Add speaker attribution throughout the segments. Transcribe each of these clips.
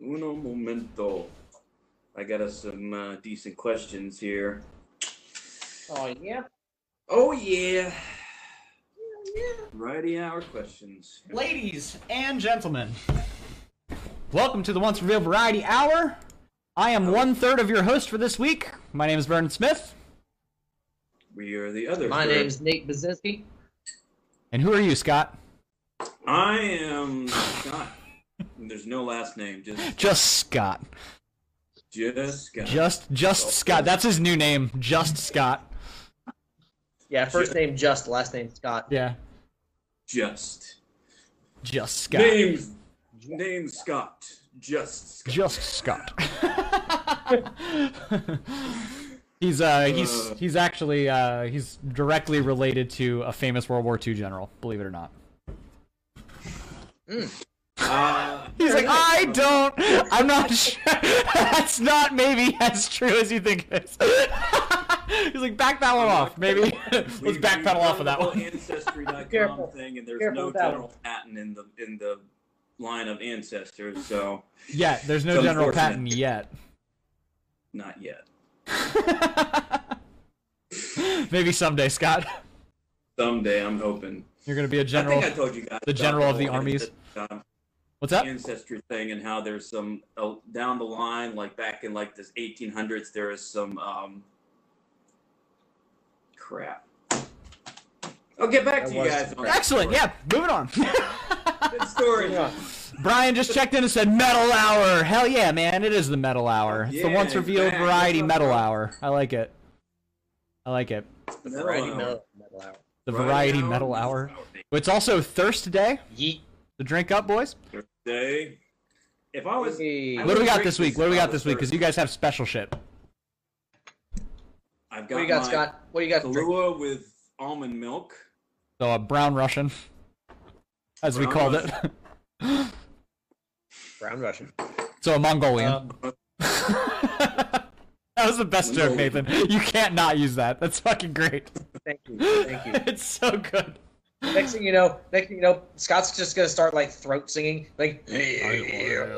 Speaker 1: Uno momento. I got us some uh, decent questions here.
Speaker 2: Oh yeah.
Speaker 1: Oh yeah. Variety hour questions.
Speaker 2: Ladies and gentlemen, welcome to the Once Revealed Variety Hour. I am one third of your host for this week. My name is Vernon Smith.
Speaker 1: We are the other.
Speaker 3: My
Speaker 1: group.
Speaker 3: name's Nate Bazinski.
Speaker 2: And who are you, Scott?
Speaker 1: I am Scott. There's no last name. Just
Speaker 2: Just Scott.
Speaker 1: just Scott.
Speaker 2: Just just Scott. That's his new name. Just Scott.
Speaker 3: Yeah, first name Just, last name Scott.
Speaker 2: Yeah.
Speaker 1: Just.
Speaker 2: Just Scott.
Speaker 1: Name's name Scott. Just Scott.
Speaker 2: Just Scott. he's uh he's
Speaker 1: Uh.
Speaker 2: he's actually uh he's directly related to a famous World War II general, believe it or not.
Speaker 1: Uh,
Speaker 2: He's like, I don't. I'm not sure. That's not maybe as true as you think it is. He's like, back that one off. Maybe let's
Speaker 1: we- we've
Speaker 2: backpedal off
Speaker 1: done
Speaker 2: of that
Speaker 1: the whole
Speaker 2: one.
Speaker 1: Ancestry.com
Speaker 3: Careful.
Speaker 1: thing, and there's
Speaker 3: Careful
Speaker 1: no
Speaker 3: with that
Speaker 1: general Patton in the in the line of ancestors, so
Speaker 2: Yeah, there's no
Speaker 1: It's
Speaker 2: General
Speaker 1: unfortunate.
Speaker 2: Patton yet.
Speaker 1: not yet.
Speaker 2: Maybe someday, Scott,
Speaker 1: Someday, I'm hoping.
Speaker 2: you're gonna be a general.
Speaker 1: I think I told you guys
Speaker 2: the
Speaker 1: about
Speaker 2: general of the
Speaker 1: whole
Speaker 2: armies.
Speaker 1: ancestry.com
Speaker 2: What's up?
Speaker 1: ancestry thing and how there's some uh, down the line like back in like this 1800s there is some um crap i'll get back
Speaker 3: That
Speaker 1: to you
Speaker 3: was
Speaker 1: guys
Speaker 3: some
Speaker 1: on that
Speaker 2: Excellent. Yeah, moving on.
Speaker 1: Good story
Speaker 3: Yeah.
Speaker 2: Brian just checked in and said metal hour. Hell yeah, man! It is the metal hour. It's the
Speaker 1: Yeah,
Speaker 2: once revealed
Speaker 1: exactly.
Speaker 2: variety
Speaker 1: What's up,
Speaker 2: metal
Speaker 1: bro?
Speaker 2: hour. I like it. I like it.
Speaker 3: The
Speaker 1: No.
Speaker 3: variety metal, metal hour.
Speaker 2: The
Speaker 1: Right
Speaker 2: variety
Speaker 1: now,
Speaker 2: metal
Speaker 1: this is
Speaker 2: hour.
Speaker 1: our thing.
Speaker 2: It's also Thirst Day.
Speaker 3: Yeet.
Speaker 2: The drink up, boys.
Speaker 1: Thursday. if i was
Speaker 3: Hey.
Speaker 1: I
Speaker 2: What do we
Speaker 1: would
Speaker 2: got
Speaker 1: drink
Speaker 2: this week? What do we
Speaker 1: if I
Speaker 2: got
Speaker 1: was
Speaker 2: this week? Because
Speaker 1: Thursday.
Speaker 2: you guys have special shit.
Speaker 1: i've got,
Speaker 3: What do you got,
Speaker 1: my
Speaker 3: Scott? What do you got? to drink?
Speaker 1: Kahlua with almond milk
Speaker 2: So a brown Russian, as we
Speaker 1: Brown
Speaker 2: called it.
Speaker 3: Brown Russian.
Speaker 2: Oh, So a Mongolian.
Speaker 1: Uh,
Speaker 3: Um,
Speaker 2: that was the best joke,
Speaker 1: Mongolian.
Speaker 2: Nathan. You can't not use that. That's fucking great.
Speaker 3: thank you. Thank you.
Speaker 2: it's so good.
Speaker 3: next thing you know, next thing you know, Scott's just gonna start like throat singing, like.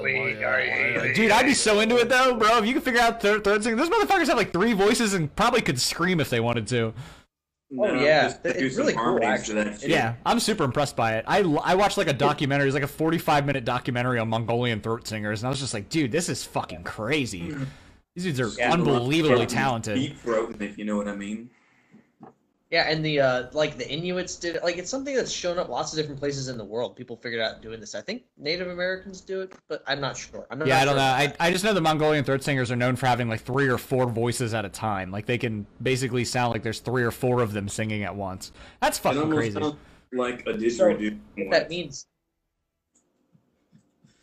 Speaker 2: Dude, I'd be so into it though, bro. If you could figure out third third thing, those motherfuckers have like three voices and probably could scream if they wanted to.
Speaker 1: No,
Speaker 3: Oh, yeah.
Speaker 1: just to
Speaker 3: It's
Speaker 1: do some
Speaker 3: really cool,
Speaker 1: harmonies to
Speaker 3: actually.
Speaker 1: that shit.
Speaker 2: Yeah, I'm super impressed by it. I, I watched like a documentary, it was like a 45 minute documentary on Mongolian throat singers, and I was just like, dude, this is fucking crazy. These dudes are
Speaker 3: Yeah.
Speaker 2: unbelievably
Speaker 1: Throat-
Speaker 2: talented.
Speaker 1: deep throat if you know what i mean
Speaker 3: Yeah, and the uh, like the Inuits did it. Like it's something that's shown up lots of different places in the world. People figured out doing this. I think Native Americans do it, but I'm not sure. I'm not
Speaker 2: Yeah, I
Speaker 3: sure
Speaker 2: don't know.
Speaker 3: about
Speaker 2: I,
Speaker 3: that.
Speaker 2: I just know the Mongolian throat singers are known for having like three or four voices at a time. Like they can basically sound like there's three or four of them singing at once. That's
Speaker 1: it
Speaker 2: fucking
Speaker 1: almost
Speaker 2: crazy.
Speaker 1: sounds like a
Speaker 3: So,
Speaker 1: didgeridoo
Speaker 3: what that means.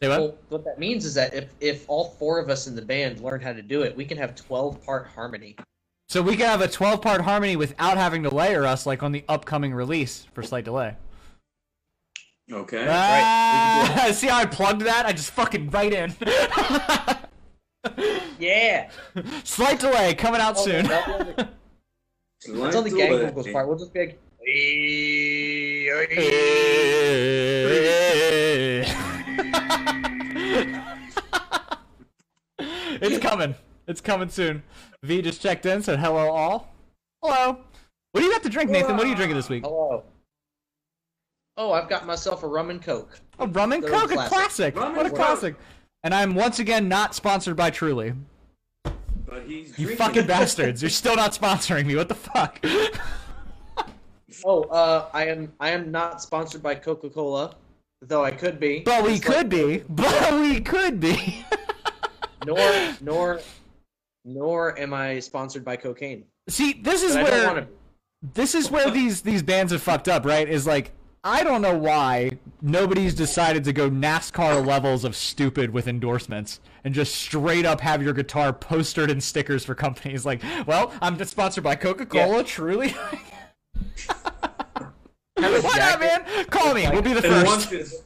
Speaker 2: Say what?
Speaker 3: Well, what that means is that if if all four of us in the band learn how to do it, we can have 12 part harmony.
Speaker 2: So we can have a 12 part harmony without having to layer us like on the upcoming release for Slight Delay.
Speaker 1: okay
Speaker 3: right. We can do
Speaker 2: Ah, see how I plugged that? I just fucking right in.
Speaker 3: Yeah.
Speaker 2: Slight Delay coming out
Speaker 3: Oh,
Speaker 2: soon.
Speaker 3: that one- That's on the gang vocals part. We'll just be like,
Speaker 2: it's coming. It's coming soon. V just checked in, said hello all. Hello. What do you got to drink, Nathan? What are you drinking this week?
Speaker 3: hello. Oh, I've got myself a rum and coke.
Speaker 2: Oh, rum and
Speaker 3: They're
Speaker 2: coke, a
Speaker 3: classic.
Speaker 2: classic.
Speaker 1: Rum and
Speaker 2: What a
Speaker 1: Coke.
Speaker 2: classic. And I'm once again not sponsored by Truly.
Speaker 1: But he's
Speaker 2: You
Speaker 1: drinking
Speaker 2: fucking
Speaker 1: it.
Speaker 2: bastards. You're still not sponsoring me. What the fuck?
Speaker 3: Oh, uh, I am I am not sponsored by Coca Cola, though I could be.
Speaker 2: But we
Speaker 3: Just like-
Speaker 2: could be. But we could be.
Speaker 3: Nor nor nor am I sponsored by cocaine.
Speaker 2: See, this is
Speaker 3: But I
Speaker 2: where
Speaker 3: don't want to be.
Speaker 2: this is where these these bands have fucked up, right? Is like I don't know why nobody's decided to go NASCAR levels of stupid with endorsements and just straight up have your guitar postered in stickers for companies. Like, well, I'm just sponsored by Coca Cola, truly. Why not, man? Call me. We'll be the
Speaker 1: And
Speaker 2: first.
Speaker 1: once, it's-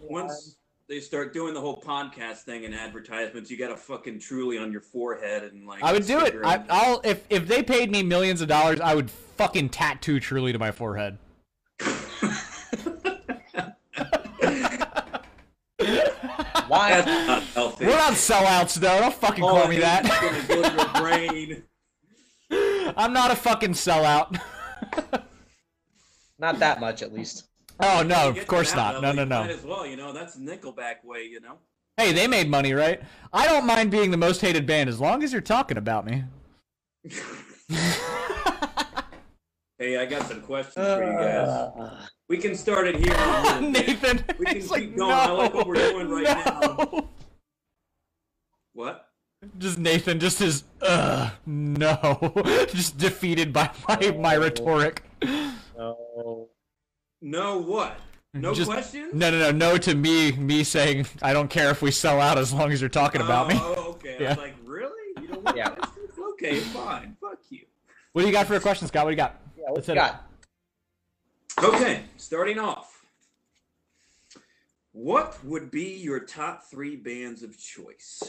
Speaker 1: once they start doing the whole podcast thing and advertisements, you got a fucking truly on your forehead and like.
Speaker 2: I would do it.
Speaker 1: sticker
Speaker 2: I,
Speaker 1: and-
Speaker 2: I'll if if they paid me millions of dollars, I would fucking tattoo truly to my forehead.
Speaker 3: Why?
Speaker 1: That's not healthy.
Speaker 2: We're not sellouts, though. Don't fucking
Speaker 1: Oh,
Speaker 2: call me
Speaker 1: it's
Speaker 2: that.
Speaker 1: Gonna go to your brain.
Speaker 2: I'm not a fucking sellout.
Speaker 3: Not that much, at least.
Speaker 2: Oh
Speaker 1: You
Speaker 2: no,
Speaker 1: get
Speaker 2: of
Speaker 1: to
Speaker 2: course
Speaker 1: that
Speaker 2: not. No,
Speaker 1: level,
Speaker 2: no,
Speaker 1: you Might
Speaker 2: no.
Speaker 1: as well, you know, that's Nickelback way, you know.
Speaker 2: Hey, they made money, right? I don't mind being the most hated band as long as you're talking about me.
Speaker 1: Hey, I got some questions for you guys.
Speaker 3: Uh,
Speaker 1: We can start it here. in a little bit.
Speaker 2: Nathan,
Speaker 1: We can
Speaker 2: he's
Speaker 1: keep going.
Speaker 2: like, no,
Speaker 1: I like what we're doing right
Speaker 2: no."
Speaker 1: What?
Speaker 2: Just Nathan, just his, ugh, no, just defeated by my my
Speaker 1: Oh.
Speaker 2: rhetoric.
Speaker 3: no.
Speaker 1: No, what? No
Speaker 2: Just-
Speaker 1: questions?
Speaker 2: No, no, no, no to me, me saying I don't care if we sell out as long as you're talking about me.
Speaker 1: Oh, oh, okay. I
Speaker 2: Yeah.
Speaker 1: was like, really? You don't want
Speaker 3: Yeah.
Speaker 1: questions? Okay, fine. Fuck you.
Speaker 2: What do you got for a question, Scott? What do you got?
Speaker 3: Yeah, what
Speaker 2: Let's
Speaker 3: you
Speaker 2: hit it.
Speaker 3: got?
Speaker 1: Okay, starting off. What would be your top three bands of choice?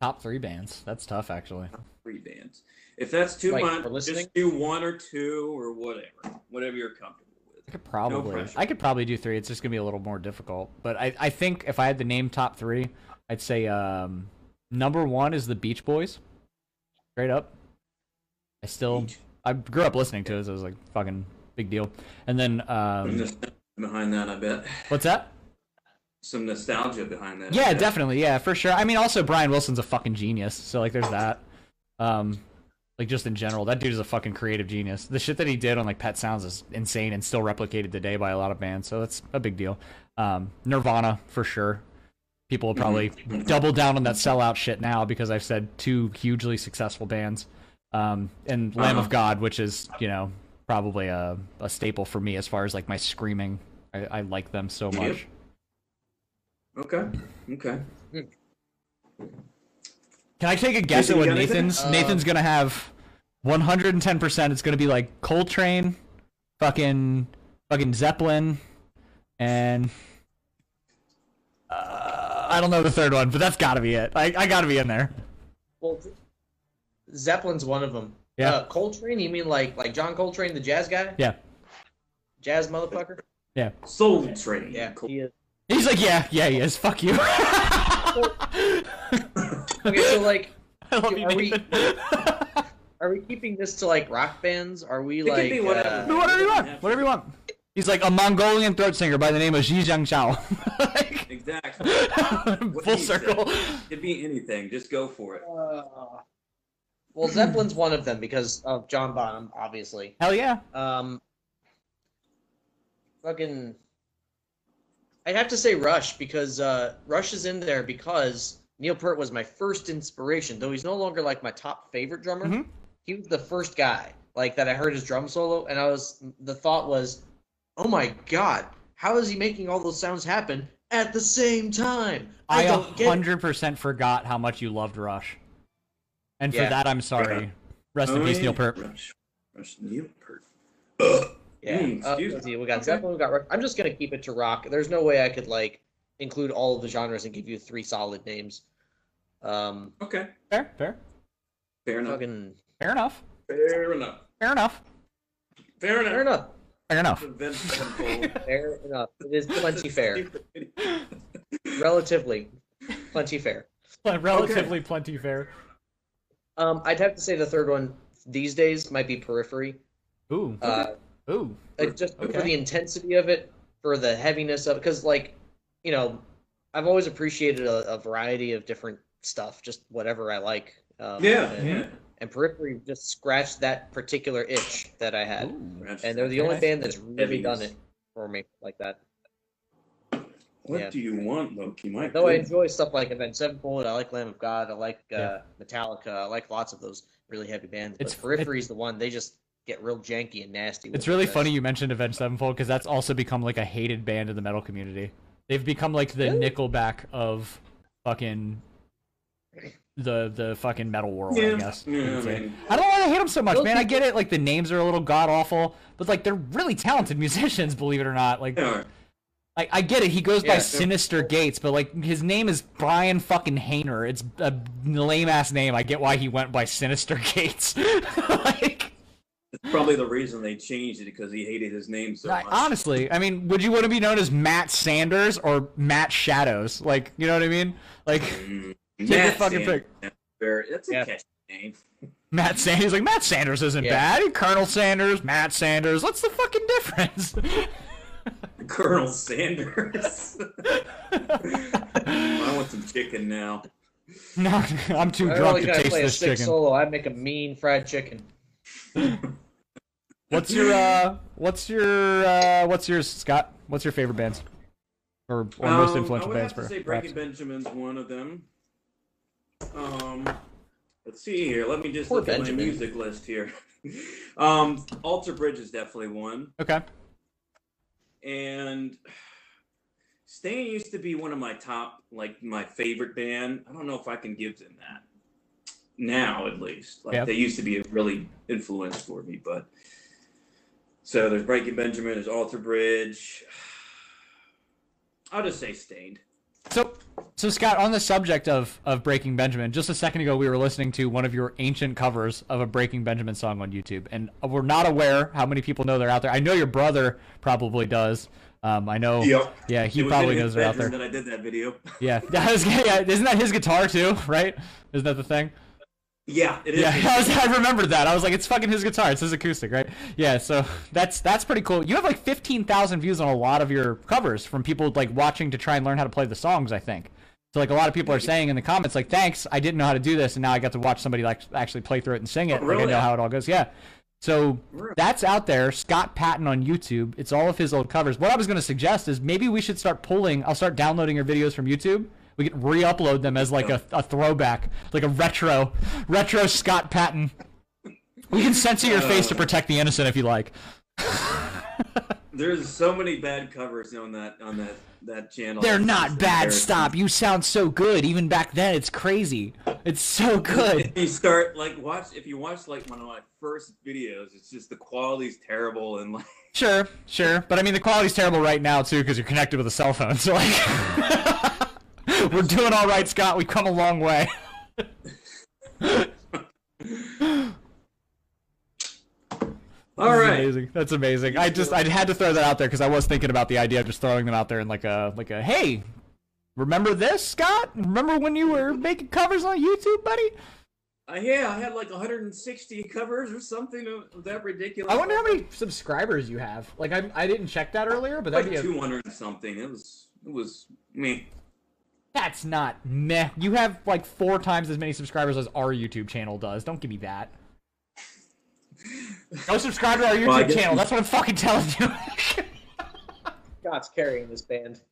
Speaker 2: Top three bands. That's tough, actually.
Speaker 1: Three bands. If that's too
Speaker 3: Like,
Speaker 1: much,
Speaker 3: for listening?
Speaker 1: just do one or two or whatever. Whatever you're comfortable
Speaker 2: I
Speaker 1: with.
Speaker 2: could probably,
Speaker 1: pressure.
Speaker 2: I could probably do three. It's just gonna be a little more difficult. But I, I think if I had to name top three, I'd say um, number one is the Beach Boys. Straight up. I still,
Speaker 1: Beach.
Speaker 2: I grew up listening to it. So it was like fucking big deal. And then,
Speaker 1: Some
Speaker 2: um,
Speaker 1: nostalgia behind that, I bet.
Speaker 2: what's that?
Speaker 1: Some nostalgia behind that. I
Speaker 2: Yeah,
Speaker 1: bet.
Speaker 2: definitely. Yeah, for sure. I mean, also Brian Wilson's a fucking genius. So like, there's that. Um, like just in general, that dude is a fucking creative genius. The shit that he did on like Pet Sounds is insane and still replicated today by a lot of bands. So that's a big deal. Um, Nirvana for sure. People will probably
Speaker 1: Mm-hmm.
Speaker 2: double down on that sellout shit now because I've said two hugely successful bands. Um, and Lamb
Speaker 1: Uh-huh.
Speaker 2: of God, which is you know probably a, a staple for me as far as like my screaming. I, I like them so
Speaker 1: Yep.
Speaker 2: much.
Speaker 1: Okay. Okay.
Speaker 2: Can I take a guess
Speaker 1: Nathan, you
Speaker 2: at what
Speaker 1: got anything?
Speaker 2: Nathan's? Nathan's gonna have 110. percent It's gonna be like Coltrane, fucking, fucking Zeppelin, and uh, I don't know the third one, but that's gotta be it. I, I gotta be in there.
Speaker 3: Well, Zeppelin's one of them.
Speaker 2: Yeah.
Speaker 3: Uh, Coltrane? You mean like like John Coltrane, the jazz guy?
Speaker 2: Yeah,
Speaker 3: Jazz motherfucker?
Speaker 1: Soul Train.
Speaker 3: Yeah.
Speaker 1: Cool.
Speaker 3: He is.
Speaker 2: he's like, yeah, yeah, he is. Fuck you. I
Speaker 3: Okay, so like,
Speaker 2: love you,
Speaker 3: Are we-
Speaker 2: Nathan.
Speaker 3: are we keeping this to like rock bands? Are we
Speaker 1: It
Speaker 3: like?
Speaker 1: can be whatever.
Speaker 3: uh,
Speaker 2: Do whatever you want. Whatever you want. He's like a Mongolian throat singer by the name of Zhang Zhao. like,
Speaker 1: Exactly. What
Speaker 2: full
Speaker 1: he said.
Speaker 2: circle.
Speaker 1: It'd be anything. Just go for it.
Speaker 3: uh, well, Zeppelin's one of them because of John Bonham, obviously.
Speaker 2: Hell yeah.
Speaker 3: Um, fucking, I'd have to say Rush because uh, Rush is in there because Neil Peart was my first inspiration. Though he's no longer like my top favorite drummer,
Speaker 2: Mhm.
Speaker 3: he was the first guy like that I heard his drum solo, and I was the thought was, oh my god, how is he making all those sounds happen at the same time?
Speaker 2: I
Speaker 3: I
Speaker 2: a
Speaker 3: don't get. it."
Speaker 2: hundred percent forgot how much you loved Rush, and for
Speaker 3: Yeah.
Speaker 2: that I'm sorry. Rest in peace, Neil Peart.
Speaker 1: Rush, Rush, Neil Peart.
Speaker 3: Yeah.
Speaker 1: Mm,
Speaker 3: Uh,
Speaker 1: excuse
Speaker 3: let's
Speaker 1: me.
Speaker 3: see, we got
Speaker 1: Okay.
Speaker 3: Zeppelin, we got rock. I'm just gonna keep it to rock. There's no way I could like include all of the genres and give you three solid names. Um,
Speaker 1: Okay.
Speaker 2: Fair, fair,
Speaker 1: Fair enough.
Speaker 3: fucking
Speaker 2: fair enough.
Speaker 1: Fair enough.
Speaker 2: Fair enough.
Speaker 1: Fair enough.
Speaker 3: fair enough.
Speaker 2: Fair enough.
Speaker 1: Vince Staples.
Speaker 3: Fair enough. It is plenty fair, relatively, plenty fair.
Speaker 2: Relatively plenty fair.
Speaker 3: Um, I'd have to say the third one these days might be Periphery.
Speaker 2: Ooh,
Speaker 3: Uh,
Speaker 2: ooh.
Speaker 3: Uh, just
Speaker 2: Okay.
Speaker 3: for the intensity of it, for the heaviness of it, because like, you know, I've always appreciated a, a variety of different stuff, just whatever I like. Um,
Speaker 1: Yeah,
Speaker 3: and,
Speaker 1: yeah.
Speaker 3: and Periphery just scratched that particular itch that I had,
Speaker 2: ooh.
Speaker 3: and they're the
Speaker 2: Very
Speaker 3: only
Speaker 2: nice.
Speaker 3: band that's really
Speaker 1: Heaviness.
Speaker 3: done it for me like that.
Speaker 1: What
Speaker 3: yeah.
Speaker 1: do you want, Loki? My
Speaker 3: No, I
Speaker 1: goodness.
Speaker 3: enjoy stuff like Event Sevenfold. I like Lamb of God. I like uh,
Speaker 2: Yeah.
Speaker 3: Metallica. I like lots of those really heavy bands.
Speaker 2: It's-
Speaker 3: But
Speaker 2: it-
Speaker 3: Periphery is the one they just get real janky and nasty. with
Speaker 2: It's
Speaker 3: it.
Speaker 2: really
Speaker 3: That's-
Speaker 2: funny you mentioned Avenged Sevenfold because that's also become like a hated band in the metal community. They've become like the
Speaker 3: Really?
Speaker 2: Nickelback of fucking the the fucking metal world. I
Speaker 1: Yeah.
Speaker 2: guess.
Speaker 1: yeah I
Speaker 2: It's like-
Speaker 1: mean,
Speaker 2: I don't want to hate them so much,
Speaker 3: Those
Speaker 2: man. I get it. Like the names are a little god awful, but like they're really talented musicians, believe it or not. Like,
Speaker 1: they are.
Speaker 2: I, I get it. He goes by
Speaker 3: Yeah.
Speaker 2: Sinister Gates, but like his name is Brian fucking Hayner. It's a lame ass name. I get why he went by Sinister Gates. like,
Speaker 1: That's probably the reason they changed it because he hated his name so
Speaker 2: Like,
Speaker 1: much.
Speaker 2: honestly, I mean, would you want to be known as Matt Sanders or Matt Shadows? Like, you know what I mean? Like
Speaker 1: Mm,
Speaker 2: Take your
Speaker 1: Matt
Speaker 2: fucking
Speaker 1: Sanders. That's a
Speaker 3: Yeah.
Speaker 1: catchy name.
Speaker 2: Matt Sanders. Like Matt Sanders isn't
Speaker 3: Yeah.
Speaker 2: bad. Colonel Sanders, Matt Sanders. What's the fucking difference?
Speaker 1: Colonel Sanders. I want some chicken now.
Speaker 2: no, I'm too
Speaker 3: I
Speaker 2: drunk
Speaker 3: only
Speaker 2: to
Speaker 3: gotta
Speaker 2: taste
Speaker 3: play a
Speaker 2: this
Speaker 3: stick
Speaker 2: chicken.
Speaker 3: solo. I make a mean fried chicken.
Speaker 2: What's your uh? What's your uh? What's yours, Scott? What's your favorite bands? Or, or most
Speaker 1: Um,
Speaker 2: influential
Speaker 1: I would
Speaker 2: bands
Speaker 1: have to
Speaker 2: for
Speaker 1: say
Speaker 2: perhaps.
Speaker 1: Breaking Benjamin's one of them. Um, let's see here. Let me just
Speaker 3: Poor
Speaker 1: look at my
Speaker 3: Benjamin.
Speaker 1: music list here. um, Alter Bridge is definitely one,
Speaker 2: Okay.
Speaker 1: and Stain used to be one of my top, like my favorite band. I don't know if I can give them that now, at least. Like
Speaker 2: Yep.
Speaker 1: they used to be a really influence for me, but so there's Breaking Benjamin, there's Alter Bridge. I'll just say Stained.
Speaker 2: So, so Scott, on the subject of of Breaking Benjamin, just a second ago we were listening to one of your ancient covers of a Breaking Benjamin song on YouTube, and we're not aware how many people know they're out there. I know your brother probably does. Um, I know.
Speaker 1: Yep.
Speaker 2: Yeah, he
Speaker 1: It was
Speaker 2: probably
Speaker 1: in
Speaker 2: knows
Speaker 1: his
Speaker 2: they're out there.
Speaker 1: bedroom That I did that video.
Speaker 2: Yeah, that was, yeah, isn't that his guitar too? Right? Isn't that the thing?
Speaker 1: Yeah, it is.
Speaker 2: Yeah, I, was, I remembered that. I was like, it's fucking his guitar. It's his acoustic, right? Yeah. So that's that's pretty cool. You have like fifteen thousand views on a lot of your covers from people like watching to try and learn how to play the songs. I think. So like a lot of people are saying in the comments, like, thanks, I didn't know how to do this, and now I got to watch somebody like actually play through it and sing it.
Speaker 1: Oh,
Speaker 2: Like I
Speaker 1: really?
Speaker 2: know how it all goes. Yeah. So
Speaker 1: Really?
Speaker 2: that's out there. Scott Patton on YouTube. It's all of his old covers. What I was gonna suggest is maybe we should start pulling. I'll start downloading your videos from YouTube. We could re-upload them as like a, a throwback, like a retro, retro Scott Patton. We can censor your face
Speaker 1: Oh.
Speaker 2: to protect the innocent if you like.
Speaker 1: There's so many bad covers on that on that that channel.
Speaker 2: They're
Speaker 1: It's
Speaker 2: not
Speaker 1: just
Speaker 2: bad.
Speaker 1: Oh, embarrassing.
Speaker 2: Stop. You sound so good. Even back then, it's crazy. It's so good.
Speaker 1: If you start like watch if you watch like one of my first videos, it's just the quality's terrible and like
Speaker 2: Sure, sure. But I mean, the quality's terrible right now too because you're connected with a cell phone. So like, we're doing all right, Scott. We've come a long way.
Speaker 1: all
Speaker 2: That's
Speaker 1: right.
Speaker 2: amazing. That's amazing. I just I had to throw that out there because I was thinking about the idea of just throwing them out there and like a like a hey, remember this, Scott? Remember when you were making covers on YouTube, buddy?
Speaker 1: Uh, yeah, I had like 160 covers or something of, of that ridiculous.
Speaker 2: I wonder how many subscribers you have. Like I I didn't check that earlier, but that'd
Speaker 1: like
Speaker 2: be a,
Speaker 1: 200 and something. It was it was me.
Speaker 2: that's not meh. You have like four times as many subscribers as our YouTube channel does. Don't give me that. Go subscribe to our YouTube
Speaker 1: Well, I guess-
Speaker 2: channel. That's what I'm fucking telling you.
Speaker 3: Scott's carrying this band.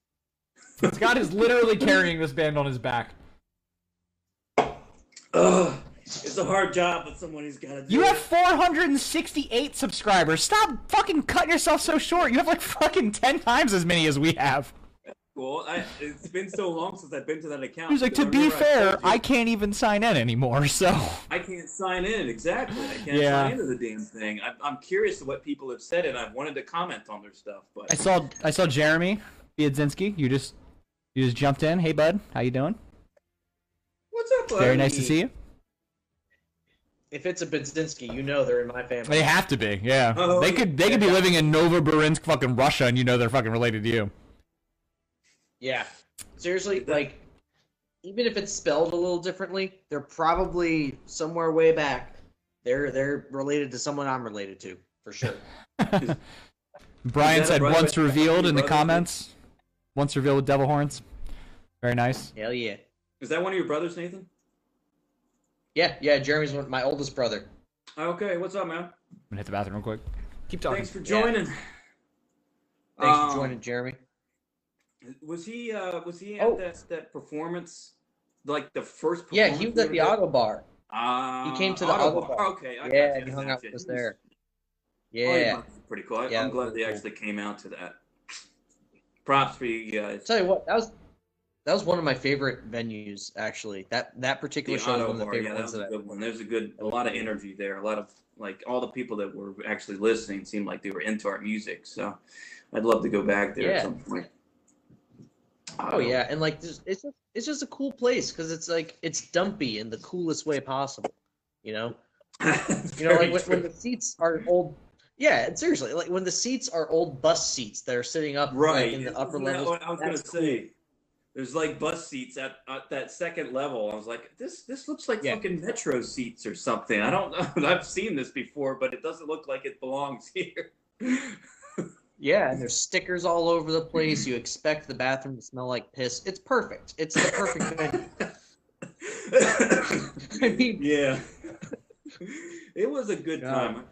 Speaker 2: Scott is literally carrying this band on his back.
Speaker 1: Ugh, it's a hard job, but somebody's got to do
Speaker 2: You
Speaker 1: it.
Speaker 2: have 468 subscribers. Stop fucking cutting yourself so short. You have like fucking 10 times as many as we have.
Speaker 1: Well, I, it's been so long since I've been to that account.
Speaker 2: He's like,
Speaker 1: because
Speaker 2: to
Speaker 1: I
Speaker 2: be
Speaker 1: remember
Speaker 2: fair,
Speaker 1: told you-
Speaker 2: I can't even sign in anymore. So,
Speaker 1: I can't sign in exactly. I can't
Speaker 2: Yeah.
Speaker 1: sign into the damn thing. I, I'm curious to what people have said, and I've wanted to comment on their stuff, but
Speaker 2: I saw I saw Jeremy Biedzinski. You just you just jumped in. Hey bud, how you doing?
Speaker 1: what's up?
Speaker 2: Very nice to see you.
Speaker 3: If it's a Budzinski, you know they're in my family.
Speaker 2: They have to be. Yeah.
Speaker 1: Oh,
Speaker 2: they
Speaker 1: yeah.
Speaker 2: could they could be living in Novoberinsk fucking Russia and you know they're fucking related to you.
Speaker 3: Yeah. Seriously, like, even if it's spelled a little differently, they're probably somewhere way back. They're they're related to someone I'm related to for sure.
Speaker 2: Brian
Speaker 1: that a
Speaker 2: said
Speaker 1: brother-
Speaker 2: once revealed in the
Speaker 1: brother-
Speaker 2: comments. Once revealed with devil horns. Very nice.
Speaker 3: Hell yeah.
Speaker 1: Is that one of your brothers, Nathan?
Speaker 3: Yeah, yeah. Jeremy's one, my oldest brother.
Speaker 1: Okay, what's up, man?
Speaker 2: I'm gonna hit the bathroom real quick. Keep
Speaker 1: Thanks for joining.
Speaker 3: Thanks
Speaker 1: Um,
Speaker 3: for joining, Jeremy.
Speaker 1: Was he? Uh, was he at
Speaker 3: Oh.
Speaker 1: that that performance? Like the first.
Speaker 3: Yeah, he
Speaker 1: performance
Speaker 3: was at
Speaker 1: we
Speaker 3: the
Speaker 1: were
Speaker 3: auto bar.
Speaker 1: Ah,
Speaker 3: He came to the
Speaker 1: Auto
Speaker 3: Auto
Speaker 1: Bar.
Speaker 3: Bar.
Speaker 1: Okay, I
Speaker 3: yeah,
Speaker 1: got you.
Speaker 3: he
Speaker 1: That's
Speaker 3: hung
Speaker 1: that
Speaker 3: out
Speaker 1: shit.
Speaker 3: with us
Speaker 1: He was-
Speaker 3: there.
Speaker 1: Oh, he
Speaker 3: Yeah.
Speaker 1: must be pretty cool. I,
Speaker 3: Yeah,
Speaker 1: I'm
Speaker 3: it
Speaker 1: glad
Speaker 3: was
Speaker 1: they
Speaker 3: cool.
Speaker 1: actually came out to that. Props for you guys.
Speaker 3: tell you what, that was that was one of my favorite venues actually. That that
Speaker 1: The
Speaker 3: particular show was
Speaker 1: auto
Speaker 3: one of the
Speaker 1: bar, yeah,
Speaker 3: favorite
Speaker 1: that
Speaker 3: ones
Speaker 1: was a
Speaker 3: that I
Speaker 1: good one. There's a good, a lot of energy there. A lot of like all the people that were actually listening seemed like they were into our music. So I'd love to go back there at
Speaker 3: Yeah.
Speaker 1: some point.
Speaker 3: Oh yeah, and like there's- it's just, it's just a cool place because it's like it's dumpy in the coolest way possible, you know. You know, like when, when the seats are old. Yeah, seriously, like when the seats are old bus seats that are sitting up like,
Speaker 1: right
Speaker 3: in the upper
Speaker 1: Isn't that
Speaker 3: levels.
Speaker 1: what I was gonna
Speaker 3: that's
Speaker 1: say. There's like bus seats at, at that second level. I was like, this this looks like
Speaker 3: Yeah.
Speaker 1: fucking metro seats or something. I don't know. I've seen this before, but it doesn't look like it belongs here.
Speaker 3: Yeah, and there's stickers all over the place. You expect the bathroom to smell like piss. It's perfect. It's the perfect venue. I mean,
Speaker 1: yeah, it was a good
Speaker 3: God.
Speaker 1: time.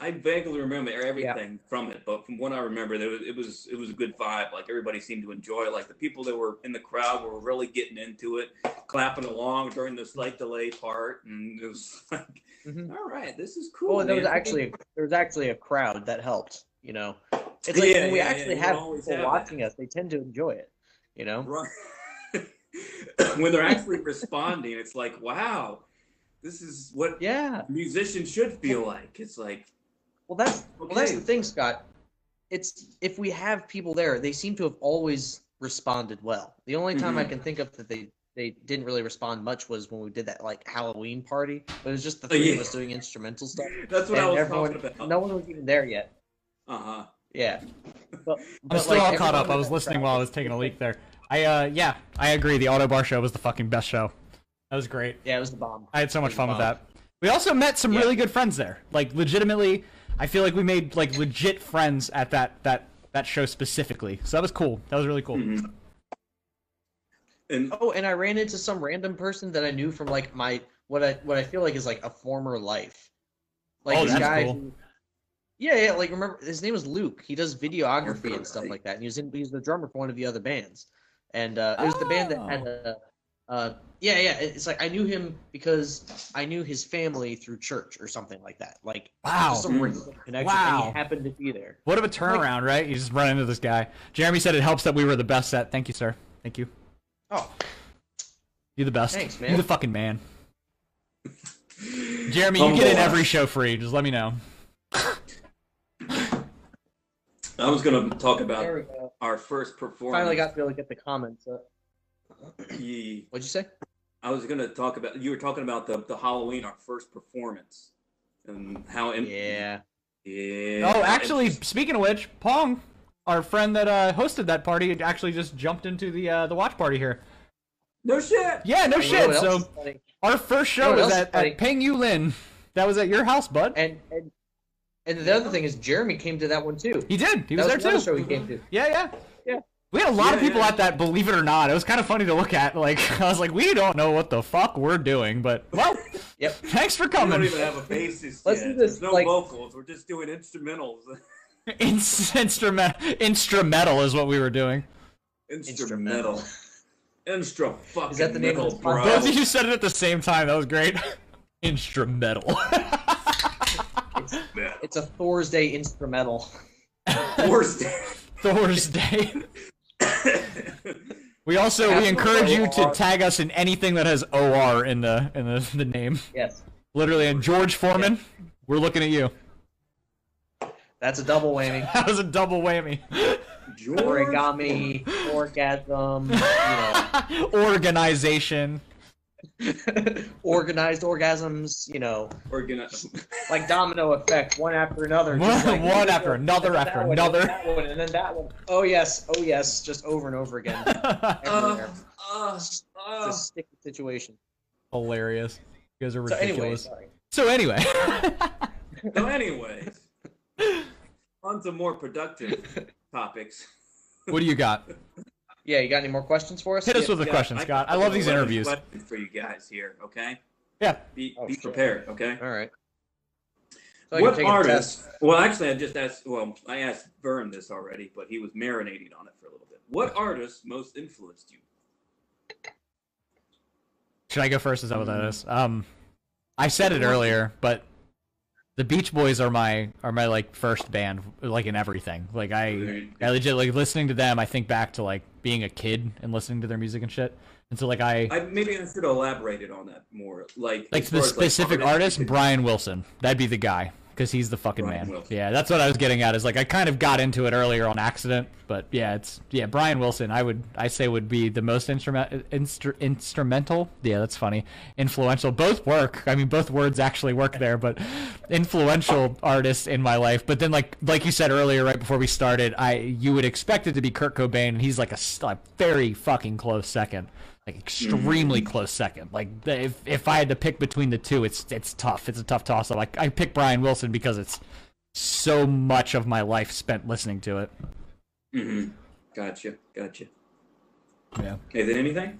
Speaker 1: I vaguely remember everything from it, but from what I remember, there was, it was it was a good vibe. Like everybody seemed to enjoy. it. Like the people that were in the crowd were really getting into it, clapping along during the slight delay part, and it was like,
Speaker 3: Mhm.
Speaker 1: all right, this is cool.
Speaker 3: oh, and there was
Speaker 1: man."
Speaker 3: actually there was actually a crowd that helped. You know, it's like
Speaker 1: Yeah,
Speaker 3: when we
Speaker 1: yeah, yeah,
Speaker 3: actually
Speaker 1: you
Speaker 3: have
Speaker 1: always
Speaker 3: people
Speaker 1: have that.
Speaker 3: watching us, they tend to enjoy it. You know,
Speaker 1: Right. when they're actually responding, it's like, wow, this is what
Speaker 3: yeah.
Speaker 1: musicians should feel like. It's like,
Speaker 3: Well, that's well, that's
Speaker 1: Okay.
Speaker 3: the thing, Scott. It's if we have people there, they seem to have always responded well. The only time I
Speaker 1: Mhm.
Speaker 2: Mm-hmm.
Speaker 3: can think of that they they didn't really respond much was when we did that like Halloween party. But it was just the
Speaker 1: Oh,
Speaker 3: three of
Speaker 1: yeah.
Speaker 3: us doing instrumental stuff.
Speaker 1: that's what I
Speaker 3: And
Speaker 1: was
Speaker 3: everyone-
Speaker 1: talking about.
Speaker 3: No one was even there yet.
Speaker 1: Uh huh.
Speaker 3: Yeah. But,
Speaker 2: I'm
Speaker 3: but,
Speaker 2: still
Speaker 3: like,
Speaker 2: all caught
Speaker 3: everyone
Speaker 2: up. I
Speaker 3: in
Speaker 2: was
Speaker 3: that
Speaker 2: listening
Speaker 3: crowd-
Speaker 2: while I was taking a leak there. I uh yeah, I agree. The Auto Bar Show was the fucking best show. That was great.
Speaker 3: Yeah, it was the bomb.
Speaker 2: I had so much fun with
Speaker 3: Wow.
Speaker 2: that. We also met some
Speaker 3: Yeah.
Speaker 2: really good friends there. Like legitimately, I feel like we made like legit friends at that that that show specifically. So that was cool. That was really cool.
Speaker 3: Mm.
Speaker 1: Mhm. And
Speaker 3: Oh, and I ran into some random person that I knew from like my what I what I feel like is like a former life. Like
Speaker 2: Oh,
Speaker 3: this
Speaker 2: that's
Speaker 3: guy
Speaker 2: cool.
Speaker 3: who- Yeah, yeah, like remember his name was Luke. He does videography and stuff
Speaker 1: Right.
Speaker 3: like that. And he was in he was the drummer for one of the other bands. And uh it was the band that had
Speaker 2: Oh.
Speaker 3: a uh yeah, yeah, it- it's like I knew him because I knew his family through church or something like that. Like
Speaker 2: Wow.
Speaker 3: just some random connection and
Speaker 2: Mm. Wow.
Speaker 3: he happened to be there.
Speaker 2: What of a turnaround, right? You just run into this guy. Jeremy said it helps that we were the best set. Thank you, sir. Thank you.
Speaker 3: Oh,
Speaker 2: You're the best.
Speaker 3: Thanks, man.
Speaker 2: You're the fucking man. Jeremy, you
Speaker 1: Humble
Speaker 2: get in
Speaker 1: us.
Speaker 2: every show free. Just let me know.
Speaker 1: I was going to talk about
Speaker 3: there we go.
Speaker 1: our first performance.
Speaker 3: Finally got to be able to get the comments up.
Speaker 1: Ye-
Speaker 3: What'd you say?
Speaker 1: I was going to talk about. You were talking about the the Halloween, our first performance, and how. And,
Speaker 3: Yeah.
Speaker 1: Yeah.
Speaker 2: Oh, actually,
Speaker 1: It's-
Speaker 2: speaking of which, Pong, our friend that uh, hosted that party, actually just jumped into the uh, the watch party here.
Speaker 1: no shit.
Speaker 2: Yeah, no
Speaker 3: You know
Speaker 2: Oh, shit.
Speaker 3: what else
Speaker 2: So
Speaker 3: is funny?
Speaker 2: our first show
Speaker 3: You know what
Speaker 2: was
Speaker 3: else is
Speaker 2: at,
Speaker 3: funny?
Speaker 2: at Peng Yu Lin. That was at your house, bud.
Speaker 3: And and and the other thing is Jeremy came to that one too.
Speaker 2: He did. He was
Speaker 3: that
Speaker 2: there
Speaker 3: was another
Speaker 2: too.
Speaker 3: show he came to.
Speaker 2: Yeah, yeah,
Speaker 3: Yeah.
Speaker 2: We had a lot of
Speaker 1: Yeah,
Speaker 2: people
Speaker 1: yeah.
Speaker 2: at that. Believe it or not, it was kind of funny to look at. Like I was like, we don't know what the fuck we're doing, but well,
Speaker 3: Yep.
Speaker 2: thanks for
Speaker 1: We don't
Speaker 2: coming.
Speaker 1: even have a basis
Speaker 3: Let's
Speaker 1: yet.
Speaker 3: do this,
Speaker 1: There's no
Speaker 3: like-
Speaker 1: vocals. We're just doing instrumentals.
Speaker 2: Inst- instrument instrumental is what we were doing.
Speaker 1: instrumental. Instru fucking
Speaker 3: Is that the name of this
Speaker 1: bro.
Speaker 2: Both of you said it at the same time. That was great. instrumental.
Speaker 1: Metal.
Speaker 3: It's a Thursday instrumental.
Speaker 1: Worst.
Speaker 2: Thursday. We also we
Speaker 3: Absolutely.
Speaker 2: encourage you to
Speaker 3: OR.
Speaker 2: tag us in anything that has OR in the in the, the name.
Speaker 3: Yes.
Speaker 2: Literally, and George Foreman, we're looking at you.
Speaker 3: That's a double whammy.
Speaker 2: That was a double whammy.
Speaker 3: Origami, orgasm, you
Speaker 2: Organization.
Speaker 3: know, organized orgasms, you know,
Speaker 1: Organ-
Speaker 3: like domino effect, one after another. just
Speaker 2: One-
Speaker 3: like-
Speaker 2: one after another
Speaker 3: and then
Speaker 2: after
Speaker 3: that one,
Speaker 2: another.
Speaker 3: And then that one, and then that one. Oh yes, oh yes, just over and over again. Everywhere.
Speaker 1: uh,
Speaker 3: It's
Speaker 1: uh,
Speaker 3: a sticky situation.
Speaker 2: Hilarious. You guys are
Speaker 3: So anyway,
Speaker 2: ridiculous.
Speaker 3: sorry.
Speaker 2: So anyway,
Speaker 1: so, anyways, on to more productive topics.
Speaker 2: what do you got?
Speaker 3: Yeah, you got any more questions for us?
Speaker 2: Hit us
Speaker 3: Yeah.
Speaker 2: with a
Speaker 1: Yeah,
Speaker 2: question, Scott. I love these
Speaker 1: got
Speaker 2: interviews.
Speaker 1: questions for you guys here, okay?
Speaker 2: Yeah.
Speaker 1: Be,
Speaker 3: Oh,
Speaker 1: be
Speaker 3: shit.
Speaker 1: prepared, okay?
Speaker 3: All right. So I can
Speaker 1: What
Speaker 3: take a test.
Speaker 1: artist? Well, actually, I just asked. Well, I asked Vern this already, but he was marinating on it for a little bit. What artist most influenced you?
Speaker 2: Should I go first? Is that what that is? Um, I said it earlier, but the Beach Boys are my are my like first band, like in everything. Like I, I legit like listening to them. I think back to like being a kid and listening to their music and shit. And so like I,
Speaker 1: I maybe I should have elaborated on that more. Like
Speaker 2: like
Speaker 1: as far
Speaker 2: the
Speaker 1: as,
Speaker 2: specific
Speaker 1: artists,
Speaker 2: artist, Brian Wilson. That'd be the guy. because he's the fucking
Speaker 1: Brian
Speaker 2: man.
Speaker 1: Wilson.
Speaker 2: Yeah, that's what I was getting at. Is like I kind of got into it earlier on accident, but yeah, it's yeah Brian Wilson. I would I say would be the most instrument instru- instrumental. Yeah, that's funny. Influential. Both work. I mean, both words actually work there, but influential artist in my life. But then like like you said earlier, right before we started, I you would expect it to be Kurt Cobain, and he's like a, s- a very fucking close second. Like extremely close second. Like the- if if I had to pick between the two, it's it's tough. It's a tough toss up. Like I pick Brian Wilson because it's so much of my life spent listening to it.
Speaker 1: Mm-hmm. Gotcha. Gotcha.
Speaker 2: Yeah.
Speaker 1: Nathan, anything?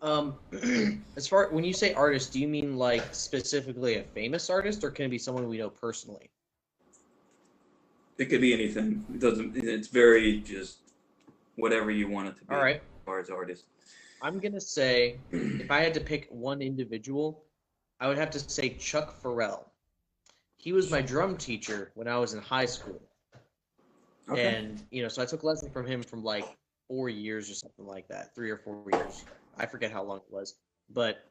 Speaker 3: Um, as far when you say artist, do you mean like specifically a famous artist, or can it be someone we know personally?
Speaker 1: It could be anything. It doesn't. It's very just whatever you want it to be.
Speaker 3: All right,
Speaker 1: As far as artists.
Speaker 3: I'm gonna say if I had to pick one individual, I would have to say Chuck Farrell. He was my drum teacher when I was in high school,
Speaker 1: Okay.
Speaker 3: and you know, so I took lessons from him from like four years or something like that, three or four years. I forget how long it was, but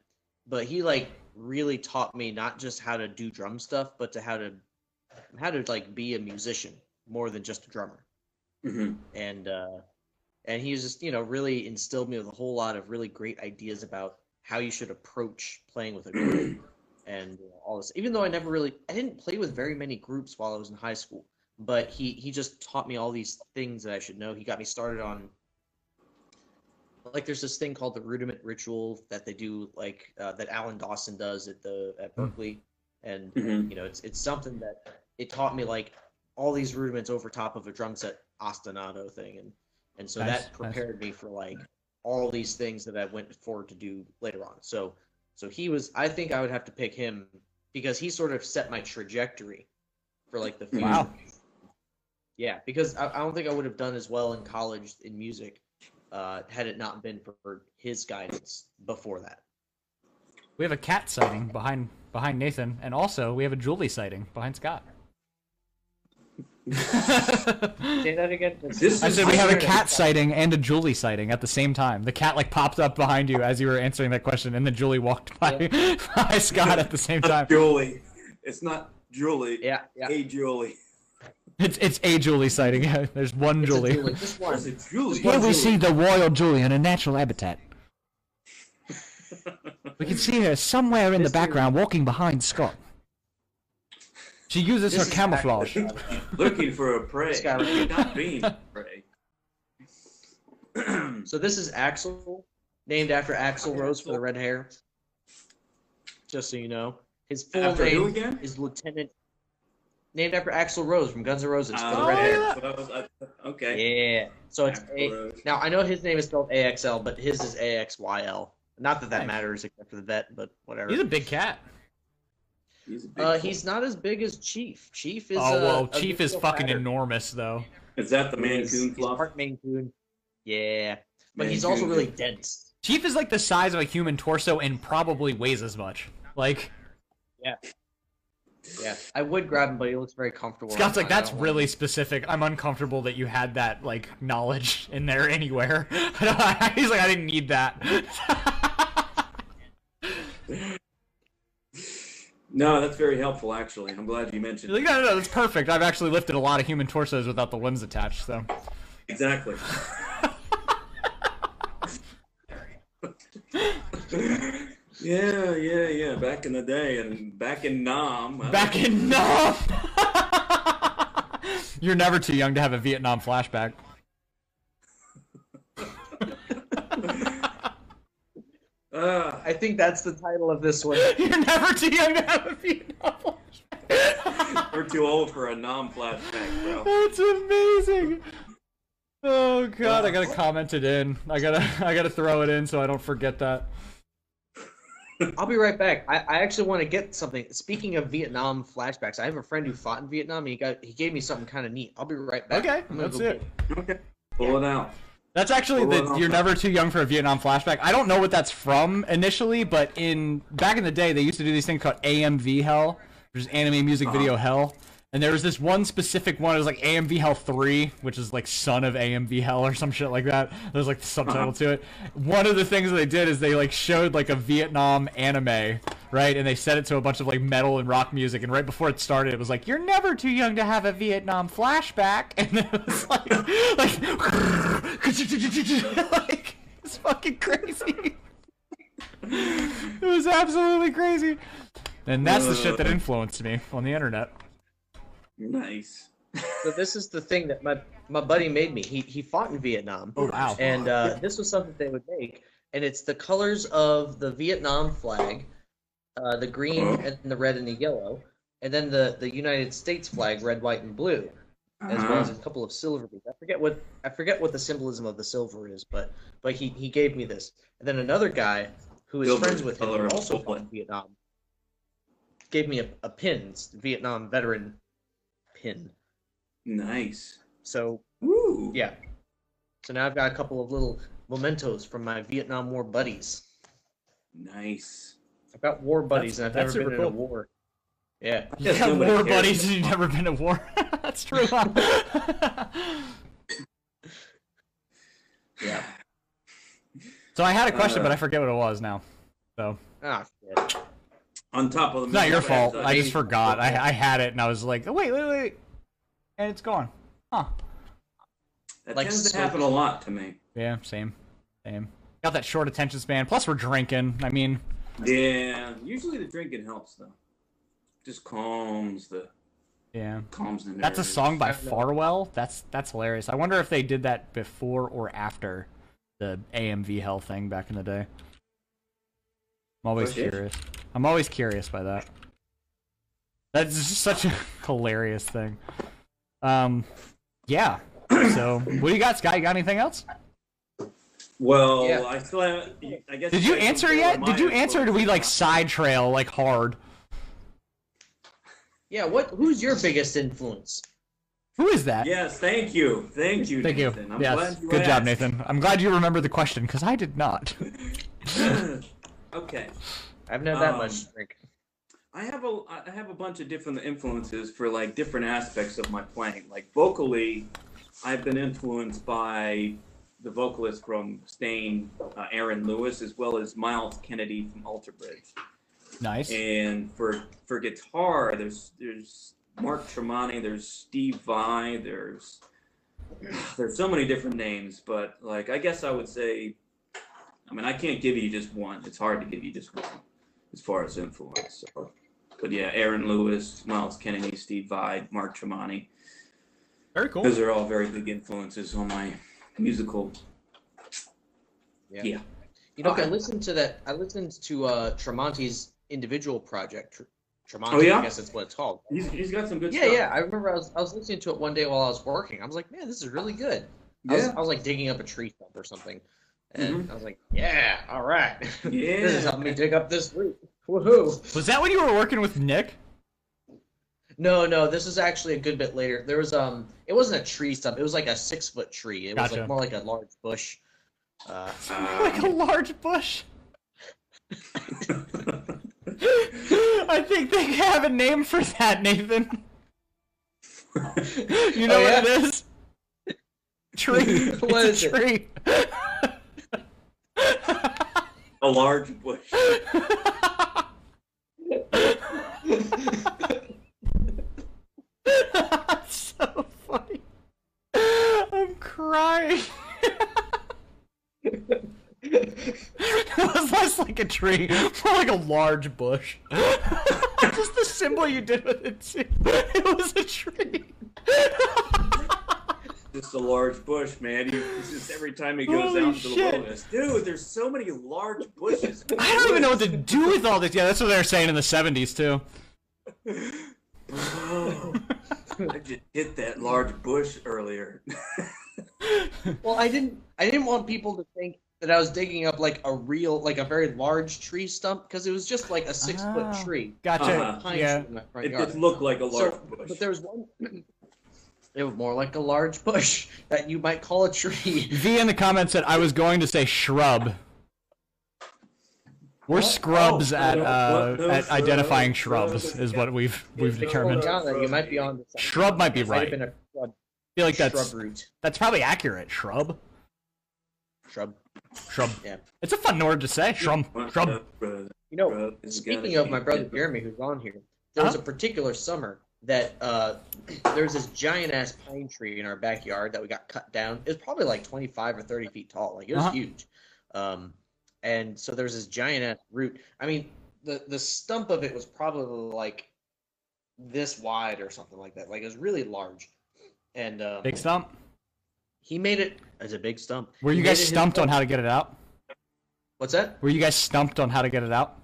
Speaker 3: but he like really taught me not just how to do drum stuff, but to how to how to like be a musician more than just a drummer
Speaker 1: hmm
Speaker 3: and uh, and he was just you know really instilled me with a whole lot of really great ideas about how you should approach playing with a group and you know, all this. Even though I never really I didn't play with very many groups while I was in high school, but he he just taught me all these things that I should know. He got me started on like there's this thing called the rudiment ritual that they do like uh, that Alan Dawson does at the at Berkeley, and
Speaker 1: Mhm.
Speaker 3: you know it's it's something that it taught me like all these rudiments over top of a drum set ostinato thing and and so
Speaker 2: Nice,
Speaker 3: that
Speaker 2: nice.
Speaker 3: prepared me for like all these things that I went forward to do later on. So so he was I think I would have to pick him because he sort of set my trajectory for like the future.
Speaker 2: Wow.
Speaker 3: Yeah, because I, I don't think I would have done as well in college in music uh, had it not been for, for his guidance before that.
Speaker 2: We have a cat sighting behind behind Nathan, and also we have a Julie sighting behind Scott.
Speaker 3: Say that again.
Speaker 1: This
Speaker 2: I
Speaker 1: is-
Speaker 2: said we have a cat sighting and a Julie sighting at the same time. The cat like popped up behind you as you were answering that question, and then Julie walked by, by Scott at the same time.
Speaker 1: Julie. It's not Julie.
Speaker 3: Yeah, yeah.
Speaker 1: Hey, Julie.
Speaker 2: It's it's a Julie sighting. There's one
Speaker 3: It's a
Speaker 2: Julie.
Speaker 3: Just
Speaker 1: Or
Speaker 3: one.
Speaker 1: is it Julie?
Speaker 2: Here we
Speaker 1: Julie.
Speaker 2: see the royal Julie in a natural habitat. we can see her somewhere in the
Speaker 3: This is-
Speaker 2: background walking behind Scott. She uses
Speaker 3: This
Speaker 2: her
Speaker 3: is
Speaker 2: camouflage.
Speaker 3: actually-
Speaker 1: Looking for a prey.
Speaker 3: Skyrim.
Speaker 1: Not being prey.
Speaker 3: So this is Axel, named after Axel Rose for the red hair. Just so you know, his full
Speaker 1: After
Speaker 3: name
Speaker 1: who again?
Speaker 3: is Lieutenant, named after Axel Rose from Guns N' Roses for the
Speaker 1: Oh,
Speaker 3: red hair.
Speaker 1: yeah. Well, I- Oh, Okay.
Speaker 3: Yeah. So it's
Speaker 1: Axl
Speaker 3: a,
Speaker 1: Rose.
Speaker 3: now I know his name is spelled AXL, but his is AXYL. Not that that
Speaker 2: Nice.
Speaker 3: matters except for the vet, but whatever.
Speaker 2: He's a big cat.
Speaker 1: He's a big
Speaker 3: uh,
Speaker 1: boy.
Speaker 3: he's not as big as Chief. Chief is
Speaker 2: oh
Speaker 3: uh,
Speaker 2: well,
Speaker 3: a
Speaker 2: Chief is
Speaker 3: little
Speaker 2: fucking
Speaker 3: fatter.
Speaker 2: enormous though.
Speaker 1: Is that the man
Speaker 3: He's-
Speaker 1: coon
Speaker 3: he's
Speaker 1: fluff?
Speaker 3: part Maine Coon. Yeah, but
Speaker 1: Man
Speaker 3: he's also
Speaker 1: Coon.
Speaker 3: really dense.
Speaker 2: Chief is like the size of a human torso and probably weighs as much. Like
Speaker 3: Yeah, I would grab him, but he looks very comfortable.
Speaker 2: Scott's like,
Speaker 3: around. I
Speaker 2: that's
Speaker 3: don't want
Speaker 2: really specific. I'm uncomfortable that you had that like knowledge in there anywhere. I don't- He's like, I didn't need that.
Speaker 1: No, that's very helpful, actually. I'm glad you mentioned
Speaker 2: You're like,
Speaker 1: it.
Speaker 2: no, no, no, that's perfect. I've actually lifted a lot of human torsos without the limbs attached, so.
Speaker 1: Exactly. yeah, yeah, yeah. Back in the day, and back in Nam. I
Speaker 2: Back
Speaker 1: don't-
Speaker 2: in Nam! You're never too young to have a Vietnam flashback.
Speaker 1: Ah,
Speaker 3: I think that's the title of this one.
Speaker 2: You're never too young to have a Vietnam flashback.
Speaker 1: we're too old for a Nam flashback, bro.
Speaker 2: That's amazing. Oh god, I gotta comment it in. I gotta, I gotta throw it in so I don't forget that.
Speaker 3: I'll be right back. I, I actually want to get something. Speaking of Vietnam flashbacks, I have a friend who fought in Vietnam. And he got he gave me something kind of neat. I'll be right back.
Speaker 2: Okay,
Speaker 3: I'm gonna
Speaker 2: that's
Speaker 3: go-
Speaker 2: it.
Speaker 1: Okay. Pull it out.
Speaker 2: That's actually
Speaker 1: Or
Speaker 2: the
Speaker 1: Vietnam
Speaker 2: you're
Speaker 1: flashback.
Speaker 2: never too young for a Vietnam flashback. I don't know what that's from initially, but in back in the day they used to do these things called AMV hell, which is anime music video hell. And there was this one specific one. It was like AMV Hell 3, which is like son of AMV Hell or some shit like that. There's like the subtitle to it. One of the things that they did is they like showed like a Vietnam anime, right? And they set it to a bunch of like metal and rock music. And right before it started, it was like, "You're never too young to have a Vietnam flashback." And it was like, like, like it's fucking crazy. it was absolutely crazy. And that's the shit that influenced me on the internet.
Speaker 1: Nice.
Speaker 3: So this is the thing that my my buddy made me. He he fought in Vietnam.
Speaker 2: Oh, wow.
Speaker 3: And uh, this was something they would make, and it's the colors of the Vietnam flag, uh, the green
Speaker 1: Oh.
Speaker 2: Uh-huh.
Speaker 3: and the red and the yellow, and then the the United States flag, red, white, and blue,
Speaker 1: Uh-huh.
Speaker 3: as well as a couple of silver beads. I forget what I forget what the symbolism of the silver is, but but he he gave me this, and then another guy who is
Speaker 1: Silver
Speaker 3: friends with him
Speaker 1: color
Speaker 3: who
Speaker 1: of
Speaker 3: also
Speaker 1: the
Speaker 3: fought in Vietnam gave me a, a pin, it's the Vietnam veteran pin.
Speaker 1: Nice.
Speaker 3: So
Speaker 1: Woo.
Speaker 3: yeah. So now I've got a couple of little mementos from my Vietnam War buddies.
Speaker 1: Nice.
Speaker 3: I've got war buddies,
Speaker 2: That's-
Speaker 3: and I've
Speaker 2: that's
Speaker 3: never been
Speaker 2: super
Speaker 3: in a
Speaker 2: cool.
Speaker 3: war. Yeah,
Speaker 2: You
Speaker 1: Yes,
Speaker 2: got
Speaker 1: nobody
Speaker 2: war
Speaker 1: cares.
Speaker 2: buddies and you've never been to war. That's true.
Speaker 3: yeah.
Speaker 2: so I had a question,
Speaker 1: Uh,
Speaker 2: but I forget what it was now. So
Speaker 3: Ah, shit.
Speaker 1: On top of the
Speaker 2: it's not your
Speaker 1: Minecraft,
Speaker 2: fault.
Speaker 1: uh,
Speaker 2: I just
Speaker 1: hey,
Speaker 2: forgot. I, I had it and I was like, wait, wait, wait, and it's gone. Huh?
Speaker 1: uh, That
Speaker 3: like
Speaker 1: tends to
Speaker 3: so-
Speaker 1: happen a lot to me.
Speaker 2: Yeah, same, same. Got that short attention span. Plus, we're drinking. I mean,
Speaker 1: Yeah. Usually the drinking helps though. Just calms the
Speaker 2: yeah.
Speaker 1: calms the nerves.
Speaker 2: That's a song by
Speaker 3: I don't know.
Speaker 2: Farwell. That's that's hilarious. I wonder if they did that before or after the AMV Hell thing back in the day. I'm always
Speaker 1: For sure.
Speaker 2: curious. I'm always curious by that. That's just such a hilarious thing. Um, yeah. So, what do you got, Scott? You got anything else?
Speaker 1: Well,
Speaker 3: Yeah.
Speaker 1: I still haven't. I guess.
Speaker 2: Did you
Speaker 1: I
Speaker 2: answer
Speaker 1: don't
Speaker 2: yet?
Speaker 1: know
Speaker 2: Did you
Speaker 1: Myers,
Speaker 2: answer? Or
Speaker 1: but-
Speaker 2: did we like side trail like hard?
Speaker 3: yeah. What? Who's your biggest influence?
Speaker 2: Who is that?
Speaker 1: Yes. Thank you. Thank you.
Speaker 2: Thank
Speaker 1: Nathan.
Speaker 2: you.
Speaker 1: I'm
Speaker 2: yes.
Speaker 1: glad you
Speaker 2: Good job,
Speaker 1: asked.
Speaker 2: Nathan. I'm glad you remembered the question because I did not.
Speaker 1: okay.
Speaker 3: I've never that
Speaker 1: Um,
Speaker 3: much to drink.
Speaker 1: I have a I have a bunch of different influences for like different aspects of my playing. Like vocally, I've been influenced by the vocalist from Stain, uh, Aaron Lewis, as well as Miles Kennedy from Alter Bridge.
Speaker 2: nice.
Speaker 1: And for for guitar, there's there's Mark Tremonti, there's Steve Vai, there's there's so many different names, but like I guess I would say, I mean I can't give you just one. It's hard to give you just one as far as influence. So. But yeah, Aaron Lewis, Miles Kennedy, Steve Vai, Mark Tremonti.
Speaker 2: Very cool.
Speaker 1: Those are all very big influences on my musical.
Speaker 3: Yeah.
Speaker 1: yeah.
Speaker 3: You know,
Speaker 1: okay.
Speaker 3: I listened to that. I listened to uh Tremonti's individual project. Tr- Tremonti,
Speaker 1: Oh, yeah?
Speaker 3: I guess that's what it's called.
Speaker 1: He's, he's got some good
Speaker 3: Yeah,
Speaker 1: stuff.
Speaker 3: yeah. I remember I was, I was listening to it one day while I was working. I was like, man, this is really good. I, was, I was like digging up a tree stump or something. And I was like, yeah, all right. this is
Speaker 1: Mm-hmm. Yeah.
Speaker 3: helping me dig up this root. Woohoo.
Speaker 2: Was that when you were working with Nick?
Speaker 3: No, no, this is actually a good bit later. There was um it wasn't a tree stump, it was like a six foot tree. It was
Speaker 2: Gotcha.
Speaker 3: like more like a large bush. Uh,
Speaker 2: like a large bush. I think they have a name for that, Nathan. You know
Speaker 3: Oh,
Speaker 2: what it is? Tree.
Speaker 3: What
Speaker 2: it's
Speaker 3: is
Speaker 2: a
Speaker 3: it?
Speaker 2: tree.
Speaker 1: A large bush.
Speaker 2: That's so funny. I'm crying. it was less like a tree, more like a large bush. Just the symbol you did with it too. It was a tree.
Speaker 1: Just a large bush, man. He, it's just every time he goes
Speaker 2: Holy
Speaker 1: out to
Speaker 2: shit.
Speaker 1: the wilderness. Dude, there's so many large bushes.
Speaker 2: I don't even know what to do with all this. Yeah, that's what they were saying in the '70s too.
Speaker 1: Oh, I just hit that large bush earlier.
Speaker 3: Oh well, I didn't I didn't want people to think that I was digging up like a real like a very large tree stump because it was just like a six
Speaker 2: Ah.
Speaker 3: foot tree.
Speaker 2: Gotcha.
Speaker 1: Uh-huh.
Speaker 3: Pine
Speaker 2: Yeah.
Speaker 3: tree in my front
Speaker 1: It
Speaker 3: yard.
Speaker 1: just looked like a large
Speaker 3: So,
Speaker 1: bush.
Speaker 3: but there was one. it was more like a large bush that you might call a tree.
Speaker 2: V in the comments said I was going to say shrub. We're
Speaker 3: Oh,
Speaker 2: scrubs at uh, at identifying shrubs, is what we've we've
Speaker 3: It's
Speaker 2: determined.
Speaker 3: totally on there. You might be on. to something.
Speaker 2: Shrub might be
Speaker 3: It
Speaker 2: right.
Speaker 3: might have been a shrub,
Speaker 2: I feel like that's
Speaker 3: shrub root.
Speaker 2: that's probably accurate. Shrub,
Speaker 3: Shrub.
Speaker 2: shrub.
Speaker 3: Yeah.
Speaker 2: It's a fun word to say. Shrub, shrub.
Speaker 3: You know, Speaking of my brother Jeremy, who's on here, there was a
Speaker 2: Huh?
Speaker 3: particular summer that uh, there was this giant ass pine tree in our backyard that we got cut down. It was probably like 25 or 30 feet tall. Like it was
Speaker 2: Uh-huh.
Speaker 3: huge. Um, and so there's this giant ass root. I mean, the, the stump of it was probably like this wide or something like that. Like it was really large. And uh,
Speaker 2: Big stump.
Speaker 3: he made it as a big stump.
Speaker 2: Were
Speaker 3: He
Speaker 2: you
Speaker 3: made it
Speaker 2: guys
Speaker 3: his-
Speaker 2: stumped on how to get it out?
Speaker 3: What's that?
Speaker 2: Were you guys stumped on how to get it out?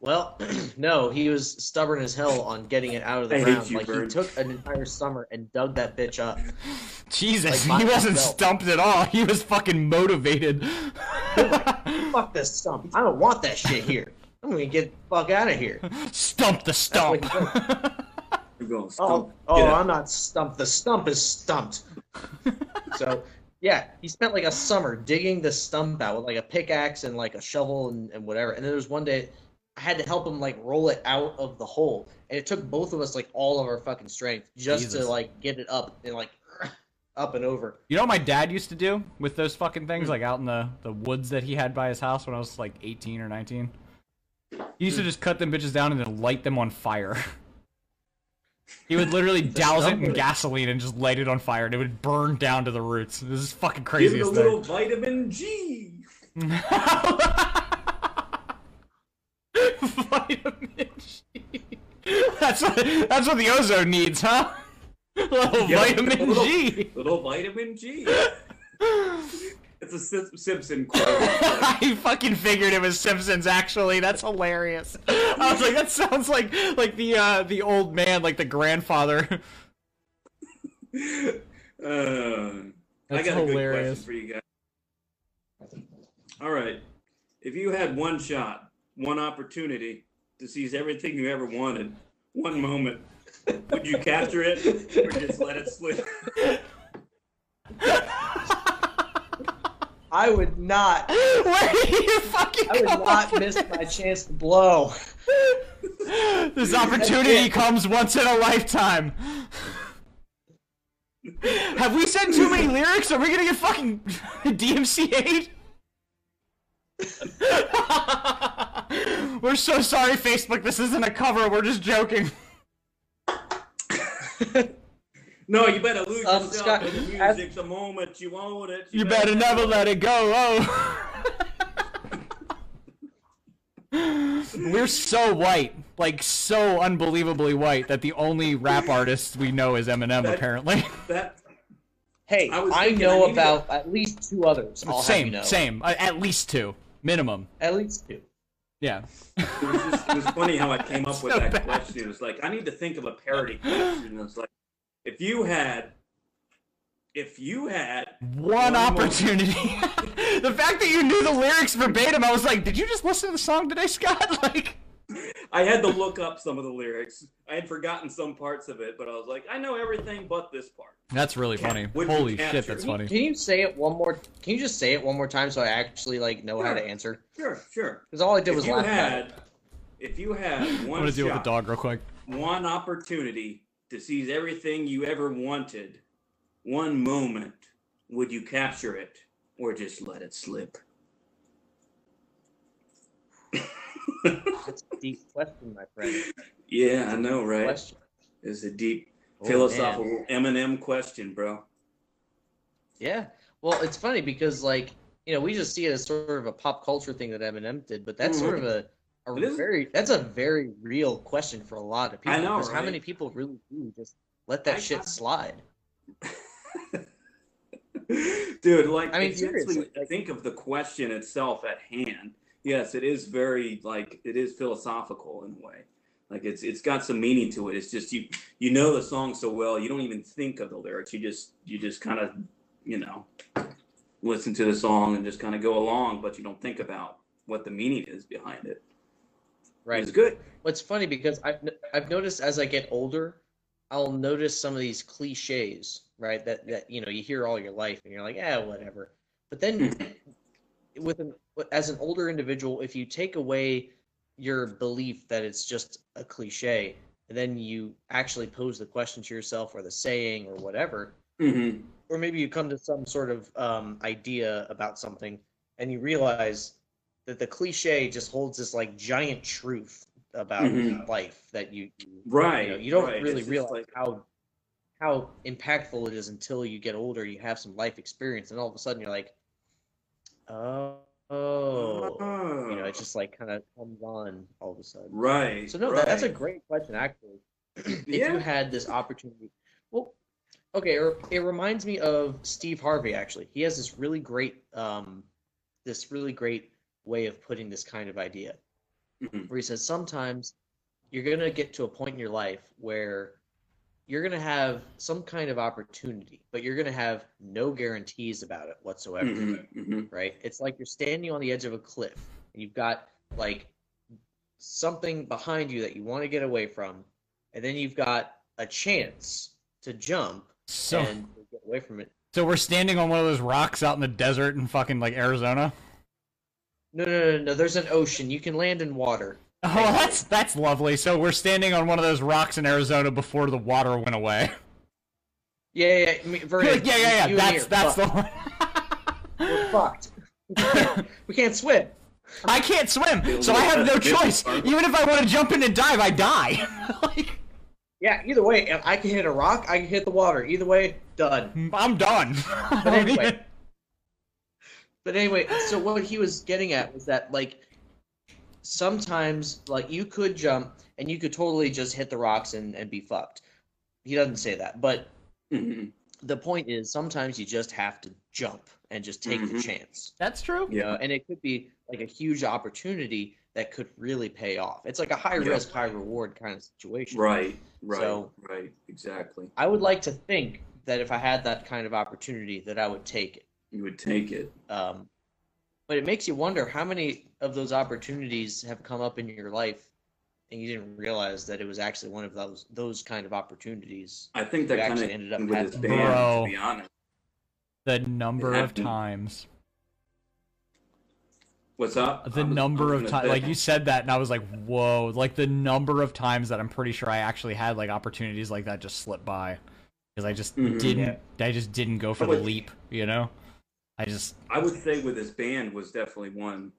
Speaker 3: Well, no, he was stubborn as hell on getting it out of the
Speaker 1: I hate
Speaker 3: ground.
Speaker 1: you,
Speaker 3: like
Speaker 1: Bird.
Speaker 3: he took an entire summer and dug that bitch up.
Speaker 2: Jesus,
Speaker 3: Like
Speaker 2: he
Speaker 3: mine
Speaker 2: wasn't
Speaker 3: fell.
Speaker 2: stumped at all. He was fucking motivated.
Speaker 3: Fuck this stump. I don't want that shit here. I'm gonna get the fuck out of here.
Speaker 2: stump the stump.
Speaker 3: That's what
Speaker 1: Going,
Speaker 3: Oh, oh, I'm not stumped. The stump is stumped. so, yeah, he spent like a summer digging the stump out with like a pickaxe and like a shovel and, and whatever. And then there was one day I had to help him like roll it out of the hole, and it took both of us like all of our fucking strength just
Speaker 2: Jesus.
Speaker 3: to like get it up and like up and over.
Speaker 2: you know what my dad used to do with those fucking
Speaker 1: Hmm.
Speaker 2: things, like out in the, the woods that he had by his house when I was like 18 or 19? He used to
Speaker 1: Hmm.
Speaker 2: just cut them bitches down and then light them on fire. He would literally douse it in
Speaker 3: stump.
Speaker 2: gasoline and just light it on fire, and it would burn down to the roots. This is fucking
Speaker 1: Give it
Speaker 2: crazy.
Speaker 1: a little vitamin G.
Speaker 2: vitamin G. That's what, that's what the ozone needs, huh? A little
Speaker 1: Yeah,
Speaker 2: vitamin
Speaker 1: a little-
Speaker 2: G.
Speaker 1: Little vitamin G. It's a Sim- Simpson quote.
Speaker 2: I fucking figured it was Simpsons. Actually, that's hilarious. I was like, that sounds like like the uh, the old man, like the grandfather.
Speaker 1: Uh, I
Speaker 2: That's
Speaker 1: got a good
Speaker 2: hilarious.
Speaker 1: question for you guys. All right. If you had one shot, one opportunity to seize everything you ever wanted, one moment, would you capture it or just let it slip?
Speaker 3: I would not.
Speaker 2: Where did you fucking?
Speaker 3: I would
Speaker 2: come up
Speaker 3: not
Speaker 2: with
Speaker 3: miss
Speaker 2: that?
Speaker 3: my chance to blow.
Speaker 2: This opportunity comes once in a lifetime. Have we sent too many lyrics? Are we gonna get fucking DMCA'd? We're so sorry, Facebook. This isn't a cover. We're just joking.
Speaker 1: No, you better lose
Speaker 3: Um,
Speaker 1: yourself
Speaker 3: Scott,
Speaker 1: in the
Speaker 3: you
Speaker 1: music
Speaker 3: ask-
Speaker 1: the moment you own it.
Speaker 2: You better never let it go. Oh. We're so white, like so unbelievably white, that the only rap artist we know is Eminem, apparently.
Speaker 1: that.
Speaker 3: Hey,
Speaker 1: I was
Speaker 3: I,
Speaker 1: thinking I
Speaker 3: know
Speaker 1: needed
Speaker 3: about at least two others. I'll have
Speaker 2: same,
Speaker 3: you know.
Speaker 2: same. Uh, At least two, minimum.
Speaker 3: At least two.
Speaker 2: Yeah.
Speaker 1: It was, just, it was funny how I came up with
Speaker 2: So
Speaker 1: that
Speaker 2: bad.
Speaker 1: question. It was like I need to think of a parody question. And it's like if you had, if you had
Speaker 2: One
Speaker 1: more.
Speaker 2: opportunity. the fact that you knew the lyrics verbatim, I was like, did you just listen to the song today, Scott? Like,
Speaker 1: I had to look up some of the lyrics. I had forgotten some parts of it, but I was like, I know everything but this part.
Speaker 2: that's really funny.
Speaker 1: funny. Would be
Speaker 2: Holy shit,
Speaker 1: captured.
Speaker 2: that's
Speaker 1: He-
Speaker 2: funny.
Speaker 3: Can you say it one more? Can you just say it one more time so I actually like know how to
Speaker 1: Sure.
Speaker 3: answer?
Speaker 1: Sure, sure.
Speaker 3: Because all I did
Speaker 1: If
Speaker 3: was
Speaker 1: you
Speaker 3: laugh. At it.
Speaker 1: had, if you had
Speaker 2: I'm
Speaker 1: one
Speaker 2: gonna deal with the
Speaker 1: shot,
Speaker 2: dog real quick.
Speaker 1: one opportunity to seize everything you ever wanted, one moment, would you capture it or just let it slip?
Speaker 3: That's a deep question, my friend.
Speaker 1: Yeah, I know, right?
Speaker 3: Question.
Speaker 1: It's a deep
Speaker 3: Oh, man.
Speaker 1: philosophical Eminem question, bro.
Speaker 3: Yeah. Well, it's funny because like you know we just see it as sort of a pop culture thing that Eminem did, but that's sort of a. A
Speaker 1: Mm-hmm. It is.
Speaker 3: very that's a very real question for a lot of people.
Speaker 1: I know,
Speaker 3: because How
Speaker 1: right?
Speaker 3: many people really do just let that
Speaker 1: I-
Speaker 3: shit
Speaker 1: I-
Speaker 3: slide?
Speaker 1: Dude, like,
Speaker 3: I mean,
Speaker 1: it's actually-
Speaker 3: seriously, like-
Speaker 1: think of the question itself at hand. Yes, it is very like it is philosophical in a way. Like it's it's got some meaning to it. It's just you you know the song so well, you don't even think of the lyrics. You just you just kind of you know listen to the song and just kind of go along, but you don't think about what the meaning is behind it.
Speaker 3: Right.
Speaker 1: It's good.
Speaker 3: What's funny because I've I've noticed as I get older, I'll notice some of these "Eh, cliches, right? That that you know you hear all your life, and you're like, ah, whatever. But then with an as an older individual, if you take away your belief that it's just a cliche, and then you actually pose the question to yourself or the saying or whatever,
Speaker 1: hmm
Speaker 3: or maybe you come to some sort of um, idea about something and you realize that the cliche just holds this like giant truth about
Speaker 1: Mhm.
Speaker 3: life that you you
Speaker 1: Right.
Speaker 3: you, know, you don't
Speaker 1: right.
Speaker 3: really
Speaker 1: It's just
Speaker 3: realize
Speaker 1: like-
Speaker 3: how how impactful it is until you get older you have some life experience and all of a sudden you're like oh, oh.
Speaker 1: Ah.
Speaker 3: you know it just like kind of comes on all of a sudden
Speaker 1: right.
Speaker 3: so no,
Speaker 1: right.
Speaker 3: that, that's a great question, actually. if
Speaker 1: Yeah.
Speaker 3: you had this opportunity, well, okay, or it reminds me of Steve Harvey. Actually, he has this really great, um, this really great way of putting this kind of idea,
Speaker 1: Mhm.
Speaker 3: where he says sometimes you're gonna get to a point in your life where you're gonna have some kind of opportunity, but you're gonna have no guarantees about it whatsoever
Speaker 1: Mhm, mhm.
Speaker 3: right? It's like you're standing on the edge of a cliff and you've got like something behind you that you want to get away from, and then you've got a chance to jump
Speaker 2: So,
Speaker 3: and get away from it.
Speaker 2: so we're standing on one of those rocks out in the desert in fucking like Arizona.
Speaker 3: No, no, no, no. There's an ocean. You can land in water.
Speaker 2: Oh, that's that's lovely. So we're standing on one of those rocks in Arizona before the water went away.
Speaker 3: Yeah, yeah, yeah. I mean,
Speaker 2: You're
Speaker 3: Vernon,
Speaker 2: like, yeah, yeah, yeah.
Speaker 3: you and me
Speaker 2: That's
Speaker 3: are
Speaker 2: that's
Speaker 3: fucked.
Speaker 2: the one.
Speaker 3: We're fucked. we can't swim.
Speaker 2: I can't swim,
Speaker 1: Build
Speaker 2: so I have no
Speaker 1: a- build a
Speaker 2: choice.
Speaker 1: farm.
Speaker 2: Even if I want to jump in and dive, I die. like,
Speaker 3: Yeah. Either way, if I can hit a rock. I can hit the water. Either way, done.
Speaker 2: I'm done. I
Speaker 3: But
Speaker 2: don't
Speaker 3: anyway.
Speaker 2: even-
Speaker 3: But anyway, so what he was getting at was that like sometimes like you could jump and you could totally just hit the rocks and, and be fucked. He doesn't say that, but
Speaker 1: Mhm.
Speaker 3: the point is sometimes you just have to jump and just take the
Speaker 1: Mhm.
Speaker 3: chance.
Speaker 2: That's true.
Speaker 3: You
Speaker 1: Yeah.
Speaker 3: know, and it could be like a huge opportunity that could really pay off. It's like a high
Speaker 1: Yeah.
Speaker 3: risk, high reward kind of situation.
Speaker 1: Right. Right.
Speaker 3: So-
Speaker 1: right. Exactly.
Speaker 3: I would like to think that if I had that kind of opportunity that I would take it.
Speaker 1: You would take it.
Speaker 3: Um, but it makes you wonder how many of those opportunities have come up in your life, and you didn't realize that it was actually one of those those kind of opportunities.
Speaker 1: I think that
Speaker 3: You
Speaker 1: kind
Speaker 3: actually
Speaker 1: of
Speaker 3: ended up
Speaker 1: with this
Speaker 3: having-
Speaker 1: band.
Speaker 2: Bro.
Speaker 1: To be honest,
Speaker 2: The number
Speaker 1: It
Speaker 2: of
Speaker 1: happened.
Speaker 2: times.
Speaker 1: what's up?
Speaker 2: The
Speaker 1: I was- I
Speaker 2: number
Speaker 1: was
Speaker 2: of
Speaker 1: gonna
Speaker 2: times. Like,
Speaker 1: say-
Speaker 2: you said that, and I was like, whoa. Like, the number of times that I'm pretty sure I actually had, like, opportunities like that just slip by. Because I just
Speaker 1: Mhm.
Speaker 2: didn't. I just didn't go for the
Speaker 1: But-
Speaker 2: leap, you know? I just.
Speaker 1: I would say with this band was definitely one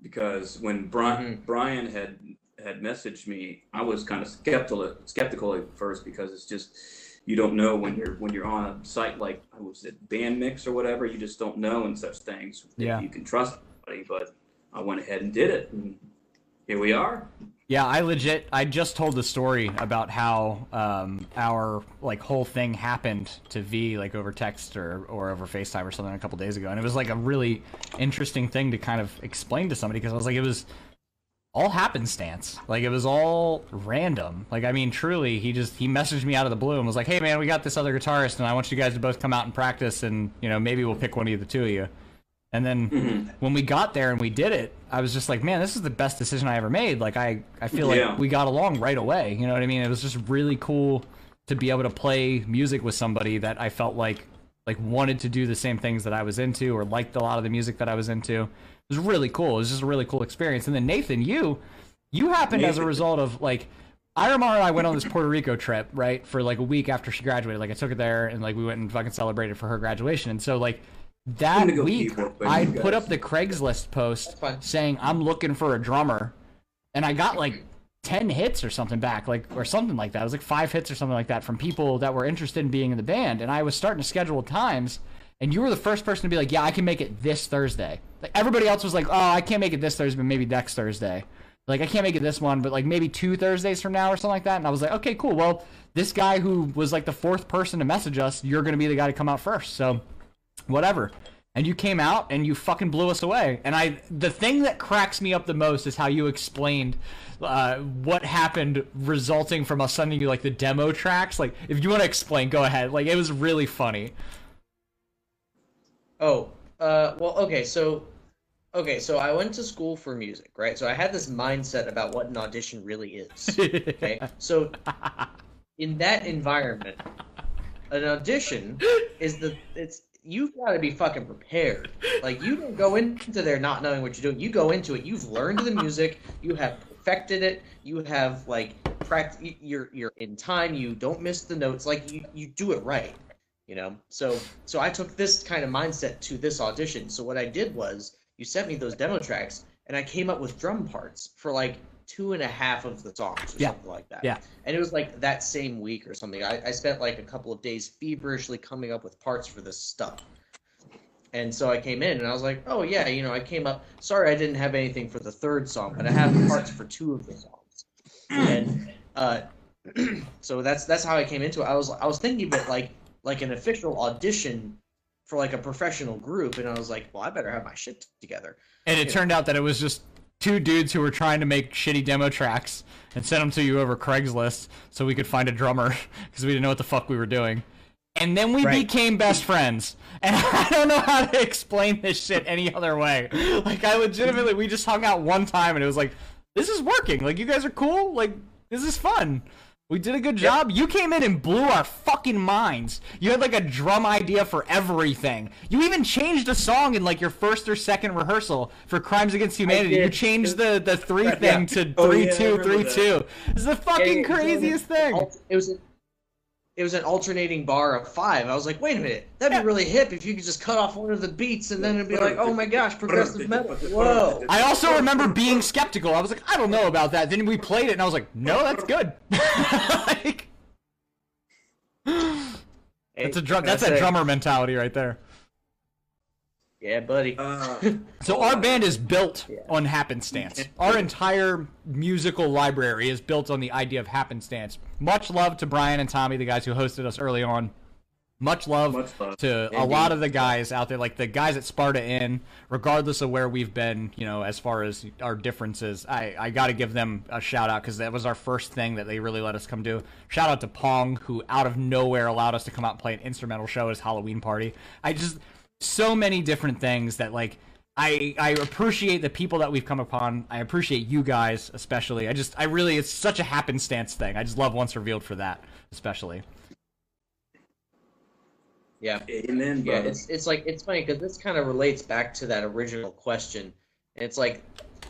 Speaker 1: because when Brian
Speaker 3: Mm-hmm.
Speaker 1: Brian had had messaged me, I was kind of skeptical skeptical at first because it's just you don't know when you're when you're on a site like what was it Band Mix or whatever, you just don't know and such things. if
Speaker 2: Yeah.
Speaker 1: you can trust anybody, but I went ahead and did it, and here we are.
Speaker 2: Yeah, I legit. I just told the story about how um, our like whole thing happened to V like over text or or over Facetime or something a couple days ago, and it was like a really interesting thing to kind of explain to somebody because I was like, it was all happenstance, like it was all random. Like I mean, truly, he just he messaged me out of the blue and was like, hey man, we got this other guitarist, and I want you guys to both come out and practice, and you know maybe we'll pick one of the two of you. And then
Speaker 1: Mm-hmm.
Speaker 2: when we got there and we did it, I was just like, man, this is the best decision I ever made. Like I, I feel like
Speaker 1: Yeah.
Speaker 2: we got along right away. You know what I mean? It was just really cool to be able to play music with somebody that I felt like like wanted to do the same things that I was into or liked a lot of the music that I was into. It was really cool. It was just a really cool experience. And then Nathan, you you happened as a
Speaker 1: Nathan.
Speaker 2: result of like I remember I went on this Puerto Rico trip, right, for like a week after she graduated. Like I took her there and like we went and fucking celebrated for her graduation. And so like that
Speaker 1: gonna go pee
Speaker 2: week
Speaker 1: real quick,
Speaker 2: I
Speaker 1: you
Speaker 2: put
Speaker 1: guys.
Speaker 2: up the Craigslist post
Speaker 3: That's fine.
Speaker 2: saying I'm looking for a drummer, and I got like ten hits or something back, like or something like that. It was like five hits or something like that from people that were interested in being in the band, and I was starting to schedule times. And you were the first person to be like, "Yeah, I can make it this Thursday." Like everybody else was like, "Oh, I can't make it this Thursday, but maybe next Thursday." Like I can't make it this one, but like maybe two Thursdays from now or something like that. And I was like, "Okay, cool. Well, this guy who was like the fourth person to message us, you're gonna be the guy to come out first. So whatever. And you came out and you fucking blew us away. And I, the thing that cracks me up the most is how you explained uh, what happened resulting from us sending you like the demo tracks. Like, if you want to explain, go ahead. Like, it was really funny.
Speaker 3: Oh, uh, well, okay, so okay, so I went to school for music, right? So I had this mindset about what an audition really is. Okay, so in that environment, an audition is the it's you've got to be fucking prepared. Like you don't go into there not knowing what you're doing. You go into it. You've learned the music. You have perfected it. You have like practice. You're you're in time. You don't miss the notes. Like you you do it right. You know. So so I took this kind of mindset to this audition. So what I did was you sent me those demo tracks, and I came up with drum parts for like two and a half of the songs or
Speaker 2: Yeah.
Speaker 3: something like that.
Speaker 2: Yeah.
Speaker 3: And it was like that same week or something. I, I spent like a couple of days feverishly coming up with parts for this stuff. And so I came in and I was like, oh, yeah, you know, I came up. Sorry, I didn't have anything for the third song, but I have parts for two of the songs. And uh, so that's that's how I came into it. I was I was thinking of it like like an official audition for like a professional group, and I was like, well, I better have my shit together.
Speaker 2: And it turned out that it was just two dudes who were trying to make shitty demo tracks and sent them to you over Craigslist so we could find a drummer because we didn't know what the fuck we were doing. And then we
Speaker 3: Right.
Speaker 2: became best friends. And I don't know how to explain this shit any other way. Like I legitimately we just hung out one time and it was like this is working. Like you guys are cool. Like this is fun. We did a good job. You came in and blew our fucking minds. You had like a drum idea for everything. You even changed a song in like your first or second rehearsal for Crimes Against Humanity. You
Speaker 3: did.
Speaker 2: changed the the three
Speaker 3: Yeah.
Speaker 2: thing to
Speaker 1: Oh,
Speaker 2: three
Speaker 1: yeah, I
Speaker 2: two
Speaker 1: remember
Speaker 2: three two.
Speaker 1: that. oh,
Speaker 2: It's the fucking
Speaker 3: Yeah, yeah, yeah.
Speaker 2: craziest thing.
Speaker 3: Al- It was a, it was an alternating bar of five. I was like, wait a minute, that'd be really hip if you could just cut off one of the beats and then it'd be like, oh my gosh, progressive metal. Whoa.
Speaker 2: I also remember being skeptical. I was like, I don't know about that. Then we played it, and I was like, No, that's good. like, that's a drum. That's a drummer mentality right there.
Speaker 3: Yeah, buddy.
Speaker 1: Uh,
Speaker 2: So our band is built on happenstance. Our entire musical library is built on the idea of happenstance. Much love to Brian and Tommy, the guys who hosted us early on. Much love,
Speaker 1: Much love.
Speaker 2: to a lot of the guys out there, like the guys at Sparta Inn, regardless of where we've been, you know, as far as our differences, I, I got to give them a shout out because that was our first thing that they really let us come do. Shout out to Pong, who out of nowhere allowed us to come out and play an instrumental show at his Halloween party. I just, so many different things that, like, I, I appreciate the people that we've come upon. I appreciate you guys especially. I just I really it's such a happenstance thing. I just love once revealed for that especially.
Speaker 3: yeah.
Speaker 1: amen,
Speaker 3: Yeah,
Speaker 1: brother.
Speaker 3: it's it's like it's funny because this kind of relates back to that original question, and it's like,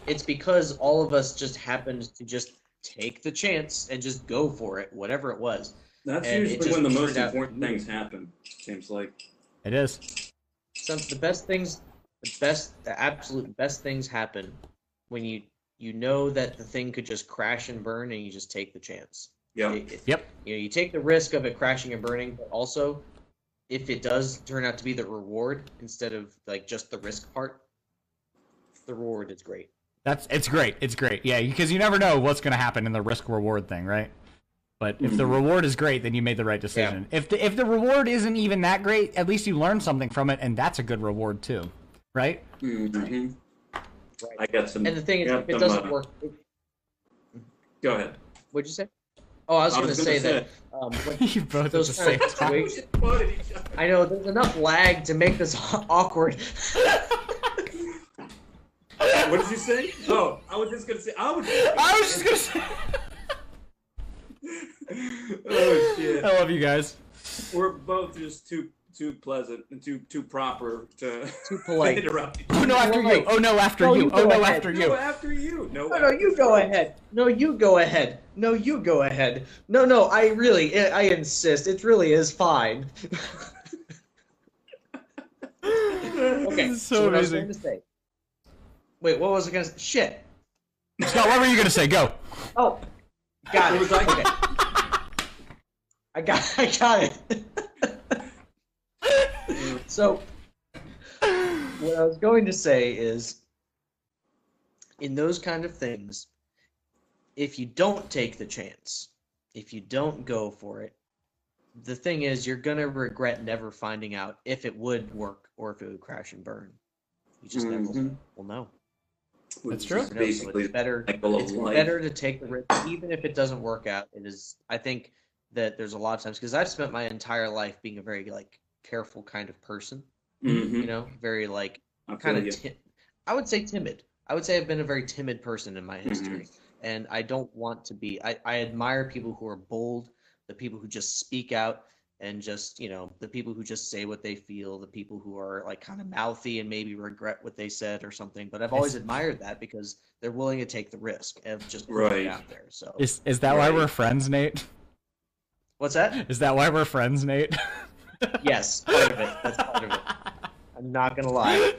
Speaker 3: it's because all of us just happened to just take the chance and just go for it, whatever it was.
Speaker 1: That's
Speaker 3: and it
Speaker 1: usually
Speaker 3: just
Speaker 1: when the most
Speaker 3: turned out-
Speaker 1: important things happen. Seems like.
Speaker 2: It is.
Speaker 3: some the best things the best the absolute best things happen when you you know that the thing could just crash and burn and you just take the chance
Speaker 1: Yeah.
Speaker 3: It- it-
Speaker 2: Yep.
Speaker 3: you know you take the risk of it crashing and burning but also if it does turn out to be the reward instead of like just the risk part the reward is great
Speaker 2: That's it's great. It's great. Yeah, because you never know what's going to happen in the risk reward thing, right? But if
Speaker 3: Mm-hmm.
Speaker 2: the reward is great, then you made the right decision. If the if the reward isn't even that great, at least you learned something from it, and that's a good reward too, right?
Speaker 1: Mhm.
Speaker 2: Mm-hmm.
Speaker 1: I got some.
Speaker 3: and the thing is
Speaker 1: got
Speaker 3: if it
Speaker 1: some,
Speaker 3: doesn't
Speaker 1: uh,
Speaker 3: work it-
Speaker 1: Go ahead.
Speaker 3: what'd you say oh i was,
Speaker 1: I
Speaker 3: gonna,
Speaker 1: was
Speaker 3: say,
Speaker 1: gonna
Speaker 3: that um when-
Speaker 2: you both at the
Speaker 3: Those
Speaker 2: same
Speaker 3: kind of
Speaker 2: time.
Speaker 3: situations- I know there's enough lag to make this awkward.
Speaker 1: What did you say? Oh, I was just gonna say. I was.
Speaker 2: I was just gonna say.
Speaker 1: oh shit.
Speaker 2: I love you guys.
Speaker 1: We're both just too too pleasant and too too proper to
Speaker 3: Too polite.
Speaker 1: interrupt.
Speaker 2: Oh no, after you. Oh no, after
Speaker 3: No,
Speaker 2: you.
Speaker 3: you
Speaker 2: Oh
Speaker 3: go
Speaker 2: no,
Speaker 3: ahead.
Speaker 2: after
Speaker 1: No,
Speaker 2: you.
Speaker 1: after you. No.
Speaker 3: No, no, you go ahead. No, you go ahead. No, you go ahead. No, no, I really, I I insist. It really is fine. Okay.
Speaker 2: This is so
Speaker 3: what I was
Speaker 2: amazing.
Speaker 3: going to say. Wait, what was I going to say? Shit.
Speaker 2: Scott, what were you gonna say? Go.
Speaker 3: Oh, got
Speaker 1: It was
Speaker 3: it.
Speaker 1: like-
Speaker 3: okay. I got, I got it. so, what I was going to say is, in those kind of things, if you don't take the chance, if you don't go for it, the thing is, you're gonna regret never finding out if it would work or if it would crash and burn. You just never
Speaker 1: Mhm.
Speaker 3: will know.
Speaker 1: Which
Speaker 2: That's
Speaker 1: is
Speaker 2: true.
Speaker 1: just
Speaker 3: No, so
Speaker 1: Basically,
Speaker 3: it's better.
Speaker 1: cycle of
Speaker 3: It's
Speaker 1: life.
Speaker 3: better to take the risk, even if it doesn't work out. It is. I think that there's a lot of times because I've spent my entire life being a very like careful kind of person.
Speaker 1: Mhm.
Speaker 3: You know, very like
Speaker 1: I feel
Speaker 3: kind
Speaker 1: you.
Speaker 3: of. Ti- I would say timid. I would say I've been a very timid person in my history,
Speaker 1: Mm-hmm.
Speaker 3: and I don't want to be. I, I admire people who are bold, the people who just speak out, and just you know the people who just say what they feel the people who are like kind of mouthy and maybe regret what they said or something but i've always admired that because they're willing to take the risk of just putting
Speaker 1: Right.
Speaker 3: it out there so
Speaker 2: Is is that why
Speaker 1: Right.
Speaker 2: we're friends, Nate?
Speaker 3: what's that
Speaker 2: Is that why we're friends, Nate?
Speaker 3: yes part of it that's part of it i'm not gonna lie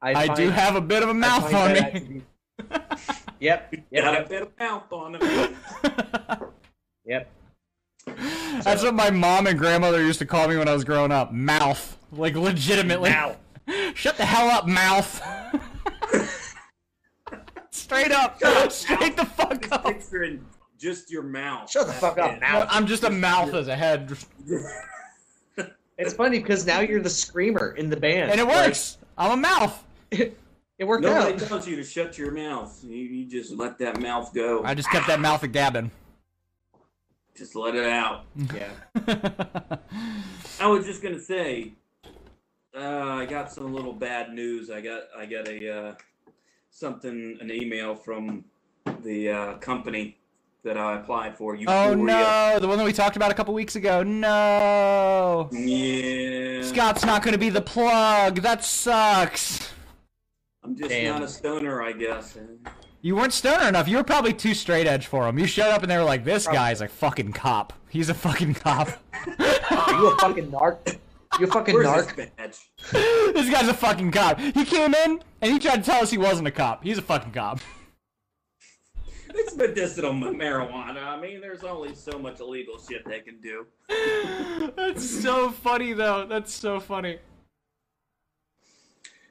Speaker 3: i,
Speaker 2: I do
Speaker 3: find-
Speaker 2: have a bit of a
Speaker 3: I
Speaker 2: mouth
Speaker 3: find
Speaker 2: on
Speaker 3: that to
Speaker 2: me.
Speaker 3: be- yep
Speaker 1: Got a
Speaker 3: yep
Speaker 1: bit of mouth on it.
Speaker 3: yep
Speaker 2: That's what my mom and grandmother used to call me when I was growing up. Mouth, like legitimately.
Speaker 3: Mouth.
Speaker 2: Shut the hell up, mouth. Straight up, straight the fuck up.
Speaker 1: Picturing just your mouth.
Speaker 3: shut the fuck up now
Speaker 2: I'm just a mouth as a head,
Speaker 3: it's funny because now you're the screamer in the band
Speaker 2: and it
Speaker 3: Like,
Speaker 2: works. I'm a mouth.
Speaker 3: it worked
Speaker 1: Nobody
Speaker 3: out
Speaker 1: tells you to shut your mouth. You, you just let that mouth go.
Speaker 2: I just kept that mouth a gabbing.
Speaker 1: Just let it out.
Speaker 3: yeah
Speaker 2: Oh,
Speaker 1: I was just gonna say, uh, I got some little bad news. I got I got a uh, something an email from the uh, company that I applied for.
Speaker 2: oh
Speaker 1: Euphoria.
Speaker 2: no, the one that we talked about a couple weeks ago. No,
Speaker 1: Yeah.
Speaker 2: Scott's not going to be the plug. That sucks.
Speaker 1: I'm just
Speaker 3: Damn.
Speaker 1: not a stoner, I guess.
Speaker 2: You weren't stoner enough. You were probably too straight edge for him. You showed up and they were like, "This guy's a fucking cop. He's a fucking cop.
Speaker 3: you a fucking narc you a fucking
Speaker 1: Where's
Speaker 3: narc
Speaker 1: this badge?
Speaker 2: this guy's a fucking cop." He came in and he tried to tell us he wasn't a cop. He's a fucking cop.
Speaker 1: It's medicinal marijuana. I mean, there's only so much illegal shit they can do.
Speaker 2: That's so funny though. That's so funny.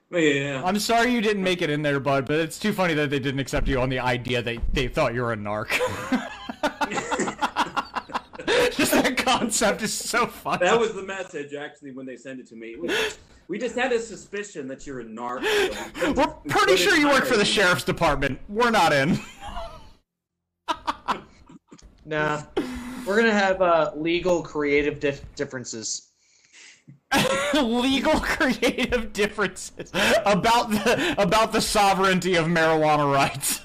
Speaker 1: But Oh, yeah.
Speaker 2: I'm sorry you didn't make it in there, bud, but it's too funny that they didn't accept you on the idea that they thought you were a narc. Just that concept is so funny.
Speaker 1: That was the message actually when they sent it to me. We, we just had a suspicion that you're a narc. so we-
Speaker 2: We're
Speaker 1: we
Speaker 2: pretty
Speaker 1: put
Speaker 2: sure
Speaker 1: it
Speaker 2: you work
Speaker 1: higher
Speaker 2: for the
Speaker 1: than-
Speaker 2: sheriff's department. We're not in.
Speaker 3: Nah, we're gonna have uh, legal creative dif- differences.
Speaker 2: Legal creative differences about the about the sovereignty of marijuana rights.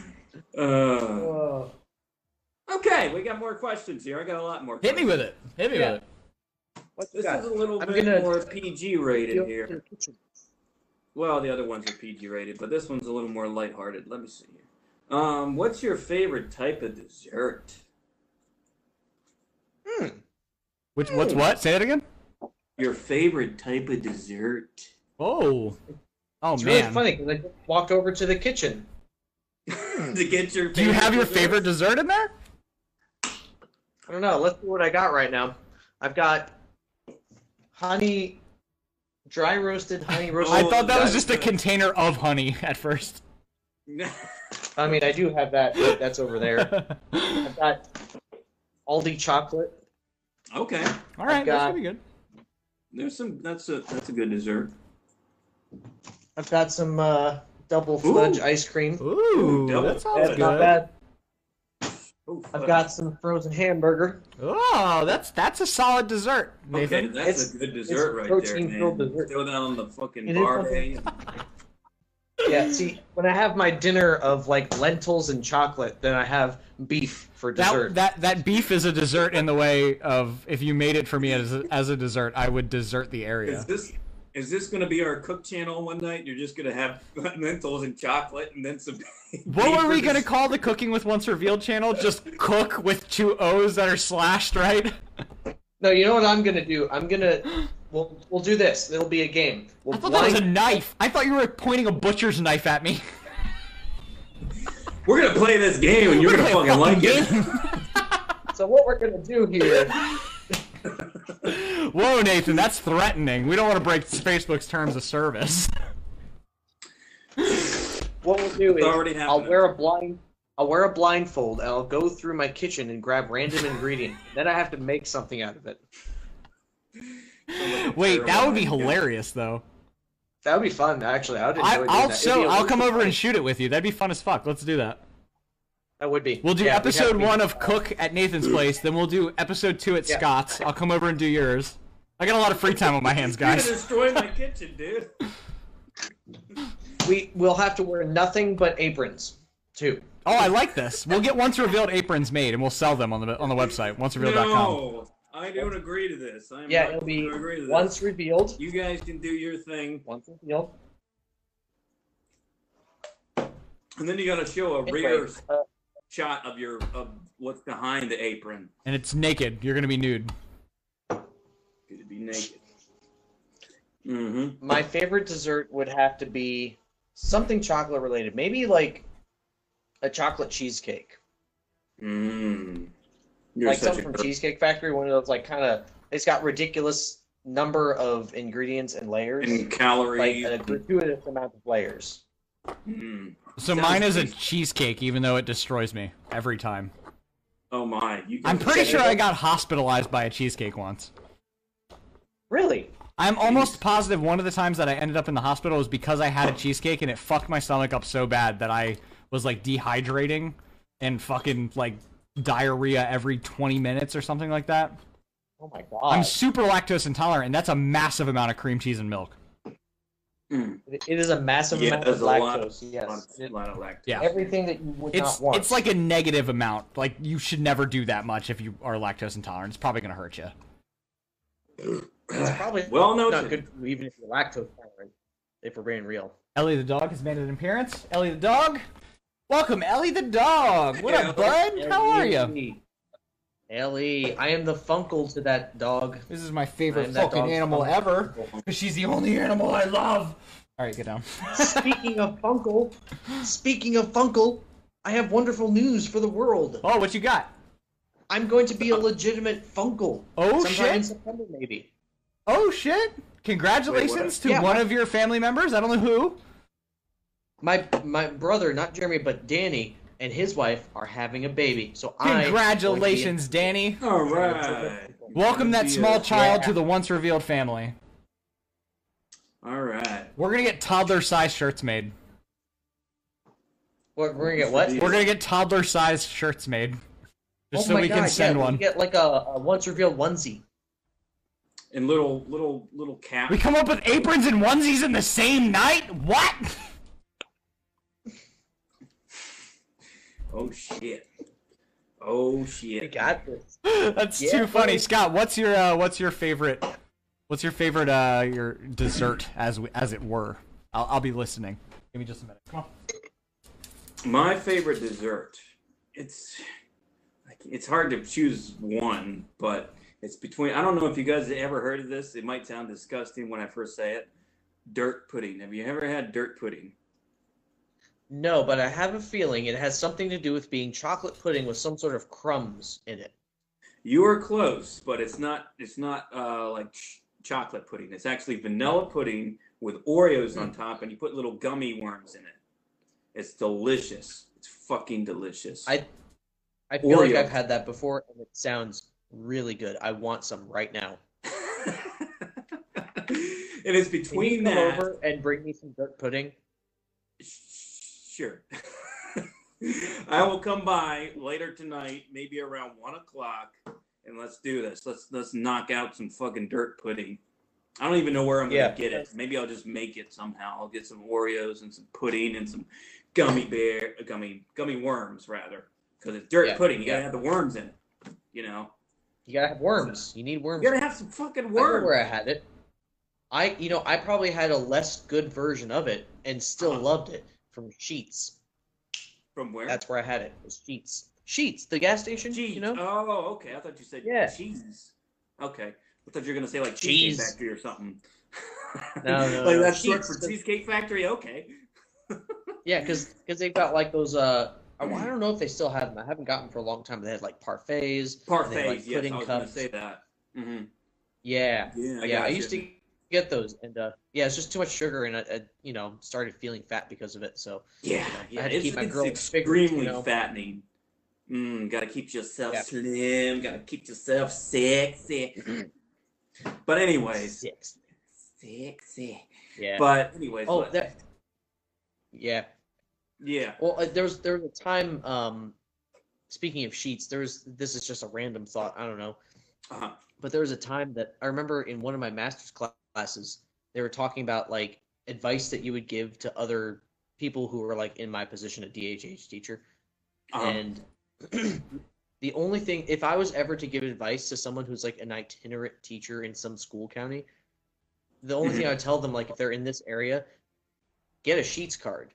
Speaker 1: Uh, okay, we got more questions here. I got a lot more.
Speaker 2: Hit me
Speaker 1: questions.
Speaker 2: with it. Hit me
Speaker 3: Yeah.
Speaker 2: with it.
Speaker 3: What's
Speaker 1: This is a little
Speaker 3: I'm
Speaker 1: bit
Speaker 3: gonna-
Speaker 1: more PG rated here. Well, the other ones are PG rated, but this one's a little more lighthearted. Let me see here. Um, what's your favorite type of dessert?
Speaker 2: Which what's what? Say it again.
Speaker 1: Your favorite type of dessert?
Speaker 2: Oh. Oh
Speaker 3: It's really
Speaker 2: man.
Speaker 3: funny because I just walked over to the kitchen.
Speaker 1: to get your.
Speaker 2: Hmm. Do you have your
Speaker 1: dessert?
Speaker 2: favorite dessert in there?
Speaker 3: I don't know. Let's see what I got right now. I've got honey, dry roasted honey roasted.
Speaker 2: I
Speaker 1: Oh,
Speaker 2: thought that was
Speaker 1: that-
Speaker 2: just a container of honey at first.
Speaker 3: I mean, I do have that. but That's over there. I've got Aldi chocolate.
Speaker 1: okay,
Speaker 2: All right, that's
Speaker 3: got-
Speaker 2: gonna be good.
Speaker 1: there's some. That's a that's a good dessert.
Speaker 3: I've got some uh, double fledged
Speaker 1: Ooh.
Speaker 3: ice cream.
Speaker 2: Ooh,
Speaker 1: double.
Speaker 2: that sounds
Speaker 1: That's
Speaker 2: good.
Speaker 3: Not bad.
Speaker 1: Oh,
Speaker 3: I've
Speaker 1: fuck.
Speaker 3: got some frozen hamburger.
Speaker 2: Oh, that's that's a solid dessert,
Speaker 1: Okay,
Speaker 2: Nathan.
Speaker 1: that's
Speaker 3: It's-
Speaker 1: a good
Speaker 3: it's
Speaker 1: dessert right there, man.
Speaker 3: protein-filled dessert.
Speaker 1: Throw that on the fucking
Speaker 3: It is
Speaker 1: bar
Speaker 3: something-
Speaker 1: day.
Speaker 3: Yeah, see, when I have my dinner of like lentils and chocolate, then I have beef for dessert.
Speaker 2: That, that that beef is a dessert in the way of if you made it for me as a, as a dessert, I would desert the
Speaker 1: Is
Speaker 2: area.
Speaker 1: this is this gonna be our cook channel one night? You're just gonna have lentils and chocolate, and then some.
Speaker 2: What were we gonna call the cooking with once revealed channel? Just cook with two O's that are slashed, right?
Speaker 3: No, you know what I'm gonna do? I'm gonna we'll we'll do this. It'll be a game. We'll
Speaker 2: I thought that was a
Speaker 3: blind-
Speaker 2: knife. I thought you were pointing a butcher's knife at me.
Speaker 1: We're gonna play this game, and you're gonna fucking like it.
Speaker 3: So what we're gonna do here?
Speaker 2: Whoa, Nathan, that's threatening. We don't want to break Facebook's terms of service.
Speaker 3: What we'll do is
Speaker 1: already
Speaker 3: I'll
Speaker 1: happening.
Speaker 3: wear a blind. I'll wear a blindfold and I'll go through my kitchen and grab random ingredient. Then I have to make something out of it.
Speaker 2: Wait, that would be hilarious, though.
Speaker 3: That would be fun, actually. I would enjoy
Speaker 2: I,
Speaker 3: doing
Speaker 2: I'll
Speaker 3: that. It'd be
Speaker 2: show.
Speaker 3: a
Speaker 2: I'll
Speaker 3: waste
Speaker 2: come
Speaker 3: of
Speaker 2: over and
Speaker 3: time.
Speaker 2: shoot it with you. That'd be fun as fuck. Let's do that.
Speaker 3: That would be.
Speaker 2: We'll do
Speaker 3: Yeah, we'd have
Speaker 2: episode
Speaker 3: to be-
Speaker 2: one of Cook at Nathan's place. Then we'll do episode two at
Speaker 3: Yeah.
Speaker 2: Scott's. I'll come over and do yours. I got a lot of free time on my hands,
Speaker 1: You're gonna
Speaker 2: guys.
Speaker 1: destroy my kitchen, dude.
Speaker 3: We will have to wear nothing but aprons too.
Speaker 2: Oh, I like this. We'll get once revealed aprons made, and we'll sell them on the on the website oncerevealed.com.
Speaker 1: No, I don't agree to this. I'm
Speaker 3: Yeah,
Speaker 1: not
Speaker 3: it'll be
Speaker 1: gonna agree to this.
Speaker 3: once revealed.
Speaker 1: You guys can do your thing,
Speaker 3: Once revealed.
Speaker 1: and then you got to show a
Speaker 3: Anyway,
Speaker 1: rear
Speaker 3: uh,
Speaker 1: shot of your of what's behind the apron.
Speaker 2: And it's naked. You're gonna be nude.
Speaker 1: It'd be naked. Mm-hmm.
Speaker 3: my favorite dessert would have to be something chocolate related. Maybe like a chocolate cheesecake.
Speaker 1: Mm. You're
Speaker 3: like
Speaker 1: such
Speaker 3: something
Speaker 1: a
Speaker 3: from
Speaker 1: jerk.
Speaker 3: Cheesecake Factory, one of those like kind of it's got ridiculous number of ingredients and layers.
Speaker 1: and calories.
Speaker 3: like uh, a gratuitous amount of layers.
Speaker 1: Mm.
Speaker 2: So
Speaker 1: Sounds
Speaker 2: mine is a
Speaker 1: tasty.
Speaker 2: cheesecake, even though it destroys me every time.
Speaker 1: Oh my! You
Speaker 2: I'm
Speaker 1: guys-
Speaker 2: pretty sure I got hospitalized by a cheesecake once.
Speaker 3: Really?
Speaker 2: I'm almost positive one of the times that I ended up in the hospital was because I had a cheesecake and it fucked my stomach up so bad that I was like dehydrating and fucking like diarrhea every 20 minutes or something like that.
Speaker 3: Oh my
Speaker 2: I'm
Speaker 3: god!
Speaker 2: super lactose intolerant, and that's a massive amount of cream cheese and milk.
Speaker 1: Mm.
Speaker 3: It it is a massive
Speaker 1: Yeah,
Speaker 3: amount
Speaker 1: there's
Speaker 3: of
Speaker 1: a lot,
Speaker 3: lactose. yes,
Speaker 1: lot, of, lot of lactose.
Speaker 2: Yeah.
Speaker 3: everything that you would
Speaker 2: It's
Speaker 3: not want.
Speaker 2: it's like a negative amount. Like you should never do that much if you are lactose intolerant. It's probably gonna hurt you.
Speaker 3: it's probably
Speaker 1: Well
Speaker 3: not
Speaker 1: noted.
Speaker 3: good for you, even if you're lactose intolerant. If we're being real.
Speaker 2: Ellie the dog has made an appearance. Ellie the dog, welcome Ellie the dog. What up, bud? How are you?
Speaker 1: E
Speaker 3: Ellie, E, I am the Funkle to that dog.
Speaker 2: This is my favorite
Speaker 3: Man, that
Speaker 2: fucking
Speaker 3: dog's
Speaker 2: animal
Speaker 3: funny.
Speaker 2: ever because she's the only animal I love. All right, get down.
Speaker 3: Speaking of Funkle, speaking of Funkle, I have wonderful news for the world.
Speaker 2: Oh, what you got?
Speaker 3: I'm going to be a legitimate Funkle.
Speaker 2: Oh
Speaker 3: sometime in
Speaker 2: shit!
Speaker 3: September maybe.
Speaker 2: Oh shit! Congratulations to
Speaker 3: Yeah,
Speaker 2: one
Speaker 3: my-
Speaker 2: of your family members. I don't know who.
Speaker 3: My my brother, not Jeremy, but Danny and his wife are having a baby. So I
Speaker 2: Congratulations, Danny.
Speaker 1: All right.
Speaker 2: Welcome that
Speaker 1: Yeah.
Speaker 2: small child
Speaker 3: Yeah.
Speaker 2: to the once revealed family.
Speaker 1: All right.
Speaker 2: We're gonna get toddler size shirts made.
Speaker 3: We're, we're gonna get what?
Speaker 2: We're gonna get toddler size shirts made, just
Speaker 3: Oh
Speaker 2: so
Speaker 3: my
Speaker 2: we
Speaker 3: God,
Speaker 2: can send
Speaker 3: yeah, we
Speaker 2: one.
Speaker 3: Get like a, a once revealed onesie.
Speaker 1: And little little little cap.
Speaker 2: We come up with aprons and onesies in the same night. What?
Speaker 1: Oh shit. Oh
Speaker 3: We
Speaker 1: shit.
Speaker 3: got this.
Speaker 2: That's
Speaker 3: Yeah,
Speaker 2: too funny,
Speaker 3: buddy.
Speaker 2: Scott. What's your uh, what's your favorite? What's your favorite uh, your dessert as we, as it were? I'll, I'll be listening. Give me just a minute. Come on.
Speaker 1: My favorite dessert. It's like, it's hard to choose one, but it's between. I don't know if you guys have ever heard of this. It might sound disgusting when I first say it. Dirt pudding. Have you ever had dirt pudding?
Speaker 3: No, but I have a feeling it has something to do with being chocolate pudding with some sort of crumbs in it.
Speaker 1: You are close, but it's not. It's not uh, like ch- chocolate pudding. It's actually vanilla pudding with Oreos
Speaker 3: Hmm.
Speaker 1: on top, and you put little gummy worms in it. It's delicious. It's fucking delicious.
Speaker 3: I I feel like
Speaker 1: Oreo.
Speaker 3: I've had that before, and it sounds really good. I want some right now.
Speaker 1: and it's
Speaker 3: Can you
Speaker 1: between
Speaker 3: come
Speaker 1: that.
Speaker 3: over and bring me some dirt pudding.
Speaker 1: Sure. I will come by later tonight, maybe around one o'clock, and let's do this. Let's let's knock out some fucking dirt pudding. I don't even know where I'm gonna
Speaker 3: Yeah.
Speaker 1: get it. Maybe I'll just make it somehow. I'll get some Oreos and some pudding and some gummy bear, uh, gummy gummy worms rather, because it's dirt
Speaker 3: Yeah,
Speaker 1: pudding. You gotta
Speaker 3: yeah.
Speaker 1: have the worms in it. You know,
Speaker 3: You gotta have worms. You need worms.
Speaker 1: you gotta have some fucking
Speaker 3: I remember where I
Speaker 1: worms.
Speaker 3: had it. I you know I probably had a less good version of it and still loved it from Sheets.
Speaker 1: From where?
Speaker 3: That's where I had it. Was Sheets. Sheets, the gas station.
Speaker 1: cheese.
Speaker 3: You know.
Speaker 1: Oh, okay. I thought you said
Speaker 3: Yeah.
Speaker 1: cheese. Okay. I thought you were gonna say like
Speaker 3: Cheese.
Speaker 1: cheese factory or something.
Speaker 3: No, no,
Speaker 1: like
Speaker 3: no.
Speaker 1: that's short
Speaker 3: Cheese.
Speaker 1: for cheesecake factory. Okay.
Speaker 3: Yeah, because they've got like those. Uh, I I don't know if they still have them. I haven't gotten them for a long time. They had like parfaits. and
Speaker 1: Parfaits.
Speaker 3: they had, like,
Speaker 1: yes, I was
Speaker 3: pudding
Speaker 1: gonna
Speaker 3: cups.
Speaker 1: say that. Mhm.
Speaker 3: Yeah,
Speaker 1: Yeah.
Speaker 3: yeah. I
Speaker 1: gotcha.
Speaker 3: used to get those, and uh, yeah, it's just too much sugar, and I, I you know started feeling fat because of it. So
Speaker 1: Yeah.
Speaker 3: you
Speaker 1: yeah.
Speaker 3: know, I had to
Speaker 1: it's
Speaker 3: keep my
Speaker 1: it's
Speaker 3: growing figures, you
Speaker 1: extremely
Speaker 3: know?
Speaker 1: fattening. Mm, gotta keep yourself
Speaker 3: Yeah.
Speaker 1: slim. Gotta keep yourself sexy. but anyways,
Speaker 3: six.
Speaker 1: sexy.
Speaker 3: Yeah.
Speaker 1: But anyways,
Speaker 3: oh,
Speaker 1: what-
Speaker 3: that. Yeah.
Speaker 1: yeah.
Speaker 3: Well, uh, there was there was a time. Um, speaking of sheets, there was this is just a random thought. I don't know.
Speaker 1: Uh-huh.
Speaker 3: but there was a time that I remember in one of my master's cla- classes, they were talking about like advice that you would give to other people who were like in my position, a DHH teacher,
Speaker 1: Uh-huh.
Speaker 3: And the only thing, if I was ever to give advice to someone who's like an itinerant teacher in some school county, the only thing I would
Speaker 1: Mm-hmm.
Speaker 3: tell them, like if they're in this area, get a Sheets card.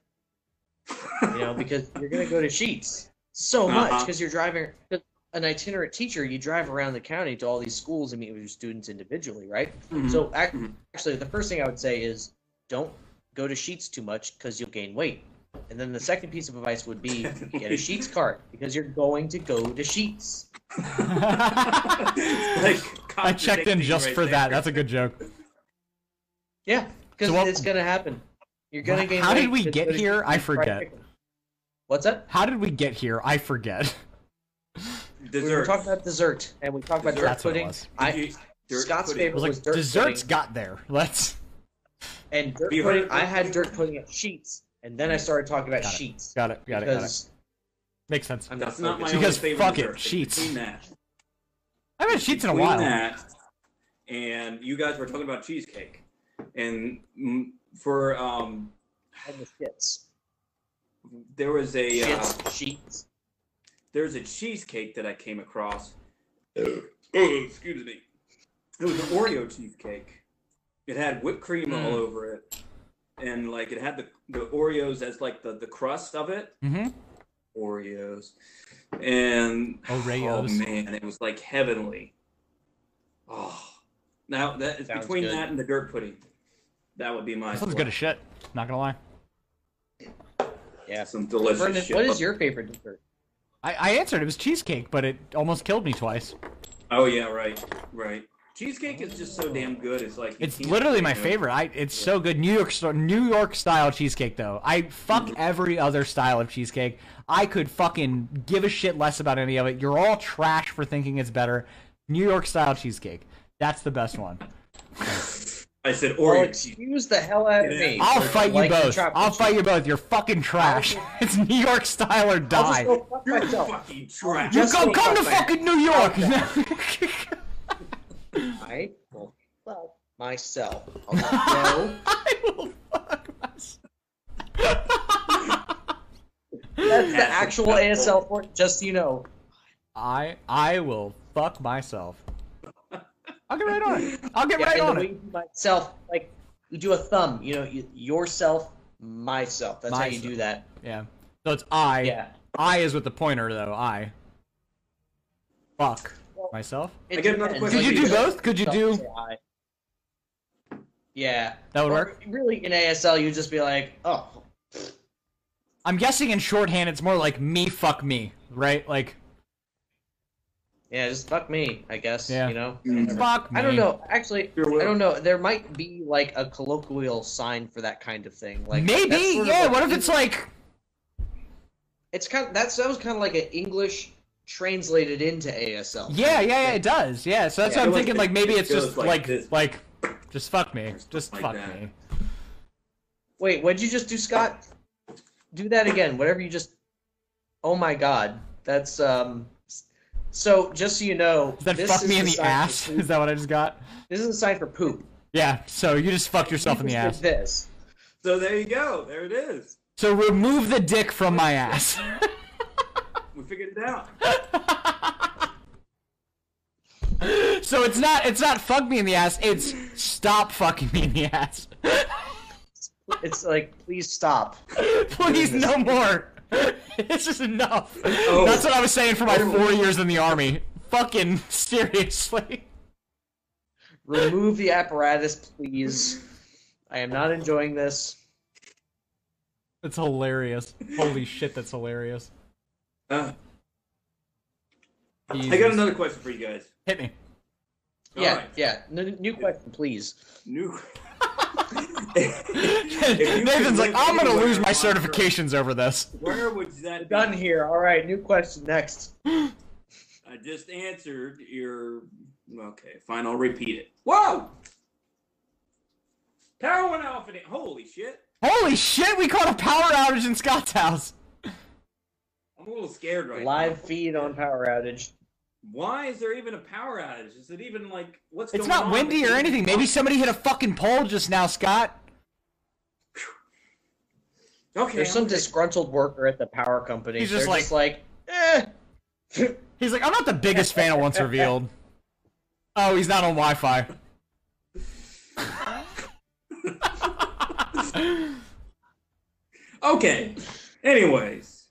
Speaker 3: You know, because you're gonna go to Sheets so much
Speaker 1: Uh-huh.
Speaker 3: because you're driving. 'cause An itinerant teacher, you drive around the county to all these schools and meet with your students individually, right?
Speaker 1: Mhm.
Speaker 2: Mm-hmm.
Speaker 3: So ac-
Speaker 1: Mhm.
Speaker 3: actually, the first thing I would say is don't go to sheets too much because you'll gain weight. And then the second piece of advice would be get a sheets card because you're going to go to sheets.
Speaker 1: Like,
Speaker 2: I checked in
Speaker 1: contradicting
Speaker 2: just
Speaker 1: right
Speaker 2: for that.
Speaker 1: there.
Speaker 2: That's a good joke.
Speaker 3: Yeah, because
Speaker 2: So what-
Speaker 3: it's gonna happen. You're gonna
Speaker 2: Wha-
Speaker 3: gain.
Speaker 2: how did
Speaker 3: weight
Speaker 2: we
Speaker 3: 'cause
Speaker 2: get
Speaker 3: go to
Speaker 2: here?
Speaker 3: Sheetz
Speaker 2: I
Speaker 3: and fried
Speaker 2: forget.
Speaker 3: chicken. What's that?
Speaker 2: How did we get here? I forget.
Speaker 1: Dessert.
Speaker 3: We were talking about dessert, and we talked about
Speaker 1: Dessert.
Speaker 3: dirt
Speaker 2: That's what it
Speaker 3: pudding.
Speaker 2: was.
Speaker 1: Did
Speaker 3: I
Speaker 1: you- dirt
Speaker 3: Scott's
Speaker 1: pudding.
Speaker 2: It
Speaker 3: favorite
Speaker 2: was
Speaker 3: was
Speaker 2: like
Speaker 3: dirt
Speaker 2: desserts
Speaker 3: pudding,
Speaker 2: got there. Let's
Speaker 3: and dirt
Speaker 1: Have you
Speaker 3: pudding.
Speaker 1: heard of
Speaker 3: I
Speaker 1: dirt
Speaker 3: had
Speaker 1: pudding
Speaker 3: dirt
Speaker 1: before?
Speaker 3: pudding at sheets, and then I started talking about
Speaker 2: Mm-hmm. Got it.
Speaker 3: sheets
Speaker 2: got it. Got it. Got it.
Speaker 3: because
Speaker 2: Makes sense.
Speaker 3: I'm
Speaker 1: That's not my
Speaker 3: focused.
Speaker 1: only
Speaker 2: Because
Speaker 1: favorite
Speaker 2: fuck it,
Speaker 1: dessert, but
Speaker 2: sheets.
Speaker 1: between that-
Speaker 2: I haven't had sheets in a
Speaker 1: between
Speaker 2: while.
Speaker 1: That, and you guys were talking about cheesecake, and mm, for um,
Speaker 3: And the shits.
Speaker 1: there was a uh,
Speaker 3: Shits, sheets.
Speaker 1: there's a cheesecake that I came across. Oh, excuse me. It was an Oreo cheesecake. It had whipped cream
Speaker 2: Hmm.
Speaker 1: all over it, and like it had the, the Oreos as like the, the crust of it.
Speaker 2: Mm-hmm.
Speaker 1: Oreos, and
Speaker 2: Oreos.
Speaker 1: Oh man, it was like heavenly. Oh, now that is
Speaker 3: Sounds
Speaker 1: between
Speaker 3: good.
Speaker 1: that and the dirt pudding, that would be my.
Speaker 2: Sounds
Speaker 1: score.
Speaker 2: good as shit. Not gonna lie.
Speaker 3: Yeah.
Speaker 1: Some delicious
Speaker 3: Brendan,
Speaker 1: shit.
Speaker 3: what is your favorite dessert?
Speaker 2: I, I answered. It was cheesecake, but it almost killed me twice.
Speaker 1: Oh yeah, right, right. Cheesecake is just so damn good. It's like you
Speaker 2: It's
Speaker 1: can't
Speaker 2: literally
Speaker 1: beat
Speaker 2: my
Speaker 1: it.
Speaker 2: favorite. I it's so good. New York st- New York style cheesecake though. I
Speaker 3: Mm.
Speaker 2: fuck every other style of cheesecake. I could fucking give a shit less about any of it. You're all trash for thinking it's better. New York style cheesecake. That's the best one.
Speaker 1: I said
Speaker 3: Well,
Speaker 1: Oreo. cheesecake.
Speaker 3: excuse the hell out of
Speaker 1: Yeah.
Speaker 3: me.
Speaker 2: I'll
Speaker 3: I
Speaker 2: fight you
Speaker 3: like the
Speaker 2: both.
Speaker 3: chocolate
Speaker 2: I'll
Speaker 3: chip.
Speaker 2: fight you both. You're fucking trash. It's New York style or
Speaker 3: I'll just
Speaker 2: die.
Speaker 3: go fuck
Speaker 1: You're
Speaker 3: myself.
Speaker 1: fucking trash.
Speaker 2: You
Speaker 3: just
Speaker 2: come
Speaker 3: go
Speaker 2: come to
Speaker 3: fuck myself.
Speaker 2: fucking New York.
Speaker 3: I will fuck myself. I'll not go.
Speaker 2: I will fuck myself.
Speaker 3: That's the
Speaker 1: That's
Speaker 3: actual
Speaker 1: acceptable.
Speaker 3: ASL for it, just so you know.
Speaker 2: I I will fuck myself. I'll get right on it. I'll get
Speaker 3: Yeah,
Speaker 2: right
Speaker 3: and
Speaker 2: on
Speaker 3: the way
Speaker 2: it.
Speaker 3: you do myself, like you do a thumb, you know, you, yourself, myself. That's how you do that.
Speaker 2: Yeah. So it's I.
Speaker 3: Yeah.
Speaker 2: I is with the pointer though. I. Fuck
Speaker 3: Well,
Speaker 2: myself.
Speaker 3: It
Speaker 1: I get another
Speaker 3: depends,
Speaker 1: question.
Speaker 3: like,
Speaker 1: Could you do
Speaker 3: just
Speaker 2: both? Could you
Speaker 3: yourself
Speaker 2: do-
Speaker 3: say I. Yeah.
Speaker 2: That would
Speaker 3: Or
Speaker 2: work.
Speaker 3: Really, in ASL, you just be like, oh,
Speaker 2: I'm guessing in shorthand it's more like me fuck me, right? Like
Speaker 3: Yeah, just fuck me, I guess.
Speaker 2: Yeah.
Speaker 3: You know?
Speaker 1: Mm.
Speaker 2: fuck me.
Speaker 3: I don't know. Actually,
Speaker 1: You're
Speaker 3: I
Speaker 1: welcome.
Speaker 3: don't know. There might be like a colloquial sign for that kind of thing. Like that's
Speaker 2: Maybe.
Speaker 3: sort of
Speaker 2: Yeah.
Speaker 3: like-
Speaker 2: What if it's like
Speaker 3: it's kind of, that's that was kind of like an English translated into ASL.
Speaker 2: Yeah, yeah, yeah, it does. Yeah, so that's what
Speaker 3: Yeah,
Speaker 2: I'm
Speaker 1: it was-
Speaker 2: thinking. Like maybe
Speaker 1: it
Speaker 2: it's just
Speaker 1: goes like
Speaker 2: like
Speaker 1: this.
Speaker 2: like, just fuck me,
Speaker 1: Or stuff
Speaker 2: just
Speaker 1: like
Speaker 2: fuck
Speaker 1: that.
Speaker 2: me.
Speaker 3: Wait, what'd you just do, Scott? Do that again. Whatever you just. Oh my God, that's um. So just so you know,
Speaker 2: Is that
Speaker 3: this
Speaker 2: fuck
Speaker 3: is
Speaker 2: me in the
Speaker 3: sign for
Speaker 2: ass?
Speaker 3: poop.
Speaker 2: Is that what I just got?
Speaker 3: This is a sign for poop.
Speaker 2: Yeah. So you just fucked yourself in the
Speaker 3: You just
Speaker 2: ass.
Speaker 3: did This.
Speaker 1: So there you go. There it is.
Speaker 2: So remove the dick from my ass.
Speaker 1: We figured it out.
Speaker 2: so it's not it's not fuck me in the ass. It's stop fucking me in the ass.
Speaker 3: It's like, please stop.
Speaker 2: Please, no more. this is enough.
Speaker 1: Oh.
Speaker 2: That's what I was saying for my
Speaker 1: Oh.
Speaker 2: four years in the army. Fucking seriously.
Speaker 3: Remove the apparatus, please. I am not enjoying this.
Speaker 2: That's hilarious. Holy shit, that's hilarious.
Speaker 1: Uh, I got another question for you guys.
Speaker 2: Hit me.
Speaker 1: All
Speaker 3: yeah,
Speaker 1: right.
Speaker 3: yeah. N- new question, please.
Speaker 1: New. you could
Speaker 2: Nathan's like,
Speaker 1: live
Speaker 2: I'm gonna
Speaker 1: anywhere
Speaker 2: lose my
Speaker 1: on Earth,
Speaker 2: certifications over this.
Speaker 1: Where would that
Speaker 3: Done
Speaker 1: be?
Speaker 3: here. All right, new question next.
Speaker 1: I just answered your. Okay, fine. I'll repeat it. Whoa! Power went off and it. Holy shit!
Speaker 2: Holy shit, we caught a power outage in Scott's house.
Speaker 1: I'm a little scared right
Speaker 3: Live
Speaker 1: now.
Speaker 3: feed on power outage.
Speaker 1: Why is there even a power outage? Is it even like what's
Speaker 2: It's
Speaker 1: going
Speaker 2: not
Speaker 1: on?
Speaker 2: windy or anything. Maybe somebody hit a fucking pole just now, Scott.
Speaker 1: Oh, Okay.
Speaker 3: There's some
Speaker 1: okay.
Speaker 3: disgruntled worker at the power company.
Speaker 2: He's just
Speaker 3: They're just like, eh.
Speaker 2: He's like, I'm not the biggest fan of Once Revealed. Oh, he's not on Wi Fi.
Speaker 1: okay. Anyways,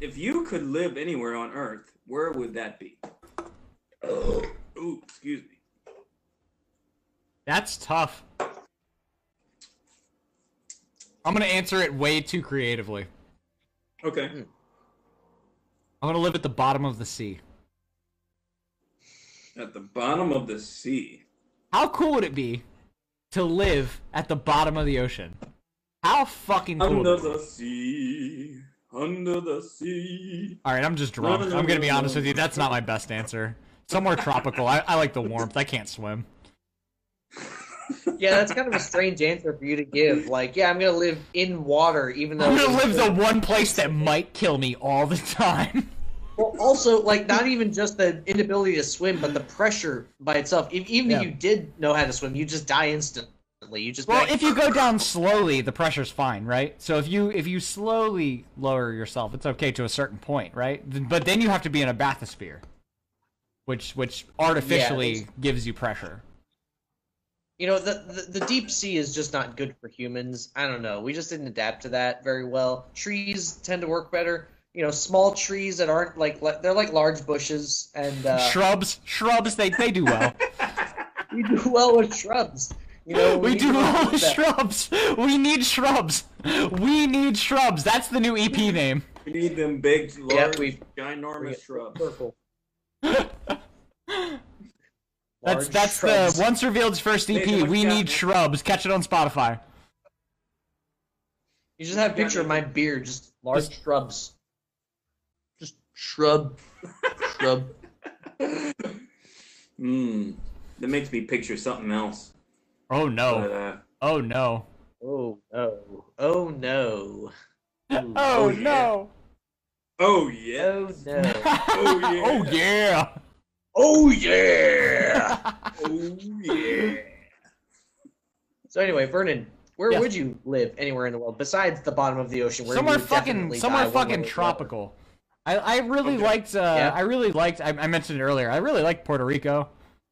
Speaker 1: if you could live anywhere on Earth, where would that be?
Speaker 3: Oh.
Speaker 1: Ooh, excuse me.
Speaker 2: That's tough. I'm gonna answer it way too creatively.
Speaker 1: Okay.
Speaker 3: Hmm.
Speaker 2: I'm gonna live at the bottom of the sea.
Speaker 1: At the bottom of the sea.
Speaker 2: How cool would it be to live at the bottom of the ocean? How fucking cool!
Speaker 1: Under
Speaker 2: would it be?
Speaker 1: the sea. Under the sea.
Speaker 2: All right, I'm just
Speaker 1: No,
Speaker 2: drunk.
Speaker 1: no, no,
Speaker 2: I'm gonna be
Speaker 1: no,
Speaker 2: honest
Speaker 1: no.
Speaker 2: with you. That's not my best answer. Somewhere tropical. I, I like the warmth. I can't swim.
Speaker 3: Yeah, that's kind of a strange answer for you to give. Like, yeah, I'm gonna live in water, even though
Speaker 2: I'm gonna live the one place that might kill me all the time.
Speaker 3: Well, also, like, not even just the inability to swim, but the pressure by itself. If, even
Speaker 2: Yeah.
Speaker 3: if you did know how to swim, you just die instantly. You just
Speaker 2: Well,
Speaker 3: like,
Speaker 2: if you go down slowly, the pressure's fine, right? So if you if you slowly lower yourself, it's okay to a certain point, right? Th- But then you have to be in a bathysphere, which which artificially
Speaker 3: there's-
Speaker 2: gives you pressure.
Speaker 3: you know, the, the the deep sea is just not good for humans. I don't know. We just didn't adapt to that very well. Trees tend to work better. You know, small trees that aren't like like- they're like large bushes, and uh,
Speaker 2: shrubs, shrubs, they they do well.
Speaker 3: we do well with shrubs. You know,
Speaker 2: we
Speaker 3: need
Speaker 2: do
Speaker 3: to
Speaker 2: well
Speaker 3: adapt
Speaker 2: with
Speaker 3: that.
Speaker 2: shrubs. We need shrubs. We need shrubs. That's the new EP name.
Speaker 1: We need them big, large,
Speaker 3: we-
Speaker 1: ginormous
Speaker 3: we-
Speaker 1: shrubs.
Speaker 3: Purple.
Speaker 2: That's
Speaker 3: Large
Speaker 2: that's
Speaker 3: shrubs.
Speaker 2: the once revealed's first EP.
Speaker 1: Nathan, what
Speaker 2: We
Speaker 1: you got,
Speaker 2: need
Speaker 1: man?
Speaker 2: shrubs. Catch it on Spotify.
Speaker 3: You just have a picture of my beard, just large shrubs. Just shrub, shrub.
Speaker 1: Mm, that makes me picture something else.
Speaker 2: Oh
Speaker 1: But,
Speaker 2: no.
Speaker 1: uh,
Speaker 2: Oh no.
Speaker 3: Oh no! Oh no!
Speaker 2: Oh
Speaker 1: yeah.
Speaker 2: no.
Speaker 1: oh yeah.
Speaker 3: Oh no!
Speaker 1: Oh, yeah.
Speaker 2: oh yeah.
Speaker 3: oh yeah!
Speaker 1: Oh yeah.
Speaker 3: so anyway, Vernon, where
Speaker 2: Yes.
Speaker 3: would you live anywhere in the world besides the bottom of the ocean? Where
Speaker 2: somewhere
Speaker 3: you would
Speaker 2: fucking
Speaker 3: definitely
Speaker 2: somewhere
Speaker 3: die one way or
Speaker 2: fucking
Speaker 3: the other?
Speaker 2: tropical. I, I really
Speaker 1: Okay.
Speaker 2: liked uh
Speaker 3: Yeah.
Speaker 2: I really liked I, I mentioned it earlier. I really liked Puerto Rico.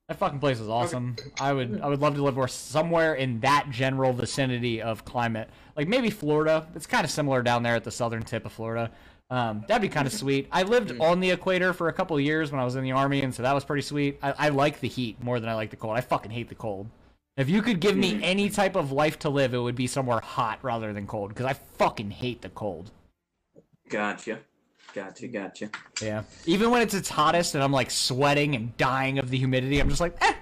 Speaker 2: That fucking place is awesome. I would I would love to live more somewhere in that general vicinity of climate. Like maybe Florida. It's kind of similar down there at the southern tip of Florida. Um, that'd be kind of sweet. I lived on the equator for a couple of years when I was in the army, and so that was pretty sweet. I, I like the heat more than I like the cold. I fucking hate the cold. If you could give me any type of life to live, it would be somewhere hot rather than cold, because I fucking hate the cold.
Speaker 1: Gotcha. Gotcha. Gotcha.
Speaker 2: Yeah. Even when it's its hottest and I'm like sweating and dying of the humidity, I'm just like, eh.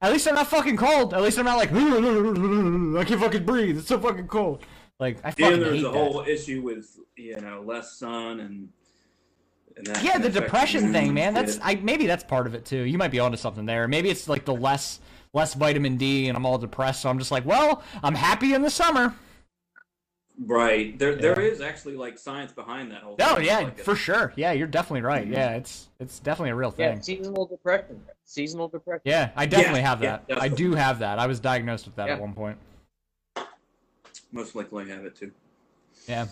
Speaker 2: At least I'm not fucking cold. At least I'm not like, I can't fucking breathe. It's so fucking cold. Like I
Speaker 1: Then
Speaker 2: fucking
Speaker 1: there's
Speaker 2: hate
Speaker 1: the
Speaker 2: that.
Speaker 1: whole issue with you know less sun and. and that
Speaker 2: yeah,
Speaker 1: can
Speaker 2: the
Speaker 1: affect
Speaker 2: depression
Speaker 1: your
Speaker 2: thing,
Speaker 1: mood
Speaker 2: man.
Speaker 1: and
Speaker 2: That's
Speaker 1: shit.
Speaker 2: I maybe that's part of it too. You might be onto something there. Maybe it's like the less less vitamin D and I'm all depressed, so I'm just like, well, I'm happy in the summer.
Speaker 1: right. There, there
Speaker 2: Yeah.
Speaker 1: is actually like science behind that whole.
Speaker 2: No,
Speaker 1: thing.
Speaker 2: yeah,
Speaker 1: Like,
Speaker 2: for sure. Yeah, you're definitely right.
Speaker 1: Mhm.
Speaker 2: Yeah, it's it's definitely a real
Speaker 3: Yeah,
Speaker 2: thing.
Speaker 3: seasonal depression. Seasonal depression.
Speaker 2: Yeah, I definitely have
Speaker 1: yeah,
Speaker 2: that. I do have that. I was diagnosed with that
Speaker 3: Yeah.
Speaker 2: at one point.
Speaker 1: most likely have it too.
Speaker 2: Yeah.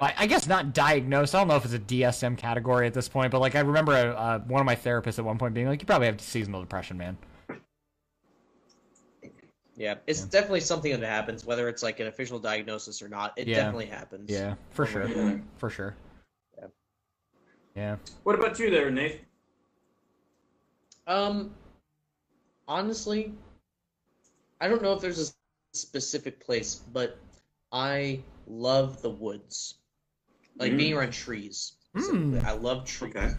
Speaker 2: I, I guess not diagnosed. I don't know if it's a DSM category at this point, but like I remember uh uh one of my therapists at one point being like, "You probably have seasonal depression, man."
Speaker 3: Yeah, it's
Speaker 2: Yeah.
Speaker 3: definitely something that happens, whether it's like an official diagnosis or not. It
Speaker 2: Yeah.
Speaker 3: definitely happens.
Speaker 2: Yeah, for sure,
Speaker 1: Yeah.
Speaker 2: for sure.
Speaker 3: Yeah.
Speaker 2: Yeah.
Speaker 1: What about you there, Nate?
Speaker 3: Um, honestly, I don't know if there's a specific place, but I love the woods, like
Speaker 1: Mm.
Speaker 3: being around trees.
Speaker 2: Mm.
Speaker 3: specifically. I love trees.
Speaker 1: Okay,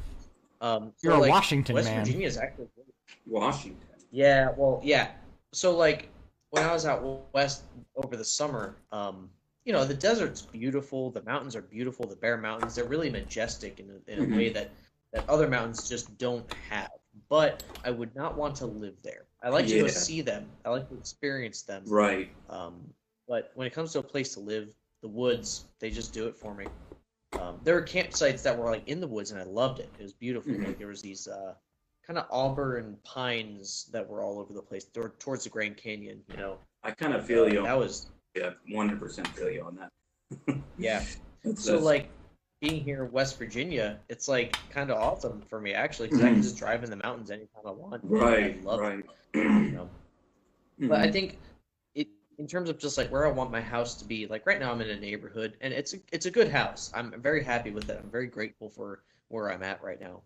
Speaker 3: Um, so,
Speaker 2: You're a
Speaker 3: like,
Speaker 2: Washington
Speaker 3: West
Speaker 2: man.
Speaker 3: Virginia is actually.
Speaker 1: Mm-hmm. Washington.
Speaker 3: Yeah, well, yeah. So like when I was out west over the summer, um, you know, the desert's beautiful, the mountains are beautiful, the Bear Mountains, they're really majestic in a, in a
Speaker 1: Mhm.
Speaker 3: way that that other mountains just don't have. But I would not want to live there. I like to go
Speaker 1: Yeah.
Speaker 3: see them. I like to experience them.
Speaker 1: Right.
Speaker 3: Um, but when it comes to a place to live, the woods, they just do it for me. Um, there were campsites that were like in the woods, and I loved it. It was beautiful.
Speaker 1: Mhm.
Speaker 3: Like there was these uh, kind of auburn pines that were all over the place tor- towards the Grand Canyon. You know,
Speaker 1: I kind of feel you.
Speaker 3: Uh, that was
Speaker 1: Yeah, 100% feel you on that.
Speaker 3: yeah.
Speaker 1: That's-
Speaker 3: So like being here in West Virginia, it's like kind of awesome for me actually because I can just drive in the mountains anytime I want.
Speaker 1: Mm-hmm. right,
Speaker 3: I love it,
Speaker 1: right.
Speaker 3: you know? But
Speaker 1: Mm-hmm.
Speaker 3: I think it in terms of just like where I want my house to be. Like right now, I'm in a neighborhood, and it's a it's a good house. I'm very happy with it. I'm very grateful for where I'm at right now.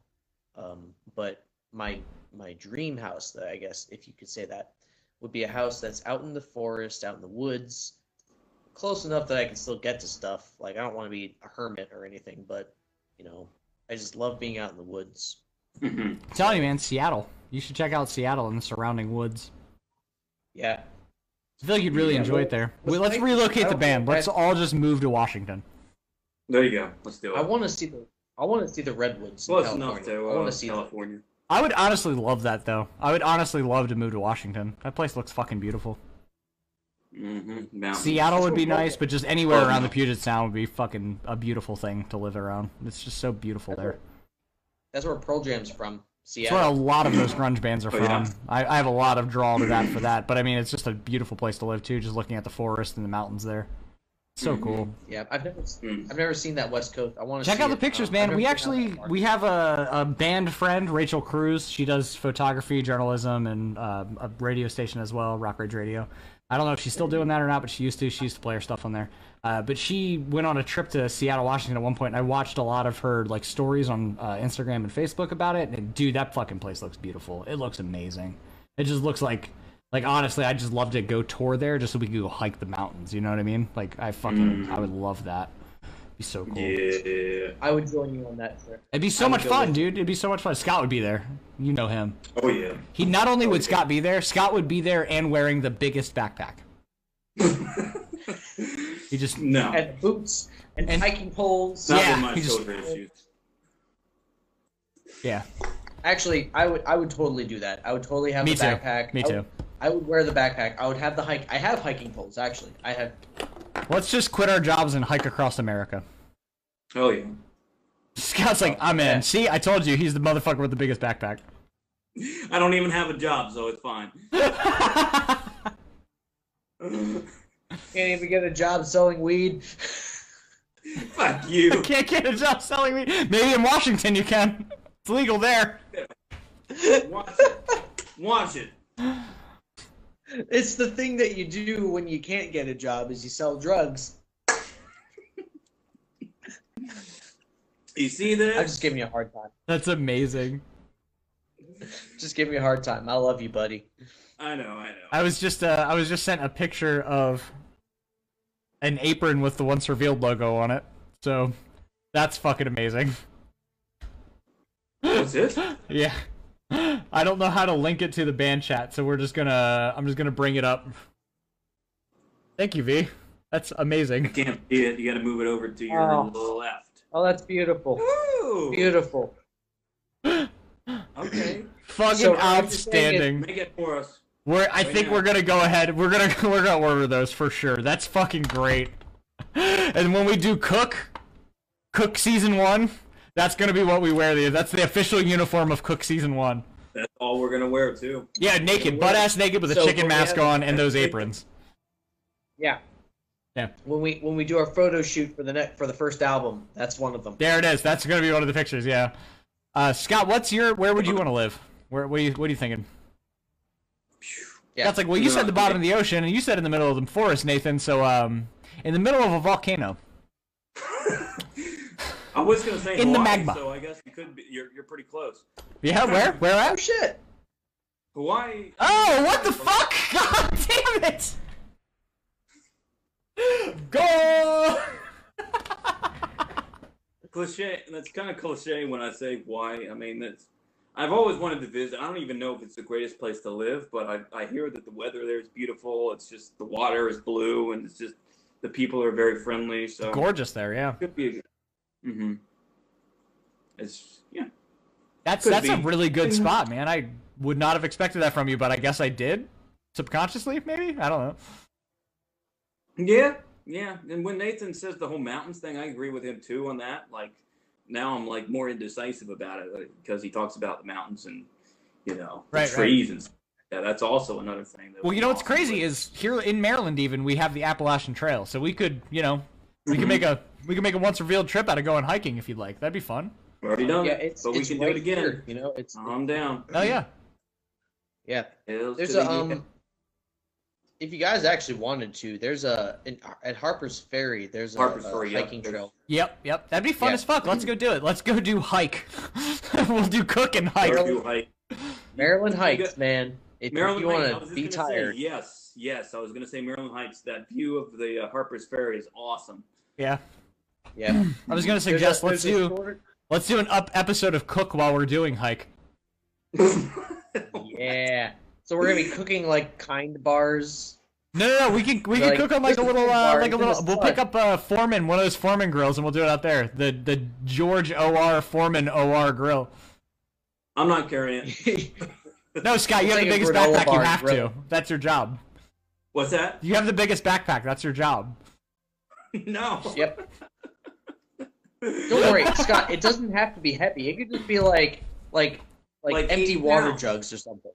Speaker 3: Um, but my my dream house, that I guess if you could say that, would be a house that's out in the forest, out in the woods, close enough that I can still get to stuff. Like I don't want to be a hermit or anything, but you know, I just love being out in the woods.
Speaker 1: Mhm.
Speaker 2: I'm telling you, man, Seattle. You should check out Seattle and the surrounding woods.
Speaker 3: Yeah,
Speaker 2: I feel like you'd really
Speaker 1: Yeah,
Speaker 2: enjoy it there.
Speaker 3: well,
Speaker 2: Wait, let's
Speaker 3: I-
Speaker 2: relocate
Speaker 3: I
Speaker 2: the
Speaker 3: don't
Speaker 2: band.
Speaker 3: think
Speaker 2: Let's
Speaker 3: that-
Speaker 2: all just move to Washington.
Speaker 1: There you go. Let's do it.
Speaker 3: I want to see the I want to see the redwoods. in
Speaker 1: Close
Speaker 3: California.
Speaker 1: enough to
Speaker 3: I
Speaker 1: uh,
Speaker 3: want to see them.
Speaker 1: California.
Speaker 2: I would honestly love that though. I would honestly love to move to Washington. That place looks fucking beautiful.
Speaker 1: Mm-hmm. Mountains.
Speaker 2: Seattle would be
Speaker 3: That's what-
Speaker 2: nice, but just anywhere
Speaker 1: Oh,
Speaker 2: around
Speaker 1: no.
Speaker 2: the Puget Sound would be fucking a beautiful thing to live around. It's just so beautiful
Speaker 3: That's
Speaker 2: there.
Speaker 3: That's where Pearl Jam's from.
Speaker 2: It's where a
Speaker 3: Seattle.
Speaker 2: lot of those grunge bands are
Speaker 1: Oh,
Speaker 2: from.
Speaker 1: yeah.
Speaker 2: I, I have a lot of draw to that for that, but I mean, it's just a beautiful place to live too. Just looking at the forest and the mountains there, so
Speaker 1: Mhm.
Speaker 2: cool.
Speaker 3: Yeah, I've never s-
Speaker 1: Mm.
Speaker 3: I've never seen that West Coast. Oh, I want to
Speaker 2: Check out the
Speaker 3: Um,
Speaker 2: pictures, man. We actually we have a, a band friend, Rachel Cruz. She does photography, journalism, and uh, a radio station as well, Rock Rage Radio. I don't know if she's still doing that or not, but she used to. She used to play her stuff on there. Uh, but she went on a trip to Seattle, Washington at one point, and I watched a lot of her like stories on uh, Instagram and Facebook about it. And dude, that fucking place looks beautiful. It looks amazing. It just looks like like honestly, I just love to go tour there just so we could go hike the mountains. You know what I mean? Like I fucking I would love that. Be so
Speaker 1: Mm.
Speaker 2: cool.
Speaker 1: Yeah.
Speaker 3: I would join you on that trip.
Speaker 2: It'd be so
Speaker 3: I would
Speaker 2: much
Speaker 3: go
Speaker 2: fun,
Speaker 3: with-
Speaker 2: dude. It'd be so much fun. Scott would be there. You know him.
Speaker 1: Oh yeah.
Speaker 2: He not only would Scott be there, Scott would be there and wearing the biggest backpack. He just
Speaker 1: No. Not
Speaker 3: And boots and,
Speaker 2: And-
Speaker 3: hiking poles.
Speaker 2: Yeah.
Speaker 1: with my
Speaker 2: he just-
Speaker 1: shoulder issues.
Speaker 2: yeah.
Speaker 3: Actually, I would I would totally do that. I would totally have
Speaker 2: Me
Speaker 3: the
Speaker 2: too.
Speaker 3: backpack.
Speaker 2: Me
Speaker 3: I would-
Speaker 2: too.
Speaker 3: I would wear the backpack. I would have the hike. I have hiking poles actually. I have.
Speaker 2: Let's just quit our jobs and hike across America.
Speaker 1: Oh yeah.
Speaker 2: Scott's like, I'm in.
Speaker 3: Yeah.
Speaker 2: See, I told you, he's the motherfucker with the biggest backpack.
Speaker 1: I don't even have a job, so it's fine.
Speaker 3: Can't even get a job selling weed.
Speaker 1: Fuck you.
Speaker 2: Can't get a job selling me. Maybe in Washington you can. It's legal there.
Speaker 1: Watch it. Watch it.
Speaker 3: It's the thing that you do when you can't get a job is you sell drugs.
Speaker 1: You see
Speaker 3: I'm
Speaker 1: this?
Speaker 3: just giving you a hard time.
Speaker 2: That's amazing.
Speaker 3: Just give me a hard time. I love you, buddy.
Speaker 1: I know. I know.
Speaker 2: I was just uh, I was just sent a picture of an apron with the once revealed logo on it. So that's fucking amazing.
Speaker 1: What's this?
Speaker 2: Yeah. I don't know how to link it to the band chat, so we're just gonna I'm just gonna bring it up. Thank you, V. That's amazing.
Speaker 1: Can't see it. You got to move it over to your
Speaker 3: Oh.
Speaker 1: left.
Speaker 3: Oh, that's beautiful.
Speaker 1: Woo!
Speaker 3: Beautiful.
Speaker 1: Okay.
Speaker 2: Fucking
Speaker 3: So, I was just saying it-
Speaker 2: outstanding.
Speaker 1: Make it for us.
Speaker 2: We're I
Speaker 1: Right
Speaker 2: think
Speaker 1: now.
Speaker 2: we're gonna go ahead. We're gonna we're gonna order those for sure. That's fucking great. And when we do cook, cook season one, that's gonna be what we wear. The that's the official uniform of cook season one.
Speaker 1: That's all we're gonna wear too.
Speaker 2: Yeah, naked,
Speaker 3: we're-
Speaker 2: butt ass naked with a
Speaker 3: so
Speaker 2: chicken
Speaker 3: we
Speaker 2: mask
Speaker 3: have-
Speaker 2: on and those aprons.
Speaker 3: Yeah.
Speaker 2: Yeah.
Speaker 3: When we when we do our photo shoot for the net for the first album, that's one of them.
Speaker 2: There it is. That's gonna be one of the pictures. Yeah. Uh, Scott, what's your? Where would you want to live? Where? What are you? What are you thinking?
Speaker 3: Yeah.
Speaker 2: That's like well, you said the bottom of the ocean, and you said in the middle of the forest, Nathan. So um, in the middle of a volcano.
Speaker 1: I was gonna say
Speaker 2: In the
Speaker 1: Hawaii,
Speaker 2: magma.
Speaker 1: so I guess you could be. You're, you're pretty close.
Speaker 2: Yeah, where? Where
Speaker 3: oh
Speaker 2: at?
Speaker 3: shit.
Speaker 1: Hawaii.
Speaker 2: Oh, what the fuck? God damn it! Goal!
Speaker 1: Cliche. and That's kind of cliche when I say why. I mean, that's. I've always wanted to visit. I don't even know if it's the greatest place to live, but I, I hear that the weather there is beautiful. It's just the water is blue, and it's just the people are very friendly. So
Speaker 2: Gorgeous there, yeah.
Speaker 1: could be. Mm-hmm. It's yeah.
Speaker 2: That's
Speaker 1: Could
Speaker 2: that's a
Speaker 1: be. Mm-hmm.
Speaker 2: really good spot, man. I would not have expected that from you, but I guess I did. Subconsciously, maybe? I don't know.
Speaker 1: Yeah, yeah. And when Nathan says the whole mountains thing, I agree with him too on that. Like now I'm like more indecisive about it because he talks about the mountains and you know the
Speaker 2: Right, right.
Speaker 1: trees and stuff. yeah. That's also another thing. That
Speaker 2: Well,
Speaker 1: would be
Speaker 2: you know what's
Speaker 1: awesome,
Speaker 2: crazy
Speaker 1: but-
Speaker 2: is here in Maryland, even we have the Appalachian Trail, so we could, you know, We can make a we can make a once revealed trip out of going hiking if you'd like. That'd be fun.
Speaker 1: We're already done
Speaker 3: yeah,
Speaker 1: it,
Speaker 3: it's,
Speaker 1: but we
Speaker 3: it's
Speaker 1: can
Speaker 3: right
Speaker 1: do it again.
Speaker 3: here, you know, it's
Speaker 1: Calm down.
Speaker 2: Oh yeah.
Speaker 3: yeah.
Speaker 1: Hills
Speaker 3: There's
Speaker 1: to
Speaker 3: a
Speaker 1: the-
Speaker 3: um, if you guys actually wanted to, there's a in, at Harper's Ferry. There's a,
Speaker 1: Harper's
Speaker 3: a
Speaker 1: Ferry, yeah.
Speaker 3: hiking trail.
Speaker 2: Yep, yep. That'd be fun
Speaker 3: Yeah.
Speaker 2: as fuck. Let's go do it. Let's go do hike. we'll do cook and hike.
Speaker 1: Or do I-
Speaker 3: Maryland
Speaker 1: You
Speaker 3: Heights,
Speaker 1: got-
Speaker 3: man. If, if
Speaker 1: Maryland
Speaker 3: you
Speaker 1: Heights, I
Speaker 3: want
Speaker 1: was just
Speaker 3: to be
Speaker 1: gonna say,
Speaker 3: tired,
Speaker 1: yes, yes. I was going to say Maryland Heights. That view of the uh, Harper's Ferry is awesome.
Speaker 2: Yeah.
Speaker 3: yeah.
Speaker 2: I was gonna
Speaker 3: There's a-
Speaker 2: suggest let's
Speaker 3: there's a
Speaker 2: do
Speaker 3: shorter-
Speaker 2: let's do an up episode of cook while we're doing hike.
Speaker 3: Yeah. So we're gonna be cooking like kind bars.
Speaker 2: No, no, no. We can we can
Speaker 3: Like,
Speaker 2: cook on like
Speaker 3: this
Speaker 2: a
Speaker 3: is
Speaker 2: little
Speaker 3: the
Speaker 2: uh,
Speaker 3: bar,
Speaker 2: like a
Speaker 3: this
Speaker 2: little.
Speaker 3: is
Speaker 2: We'll
Speaker 3: fun.
Speaker 2: pick up uh, Foreman, one of those Foreman grills, and we'll do it out there. The the George Or Foreman Or grill.
Speaker 1: I'm not carrying it.
Speaker 2: No, Scott, you
Speaker 3: We'll
Speaker 2: have the
Speaker 3: take a
Speaker 2: biggest
Speaker 3: granola
Speaker 2: backpack. You
Speaker 3: bar and
Speaker 2: have
Speaker 3: grill.
Speaker 2: to. That's your job.
Speaker 1: What's that?
Speaker 2: You have the biggest backpack. That's your job.
Speaker 1: No.
Speaker 3: yep. Don't worry, Scott. It doesn't have to be heavy. It could just be like like like,
Speaker 1: Like
Speaker 3: empty
Speaker 1: eight
Speaker 3: water
Speaker 1: pounds.
Speaker 3: jugs or something.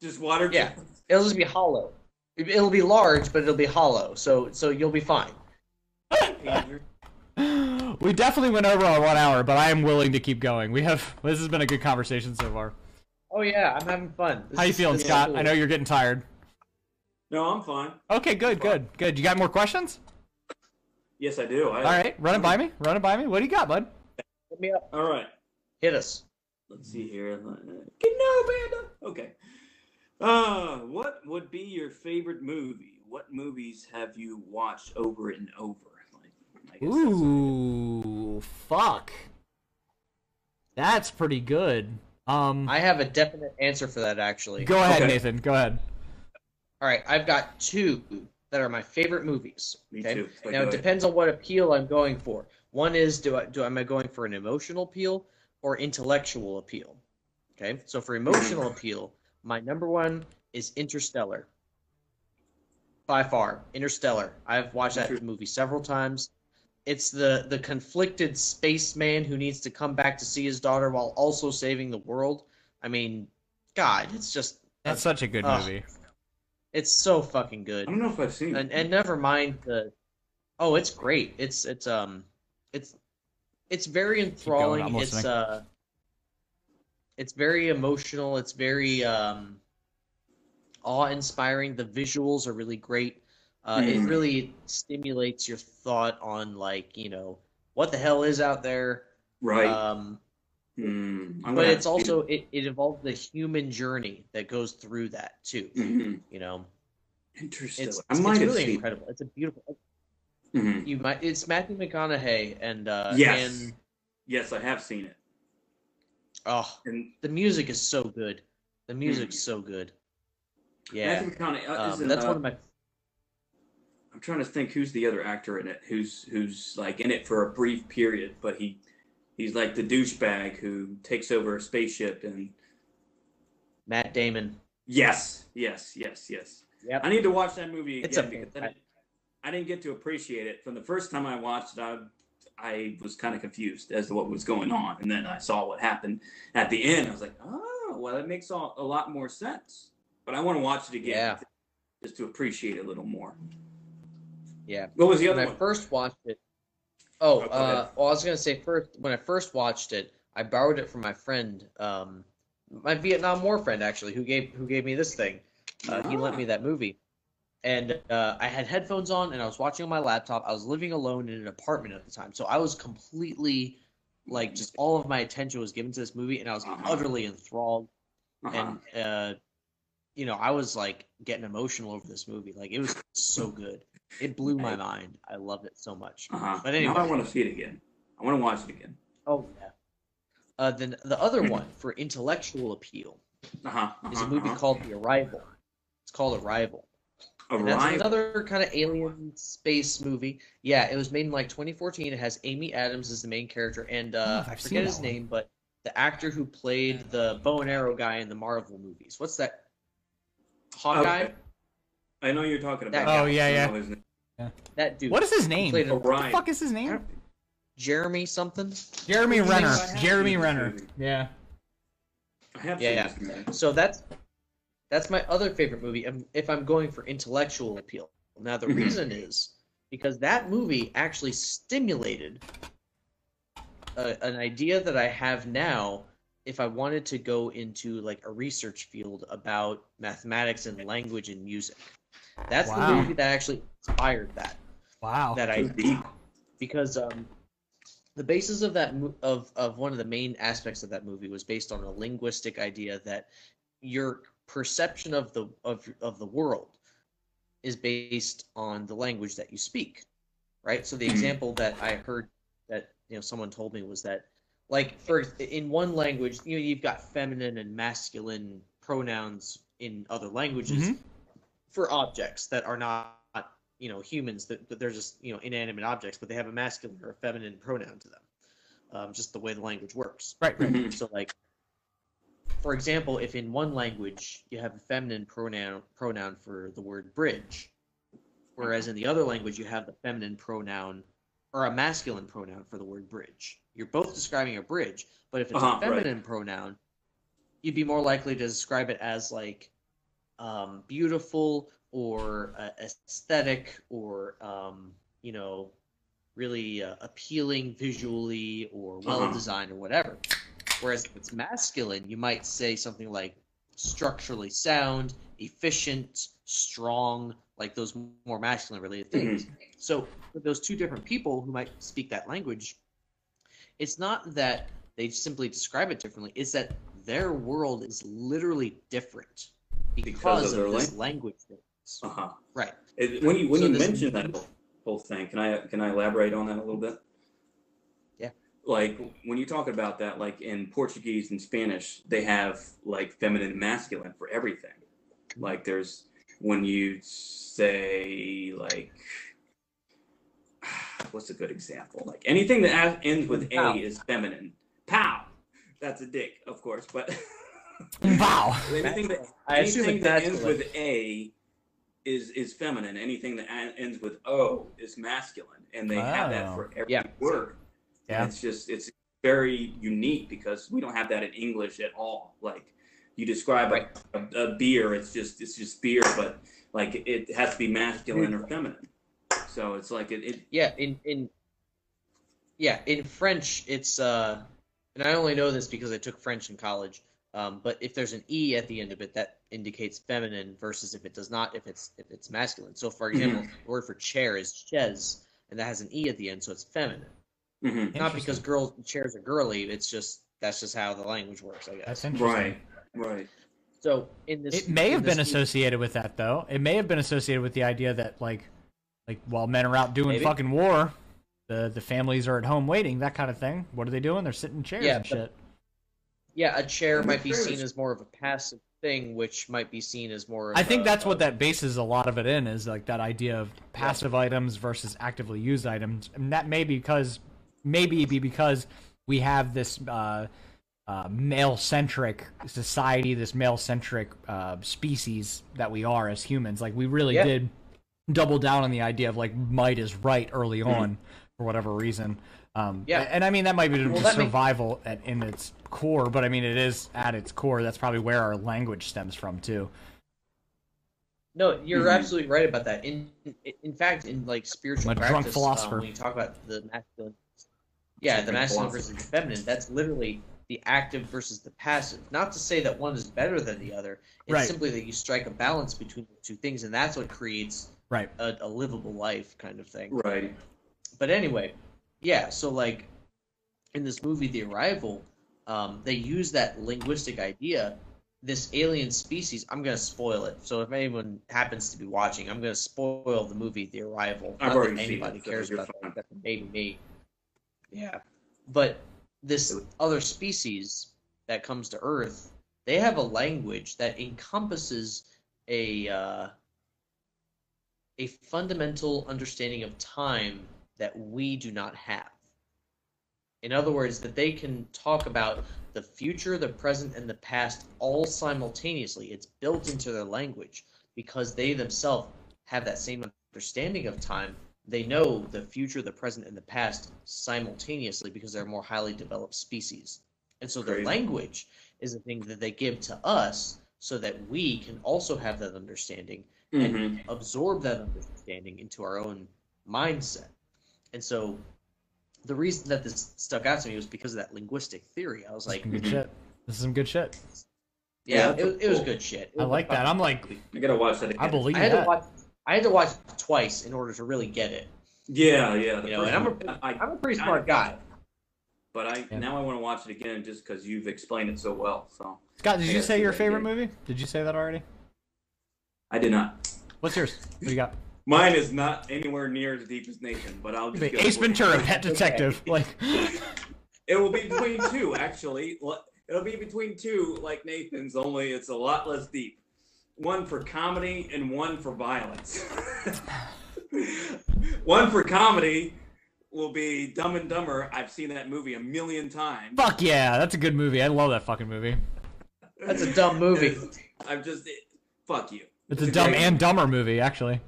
Speaker 1: Just water.
Speaker 3: Yeah. It'll just be hollow. It- It'll be large, but it'll be hollow. So so you'll be fine.
Speaker 1: Andrew.
Speaker 2: We definitely went over our one hour, but I am willing to keep going. We have this has been a good conversation so far.
Speaker 3: Oh yeah, I'm having fun. This
Speaker 2: How you
Speaker 3: is-
Speaker 2: feeling,
Speaker 3: this is
Speaker 2: Scott?
Speaker 3: cool.
Speaker 2: I know you're getting tired.
Speaker 1: No, I'm fine.
Speaker 2: Okay, good, good, good. You got more questions?
Speaker 1: Yes, I do. I,
Speaker 2: All right, run it by me. Run it by me. What do you got, bud?
Speaker 3: Hit me up.
Speaker 1: All right.
Speaker 3: Hit us.
Speaker 1: Let's see here. Uh, No, Panda. Okay. Uh, what would be your favorite movie? What movies have you watched over and over? Like, I guess that's-
Speaker 2: Ooh, fuck. That's pretty good. Um,
Speaker 3: I have a definite answer for that actually.
Speaker 2: go ahead,
Speaker 1: Okay.
Speaker 2: Nathan. Go ahead.
Speaker 3: All right, I've got two that are my favorite movies.
Speaker 1: Me
Speaker 3: okay?
Speaker 1: too. Like,
Speaker 3: Now
Speaker 1: go
Speaker 3: it
Speaker 1: ahead.
Speaker 3: depends on what appeal I'm going for. One is do I do am I going for an emotional appeal or intellectual appeal? Okay, so for emotional appeal, my number one is Interstellar. By far, Interstellar. I've watched that
Speaker 1: Inter-
Speaker 3: movie several times. It's the the conflicted spaceman who needs to come back to see his daughter while also saving the world. I mean, God, it's just
Speaker 2: That's such a good
Speaker 3: Ugh.
Speaker 2: movie.
Speaker 3: it's so fucking good
Speaker 1: I don't know if I've seen.
Speaker 3: and
Speaker 1: it.
Speaker 3: and never mind the oh it's great it's it's um it's it's very
Speaker 2: going, I'm
Speaker 3: enthralling it's
Speaker 2: listening.
Speaker 3: uh it's very emotional it's very um awe-inspiring the visuals are really great uh
Speaker 1: Mhm.
Speaker 3: it really stimulates your thought on like you know what the hell is out there
Speaker 1: right.
Speaker 3: um
Speaker 1: Hmm, I'm gonna
Speaker 3: but
Speaker 1: have
Speaker 3: it's
Speaker 1: to see
Speaker 3: also it, it involves the human journey that goes through that too
Speaker 1: it. Mhm.
Speaker 3: you know
Speaker 1: Interstellar.
Speaker 3: it's,
Speaker 1: I
Speaker 3: it's,
Speaker 1: might have
Speaker 3: really
Speaker 1: seen.
Speaker 3: incredible it's a beautiful
Speaker 1: Mhm.
Speaker 3: you might. It's Matthew McConaughey and uh,
Speaker 1: Yes.
Speaker 3: and
Speaker 1: Yes, I have seen it.
Speaker 3: oh,
Speaker 1: And
Speaker 3: the music is so good. The music's so good. Yeah,
Speaker 1: Matthew McConaughey. uh,
Speaker 3: um,
Speaker 1: isn't,
Speaker 3: that's
Speaker 1: uh,
Speaker 3: one of my.
Speaker 1: I'm trying to think who's the other actor in it who's who's like in it for a brief period, but he he's like the douchebag who takes over a spaceship and
Speaker 3: Matt Damon.
Speaker 1: yes, yes, yes, yes.
Speaker 3: Yep.
Speaker 1: I need to watch that movie again
Speaker 3: It's a
Speaker 1: because I didn't, I didn't get to appreciate it from the first time I watched it. I I was kind of confused as to what was going on, and then I saw what happened at the end. I was like, oh, well, that makes all, a lot more sense. But I want to watch it again
Speaker 3: Yeah.
Speaker 1: just to appreciate it a little more.
Speaker 3: Yeah.
Speaker 1: What was the
Speaker 3: When
Speaker 1: other
Speaker 3: I
Speaker 1: one?
Speaker 3: first watched it. Oh,
Speaker 1: Oh, go
Speaker 3: uh,
Speaker 1: ahead.
Speaker 3: well, I was gonna say first when I first watched it, I borrowed it from my friend, um, my Vietnam War friend actually, who gave who gave me this thing. Uh, He lent
Speaker 1: Ah.
Speaker 3: me that movie. And uh, I had headphones on and I was watching on my laptop. I was living alone in an apartment at the time. So I was completely, like, just all of my attention was given to this movie and I was
Speaker 1: Uh-huh.
Speaker 3: utterly enthralled.
Speaker 1: Uh-huh.
Speaker 3: And, uh, you know, I was, like, getting emotional over this movie. Like, it was so good. It blew my mind. I loved it so much.
Speaker 1: Uh-huh.
Speaker 3: But anyway.
Speaker 1: Now I want to see it again. I want to watch it again.
Speaker 3: Oh, yeah. Uh, then the other one for intellectual appeal
Speaker 1: Uh-huh. uh-huh,
Speaker 3: is a movie
Speaker 1: uh-huh.
Speaker 3: called The Arrival. It's called Arrival. And that's
Speaker 1: Arrival.
Speaker 3: another kind of alien space movie. Yeah, it was made in like 2014. It has Amy Adams as the main character, and uh,
Speaker 2: Oh,
Speaker 3: I
Speaker 2: I've seen
Speaker 3: forget his
Speaker 2: that one.
Speaker 3: name, but the actor who played the bow and arrow guy in the Marvel movies. What's that? Hawkeye.
Speaker 1: Oh, Okay. I know you're talking
Speaker 3: That
Speaker 1: about.
Speaker 2: guy. Oh, yeah, yeah.
Speaker 3: That dude.
Speaker 2: What is his name?
Speaker 3: played
Speaker 2: What
Speaker 3: a-
Speaker 2: the
Speaker 1: Orion.
Speaker 2: fuck is his name?
Speaker 3: Jeremy something.
Speaker 2: Jeremy
Speaker 1: Who's the
Speaker 2: Renner.
Speaker 1: name I have
Speaker 2: Jeremy
Speaker 1: seen this
Speaker 2: Renner.
Speaker 1: movie?
Speaker 2: Yeah.
Speaker 1: I have
Speaker 3: Yeah,
Speaker 1: seen this movie.
Speaker 3: So that's that's my other favorite movie. um, If I'm going for intellectual appeal, now the
Speaker 1: Mhm.
Speaker 3: reason is because that movie actually stimulated a, an idea that I have now if I wanted to go into like a research field about mathematics and language and music. That's the
Speaker 2: Wow.
Speaker 3: movie that actually inspired that
Speaker 2: Wow.
Speaker 3: that
Speaker 1: Too
Speaker 3: I
Speaker 1: deep.
Speaker 3: because um, the basis of that mo- of of one of the main aspects of that movie was based on a linguistic idea that your perception of the of of the world is based on the language that you speak, right? So the
Speaker 1: Mhm.
Speaker 3: example that I heard that you know someone told me was that like for in one language you know you've got feminine and masculine pronouns in other languages
Speaker 2: Mhm.
Speaker 3: for objects that are not you know humans that, that they're just you know inanimate objects but they have a masculine or a feminine pronoun to them um, just the way the language works
Speaker 2: Right. Right.
Speaker 1: Mhm.
Speaker 3: so like for example if in one language you have a feminine pronoun pronoun for the word bridge whereas in the other language you have the feminine pronoun or a masculine pronoun for the word bridge you're both describing a bridge but if it's
Speaker 1: Uh-huh,
Speaker 3: a
Speaker 1: right.
Speaker 3: feminine pronoun you'd be more likely to describe it as like um, beautiful or uh, aesthetic or um, you know really uh, appealing visually or well designed or whatever whereas if it's masculine you might say something like structurally sound efficient strong like those more masculine related things so for those two different people who might speak that language it's not that they simply describe it differently it's that their world is literally different because,
Speaker 1: Because
Speaker 3: of,
Speaker 1: of their
Speaker 3: this language difference.
Speaker 1: Uh-huh.
Speaker 3: right
Speaker 1: It- when you when
Speaker 3: So
Speaker 1: you
Speaker 3: this-
Speaker 1: mention that whole- whole thing, can I can I elaborate on that a little bit?
Speaker 3: Yeah.
Speaker 1: Like when you talk about that, like in Portuguese and Spanish, they have like feminine and masculine for everything. Like there's when you say like what's a good example? Like anything that a- ends with
Speaker 3: Pow.
Speaker 1: A is feminine. Pow. That's a dick, of course, but
Speaker 2: Wow.
Speaker 1: anything that
Speaker 3: i assume
Speaker 1: anything
Speaker 3: it's
Speaker 1: that
Speaker 3: masculine.
Speaker 1: ends with a is is feminine. Anything that en- ends with o is masculine, and they have that
Speaker 2: Oh.
Speaker 1: for every
Speaker 3: Yeah.
Speaker 1: word. And
Speaker 2: Yeah.
Speaker 1: it's just it's very unique because we don't have that in English at all. Like you describe a- a, a beer, it's just it's just beer, but like it has to be masculine or feminine. So it's like it, it
Speaker 3: yeah in in yeah in french it's uh and i only know this because i took french in college um but if there's an e at the end of it that indicates feminine versus if it does not if it's if it's masculine so for example the word for chair is chaise and that has an e at the end so it's feminine
Speaker 1: mhm.
Speaker 3: not because girls chairs are girly it's just that's just how the language works i guess
Speaker 2: That's interesting.
Speaker 1: right, right.
Speaker 3: so in this
Speaker 2: It may
Speaker 3: in
Speaker 2: have
Speaker 3: this
Speaker 2: been
Speaker 3: movie-
Speaker 2: associated with that though. It may have been associated with the idea that like like while men are out doing
Speaker 3: Maybe.
Speaker 2: fucking war, the the families are at home waiting, that kind of thing. What are they doing? They're sitting in chairs
Speaker 3: Yeah,
Speaker 2: and
Speaker 3: but-
Speaker 2: shit.
Speaker 3: yeah a chair might be
Speaker 1: Chairs.
Speaker 3: seen as more of a passive thing which might be seen as more of um,
Speaker 2: I think
Speaker 3: a-
Speaker 2: that's what
Speaker 3: a-
Speaker 2: that bases a lot of it in is like that idea of passive items versus actively used items, and that may be because maybe be because we have this uh, uh, male centric society, this male centric uh, species that we are as humans. Like we really
Speaker 3: Yeah.
Speaker 2: did double down on the idea of like might is right early on for whatever reason. Um,
Speaker 3: Mm-hmm. Yeah.
Speaker 2: and I mean that might be
Speaker 3: Well,
Speaker 2: just
Speaker 3: that may-
Speaker 2: survival at, in its core, but I mean it is at its core. That's probably where our language stems from too.
Speaker 3: No, you're
Speaker 1: Mhm.
Speaker 3: absolutely right about that. In in fact, in like spiritual
Speaker 2: I'm a drunk
Speaker 3: practice,
Speaker 2: philosopher.
Speaker 3: Um, when you talk about the masculine, yeah, the
Speaker 1: Drunk
Speaker 3: masculine
Speaker 1: philosopher.
Speaker 3: versus the feminine, that's literally the active versus the passive. Not to say that one is better than the other. It's
Speaker 2: Right.
Speaker 3: simply that you strike a balance between the two things, and that's what creates
Speaker 2: Right.
Speaker 3: a, a livable life kind of thing
Speaker 1: Right.
Speaker 3: but anyway, yeah. So like in this movie, The Arrival, um, they use that linguistic idea. This alien species. I'm gonna spoil it. So if anyone happens to be watching, I'm gonna spoil the movie The Arrival.
Speaker 1: I've
Speaker 3: Not that
Speaker 1: already seen
Speaker 3: anybody
Speaker 1: it, so
Speaker 3: cares
Speaker 1: you're
Speaker 3: about
Speaker 1: fine.
Speaker 3: that. except for Maybe me. Yeah, but this other species that comes to Earth, they have a language that encompasses a uh, a fundamental understanding of time that we do not have. In other words, that they can talk about the future, the present, and the past all simultaneously. It's built into their language because they themselves have that same understanding of time. They know the future, the present, and the past simultaneously because they're a more highly developed species. And so their
Speaker 1: Crazy.
Speaker 3: language is a thing that they give to us so that we can also have that understanding
Speaker 1: Mhm.
Speaker 3: absorb that understanding into our own mindset. And so the reason that this stuck out to me was because of that linguistic theory. I was like,
Speaker 2: Some good shit. This is some good shit.
Speaker 1: Yeah,
Speaker 3: yeah,
Speaker 1: that's
Speaker 3: it, was- it was
Speaker 1: cool.
Speaker 3: good shit. It
Speaker 2: I
Speaker 3: was
Speaker 2: like that.
Speaker 3: fucking-
Speaker 2: I'm like,
Speaker 1: Mm-hmm. I gotta watch that. Again.
Speaker 2: I believe
Speaker 3: I had to
Speaker 2: that.
Speaker 3: watch. I had to watch it twice in order to really get it.
Speaker 1: Yeah, yeah. the
Speaker 3: You know,
Speaker 1: first
Speaker 3: and I'm
Speaker 1: one,
Speaker 3: a,
Speaker 1: I-
Speaker 3: I'm a pretty smart guy.
Speaker 1: but I
Speaker 2: Yeah.
Speaker 1: now I want to watch it again just because you've explained it so well. So
Speaker 2: Scott, did
Speaker 1: I
Speaker 2: you
Speaker 1: gotta
Speaker 2: say
Speaker 1: see
Speaker 2: your
Speaker 1: that
Speaker 2: favorite
Speaker 1: again.
Speaker 2: movie? Did you say that already?
Speaker 1: I did not.
Speaker 2: What's yours? What do you got?
Speaker 1: Mine is not anywhere near the deepest nation, but I'll just go
Speaker 2: Ace
Speaker 1: for it.
Speaker 2: Ventura, Pet Detective. Like,
Speaker 1: It will be between two, actually. Well, It'll be between two, like Nathan's. Only it's a lot less deep. One for comedy and one for violence. one for comedy will be Dumb and Dumber. I've seen that movie a million times.
Speaker 2: fuck yeah, that's a good movie. I love that fucking movie.
Speaker 3: That's a dumb movie.
Speaker 1: I'm just fuck you.
Speaker 2: It's a dumb
Speaker 1: great-
Speaker 2: and dumber movie, actually.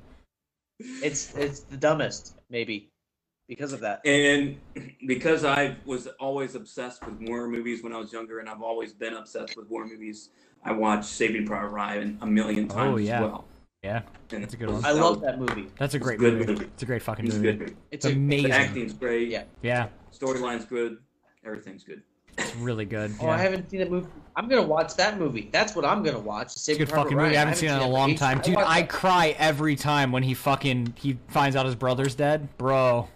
Speaker 3: It's it's the dumbest maybe because of that.
Speaker 1: And because I was always obsessed with war movies when I was younger, and I've always been obsessed with war movies, I watched Saving Private Ryan a million times
Speaker 2: Oh, yeah.
Speaker 1: as well.
Speaker 2: Yeah,
Speaker 1: And
Speaker 2: That's a good one.
Speaker 3: I love
Speaker 1: was-
Speaker 3: that movie.
Speaker 2: that's a great
Speaker 1: good
Speaker 2: movie.
Speaker 1: movie.
Speaker 2: It's a great fucking
Speaker 1: It's a
Speaker 2: movie.
Speaker 1: good. movie.
Speaker 3: It's
Speaker 2: It's amazing.
Speaker 1: The acting's great.
Speaker 3: Yeah.
Speaker 2: Yeah,
Speaker 1: Storyline's good. Everything's good.
Speaker 2: it's really good.
Speaker 3: Oh,
Speaker 2: yeah.
Speaker 3: I haven't seen that movie. I'm gonna watch that movie. That's what I'm gonna watch.
Speaker 2: It's a good fucking movie. I haven't seen it in a long time, dude. I cry every time when he fucking he finds out his brother's dead, bro.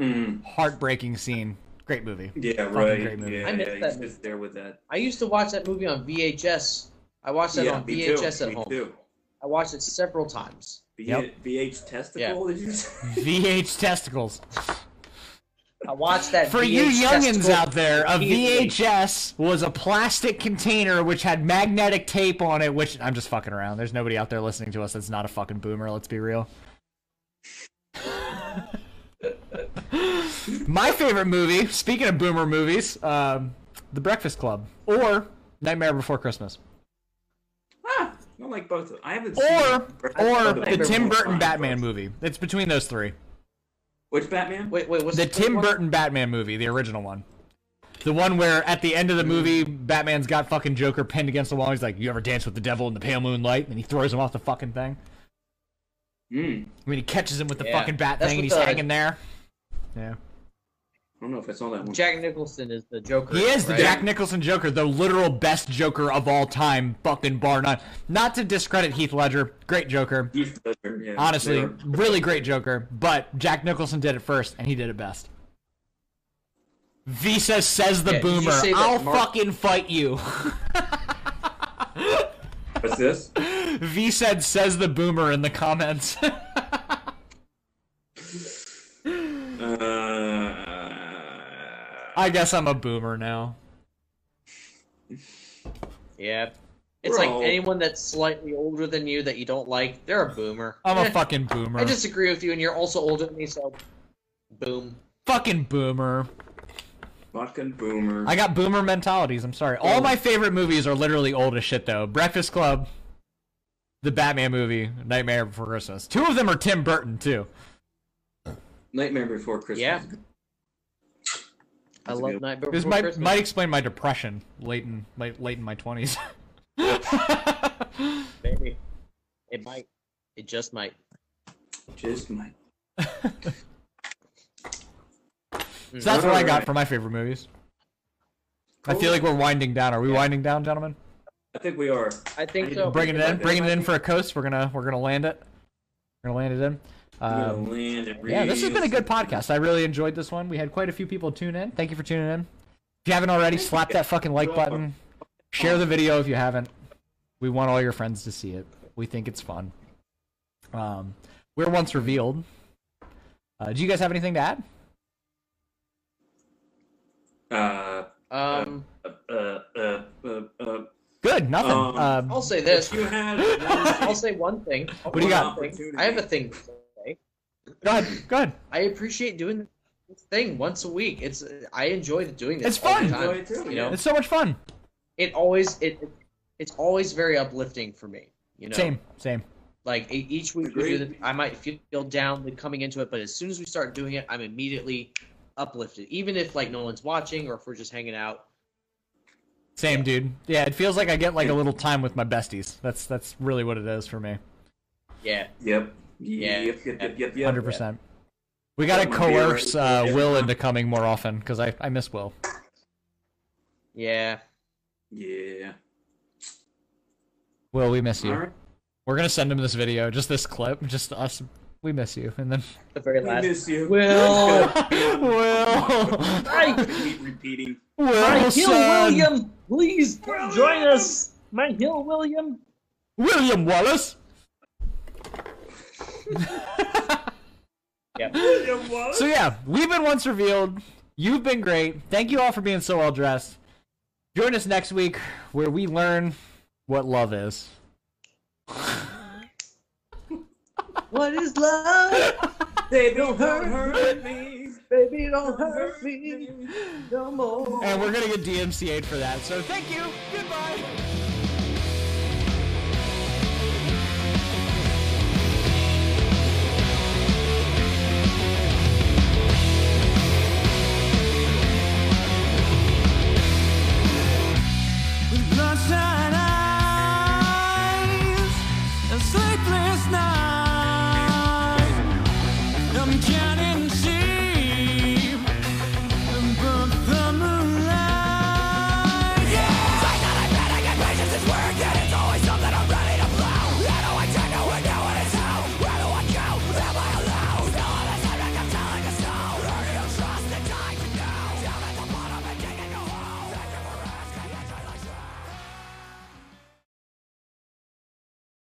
Speaker 1: Mm,
Speaker 2: Heartbreaking scene. Great movie.
Speaker 1: yeah, right.
Speaker 2: great movie.
Speaker 1: Yeah,
Speaker 3: I missed
Speaker 1: yeah,
Speaker 3: that
Speaker 1: he's
Speaker 3: movie.
Speaker 1: just there with that.
Speaker 3: I used to watch that movie on VHS. I watched that
Speaker 1: yeah,
Speaker 3: on
Speaker 1: me too,
Speaker 3: VHS at
Speaker 1: me
Speaker 3: home.
Speaker 1: Too.
Speaker 3: I watched it several times.
Speaker 1: V-
Speaker 2: Yep.
Speaker 1: VH testicle? Did you say?
Speaker 2: VH testicles.
Speaker 3: I watched that
Speaker 2: For you
Speaker 3: VHS
Speaker 2: youngins
Speaker 3: tour
Speaker 2: out there, a
Speaker 3: repeatedly.
Speaker 2: VHS was a plastic container which had magnetic tape on it, which I'm just fucking around. There's nobody out there listening to us that's not a fucking boomer, let's be real. My favorite movie, speaking of boomer movies, um, The Breakfast Club or Nightmare Before Christmas.
Speaker 1: Ah, I don't like both of them. I haven't
Speaker 2: Or
Speaker 1: seen
Speaker 2: or
Speaker 1: Breakfast
Speaker 2: the
Speaker 1: Club
Speaker 2: Tim
Speaker 1: in a
Speaker 2: Burton
Speaker 1: long time,
Speaker 2: Batman
Speaker 1: but-
Speaker 2: movie. It's between those three.
Speaker 1: Which Batman?
Speaker 3: Wait, wait, what's
Speaker 2: the
Speaker 3: the third
Speaker 2: Tim
Speaker 3: one?
Speaker 2: Burton Batman movie, the original one. The one where at the end of the movie, Batman's got fucking Joker pinned against the wall. He's like, "You ever dance with the devil in the pale moonlight?" And he throws him off the fucking thing.
Speaker 1: Mm,
Speaker 2: I mean, he catches him with the
Speaker 3: Yeah.
Speaker 2: fucking bat
Speaker 3: That's
Speaker 2: thing, and
Speaker 3: with
Speaker 2: he's
Speaker 3: the-
Speaker 2: hanging there. Yeah,
Speaker 1: I don't know if I saw that one.
Speaker 3: Jack Nicholson is the Joker.
Speaker 2: he is the
Speaker 3: right?
Speaker 2: Jack Nicholson Joker, the literal best Joker of all time, fucking bar none. Not to discredit Heath Ledger, great Joker,
Speaker 1: Heath Ledger, yeah,
Speaker 2: honestly,
Speaker 1: they were-
Speaker 2: really great Joker. But Jack Nicholson did it first, and he did it best. Visa says the
Speaker 3: Yeah, did you
Speaker 2: boomer.
Speaker 3: say that
Speaker 2: I'll
Speaker 3: Mark-
Speaker 2: fucking fight you.
Speaker 1: What's this?
Speaker 2: V said says the boomer in the comments.
Speaker 1: Uh,
Speaker 2: I guess I'm a boomer now.
Speaker 3: Yeah. It's
Speaker 1: We're
Speaker 3: like
Speaker 1: all-
Speaker 3: anyone that's slightly older than you that you don't like, they're a boomer.
Speaker 2: I'm
Speaker 3: Eh,
Speaker 2: a fucking boomer.
Speaker 3: I disagree with you, and you're also older than me, so boom.
Speaker 2: fucking boomer.
Speaker 1: fucking boomer.
Speaker 2: I got boomer mentalities. I'm sorry. All my favorite movies are literally old as shit though. Breakfast Club, the Batman movie, Nightmare Before Christmas. Two of them are Tim Burton too.
Speaker 1: Nightmare Before Christmas.
Speaker 3: Yeah. I
Speaker 1: That's a
Speaker 3: love
Speaker 1: good-
Speaker 3: Night Before
Speaker 2: This might
Speaker 3: Christmas.
Speaker 2: might explain my depression late in late, late in my 20s.
Speaker 3: Maybe. It might. It just might.
Speaker 1: Just my.
Speaker 2: so that's what I got
Speaker 1: Alright.
Speaker 2: for my favorite movies. I
Speaker 1: Cool.
Speaker 2: feel like we're winding down. Are we winding down, gentlemen?
Speaker 1: I think we are.
Speaker 3: I think
Speaker 1: I
Speaker 3: so.
Speaker 1: didn't
Speaker 2: bringing it in, bringing it in for a coast. We're gonna we're gonna land it. We're gonna land it in. Um, yeah, this has been a good podcast. I really enjoyed this one. We had quite a few people tune in. Thank you for tuning in. If you haven't already, slap that fucking like button. Share the video if you haven't. We want all your friends to see it. We think it's fun. Um, we're once revealed. Uh, do you guys have anything to add?
Speaker 1: Uh,
Speaker 3: Um,
Speaker 1: uh, uh, uh, uh,
Speaker 2: Good, nothing.
Speaker 1: Um,
Speaker 2: Um,
Speaker 3: I'll say this.
Speaker 1: if you had one
Speaker 3: I'll say one thing.
Speaker 2: do you got?
Speaker 3: One thing.
Speaker 1: opportunity-
Speaker 3: I have a thing to say.
Speaker 2: go ahead, go ahead.
Speaker 3: I appreciate doing this thing once a week. It's I enjoy doing this.
Speaker 2: It's
Speaker 3: all the
Speaker 2: fun.
Speaker 3: time,
Speaker 1: Enjoy it too,
Speaker 3: you
Speaker 1: yeah.
Speaker 3: know,
Speaker 2: It's so much fun.
Speaker 3: it always it it's always very uplifting for me. You know,
Speaker 2: Same, same.
Speaker 3: Like e- each week we do
Speaker 1: Agreed.
Speaker 3: the, I might feel down with coming into it, but as soon as we start doing it, I'm immediately uplifted. Even if like no one's watching or if we're just hanging out.
Speaker 2: Same, dude. Yeah, it feels like I get like a little time with my besties. That's that's really what it is for me.
Speaker 3: Yeah.
Speaker 1: Yep.
Speaker 3: Yeah.
Speaker 1: Yep. Yep. Yep. Yep. yep.
Speaker 2: Hundred percent. We gotta coerce uh, Will into coming more often because I, I miss Will.
Speaker 3: Yeah.
Speaker 1: Yeah.
Speaker 2: Will, we miss you.
Speaker 1: All right.
Speaker 2: We're gonna send him this video, just this clip, just us. We miss you, and then
Speaker 3: The very
Speaker 1: I
Speaker 3: last.
Speaker 1: miss you.
Speaker 3: Will.
Speaker 2: Will,
Speaker 3: Mike.
Speaker 1: Keep repeating.
Speaker 2: Will,
Speaker 3: My Hill
Speaker 2: son,
Speaker 3: William, please come join us. My Hill William.
Speaker 2: William Wallace.
Speaker 3: Yep.
Speaker 2: So yeah, we've been once revealed. You've been great. Thank you all for being so well dressed. Join us next week where we learn what love is.
Speaker 3: What is love?
Speaker 1: They don't hurt me.
Speaker 3: Baby, don't hurt me no more.
Speaker 2: And we're gonna get DMCA'd for that. So thank you. Goodbye.
Speaker 4: With bloodshot eyes and sleepless nights, I'm counting.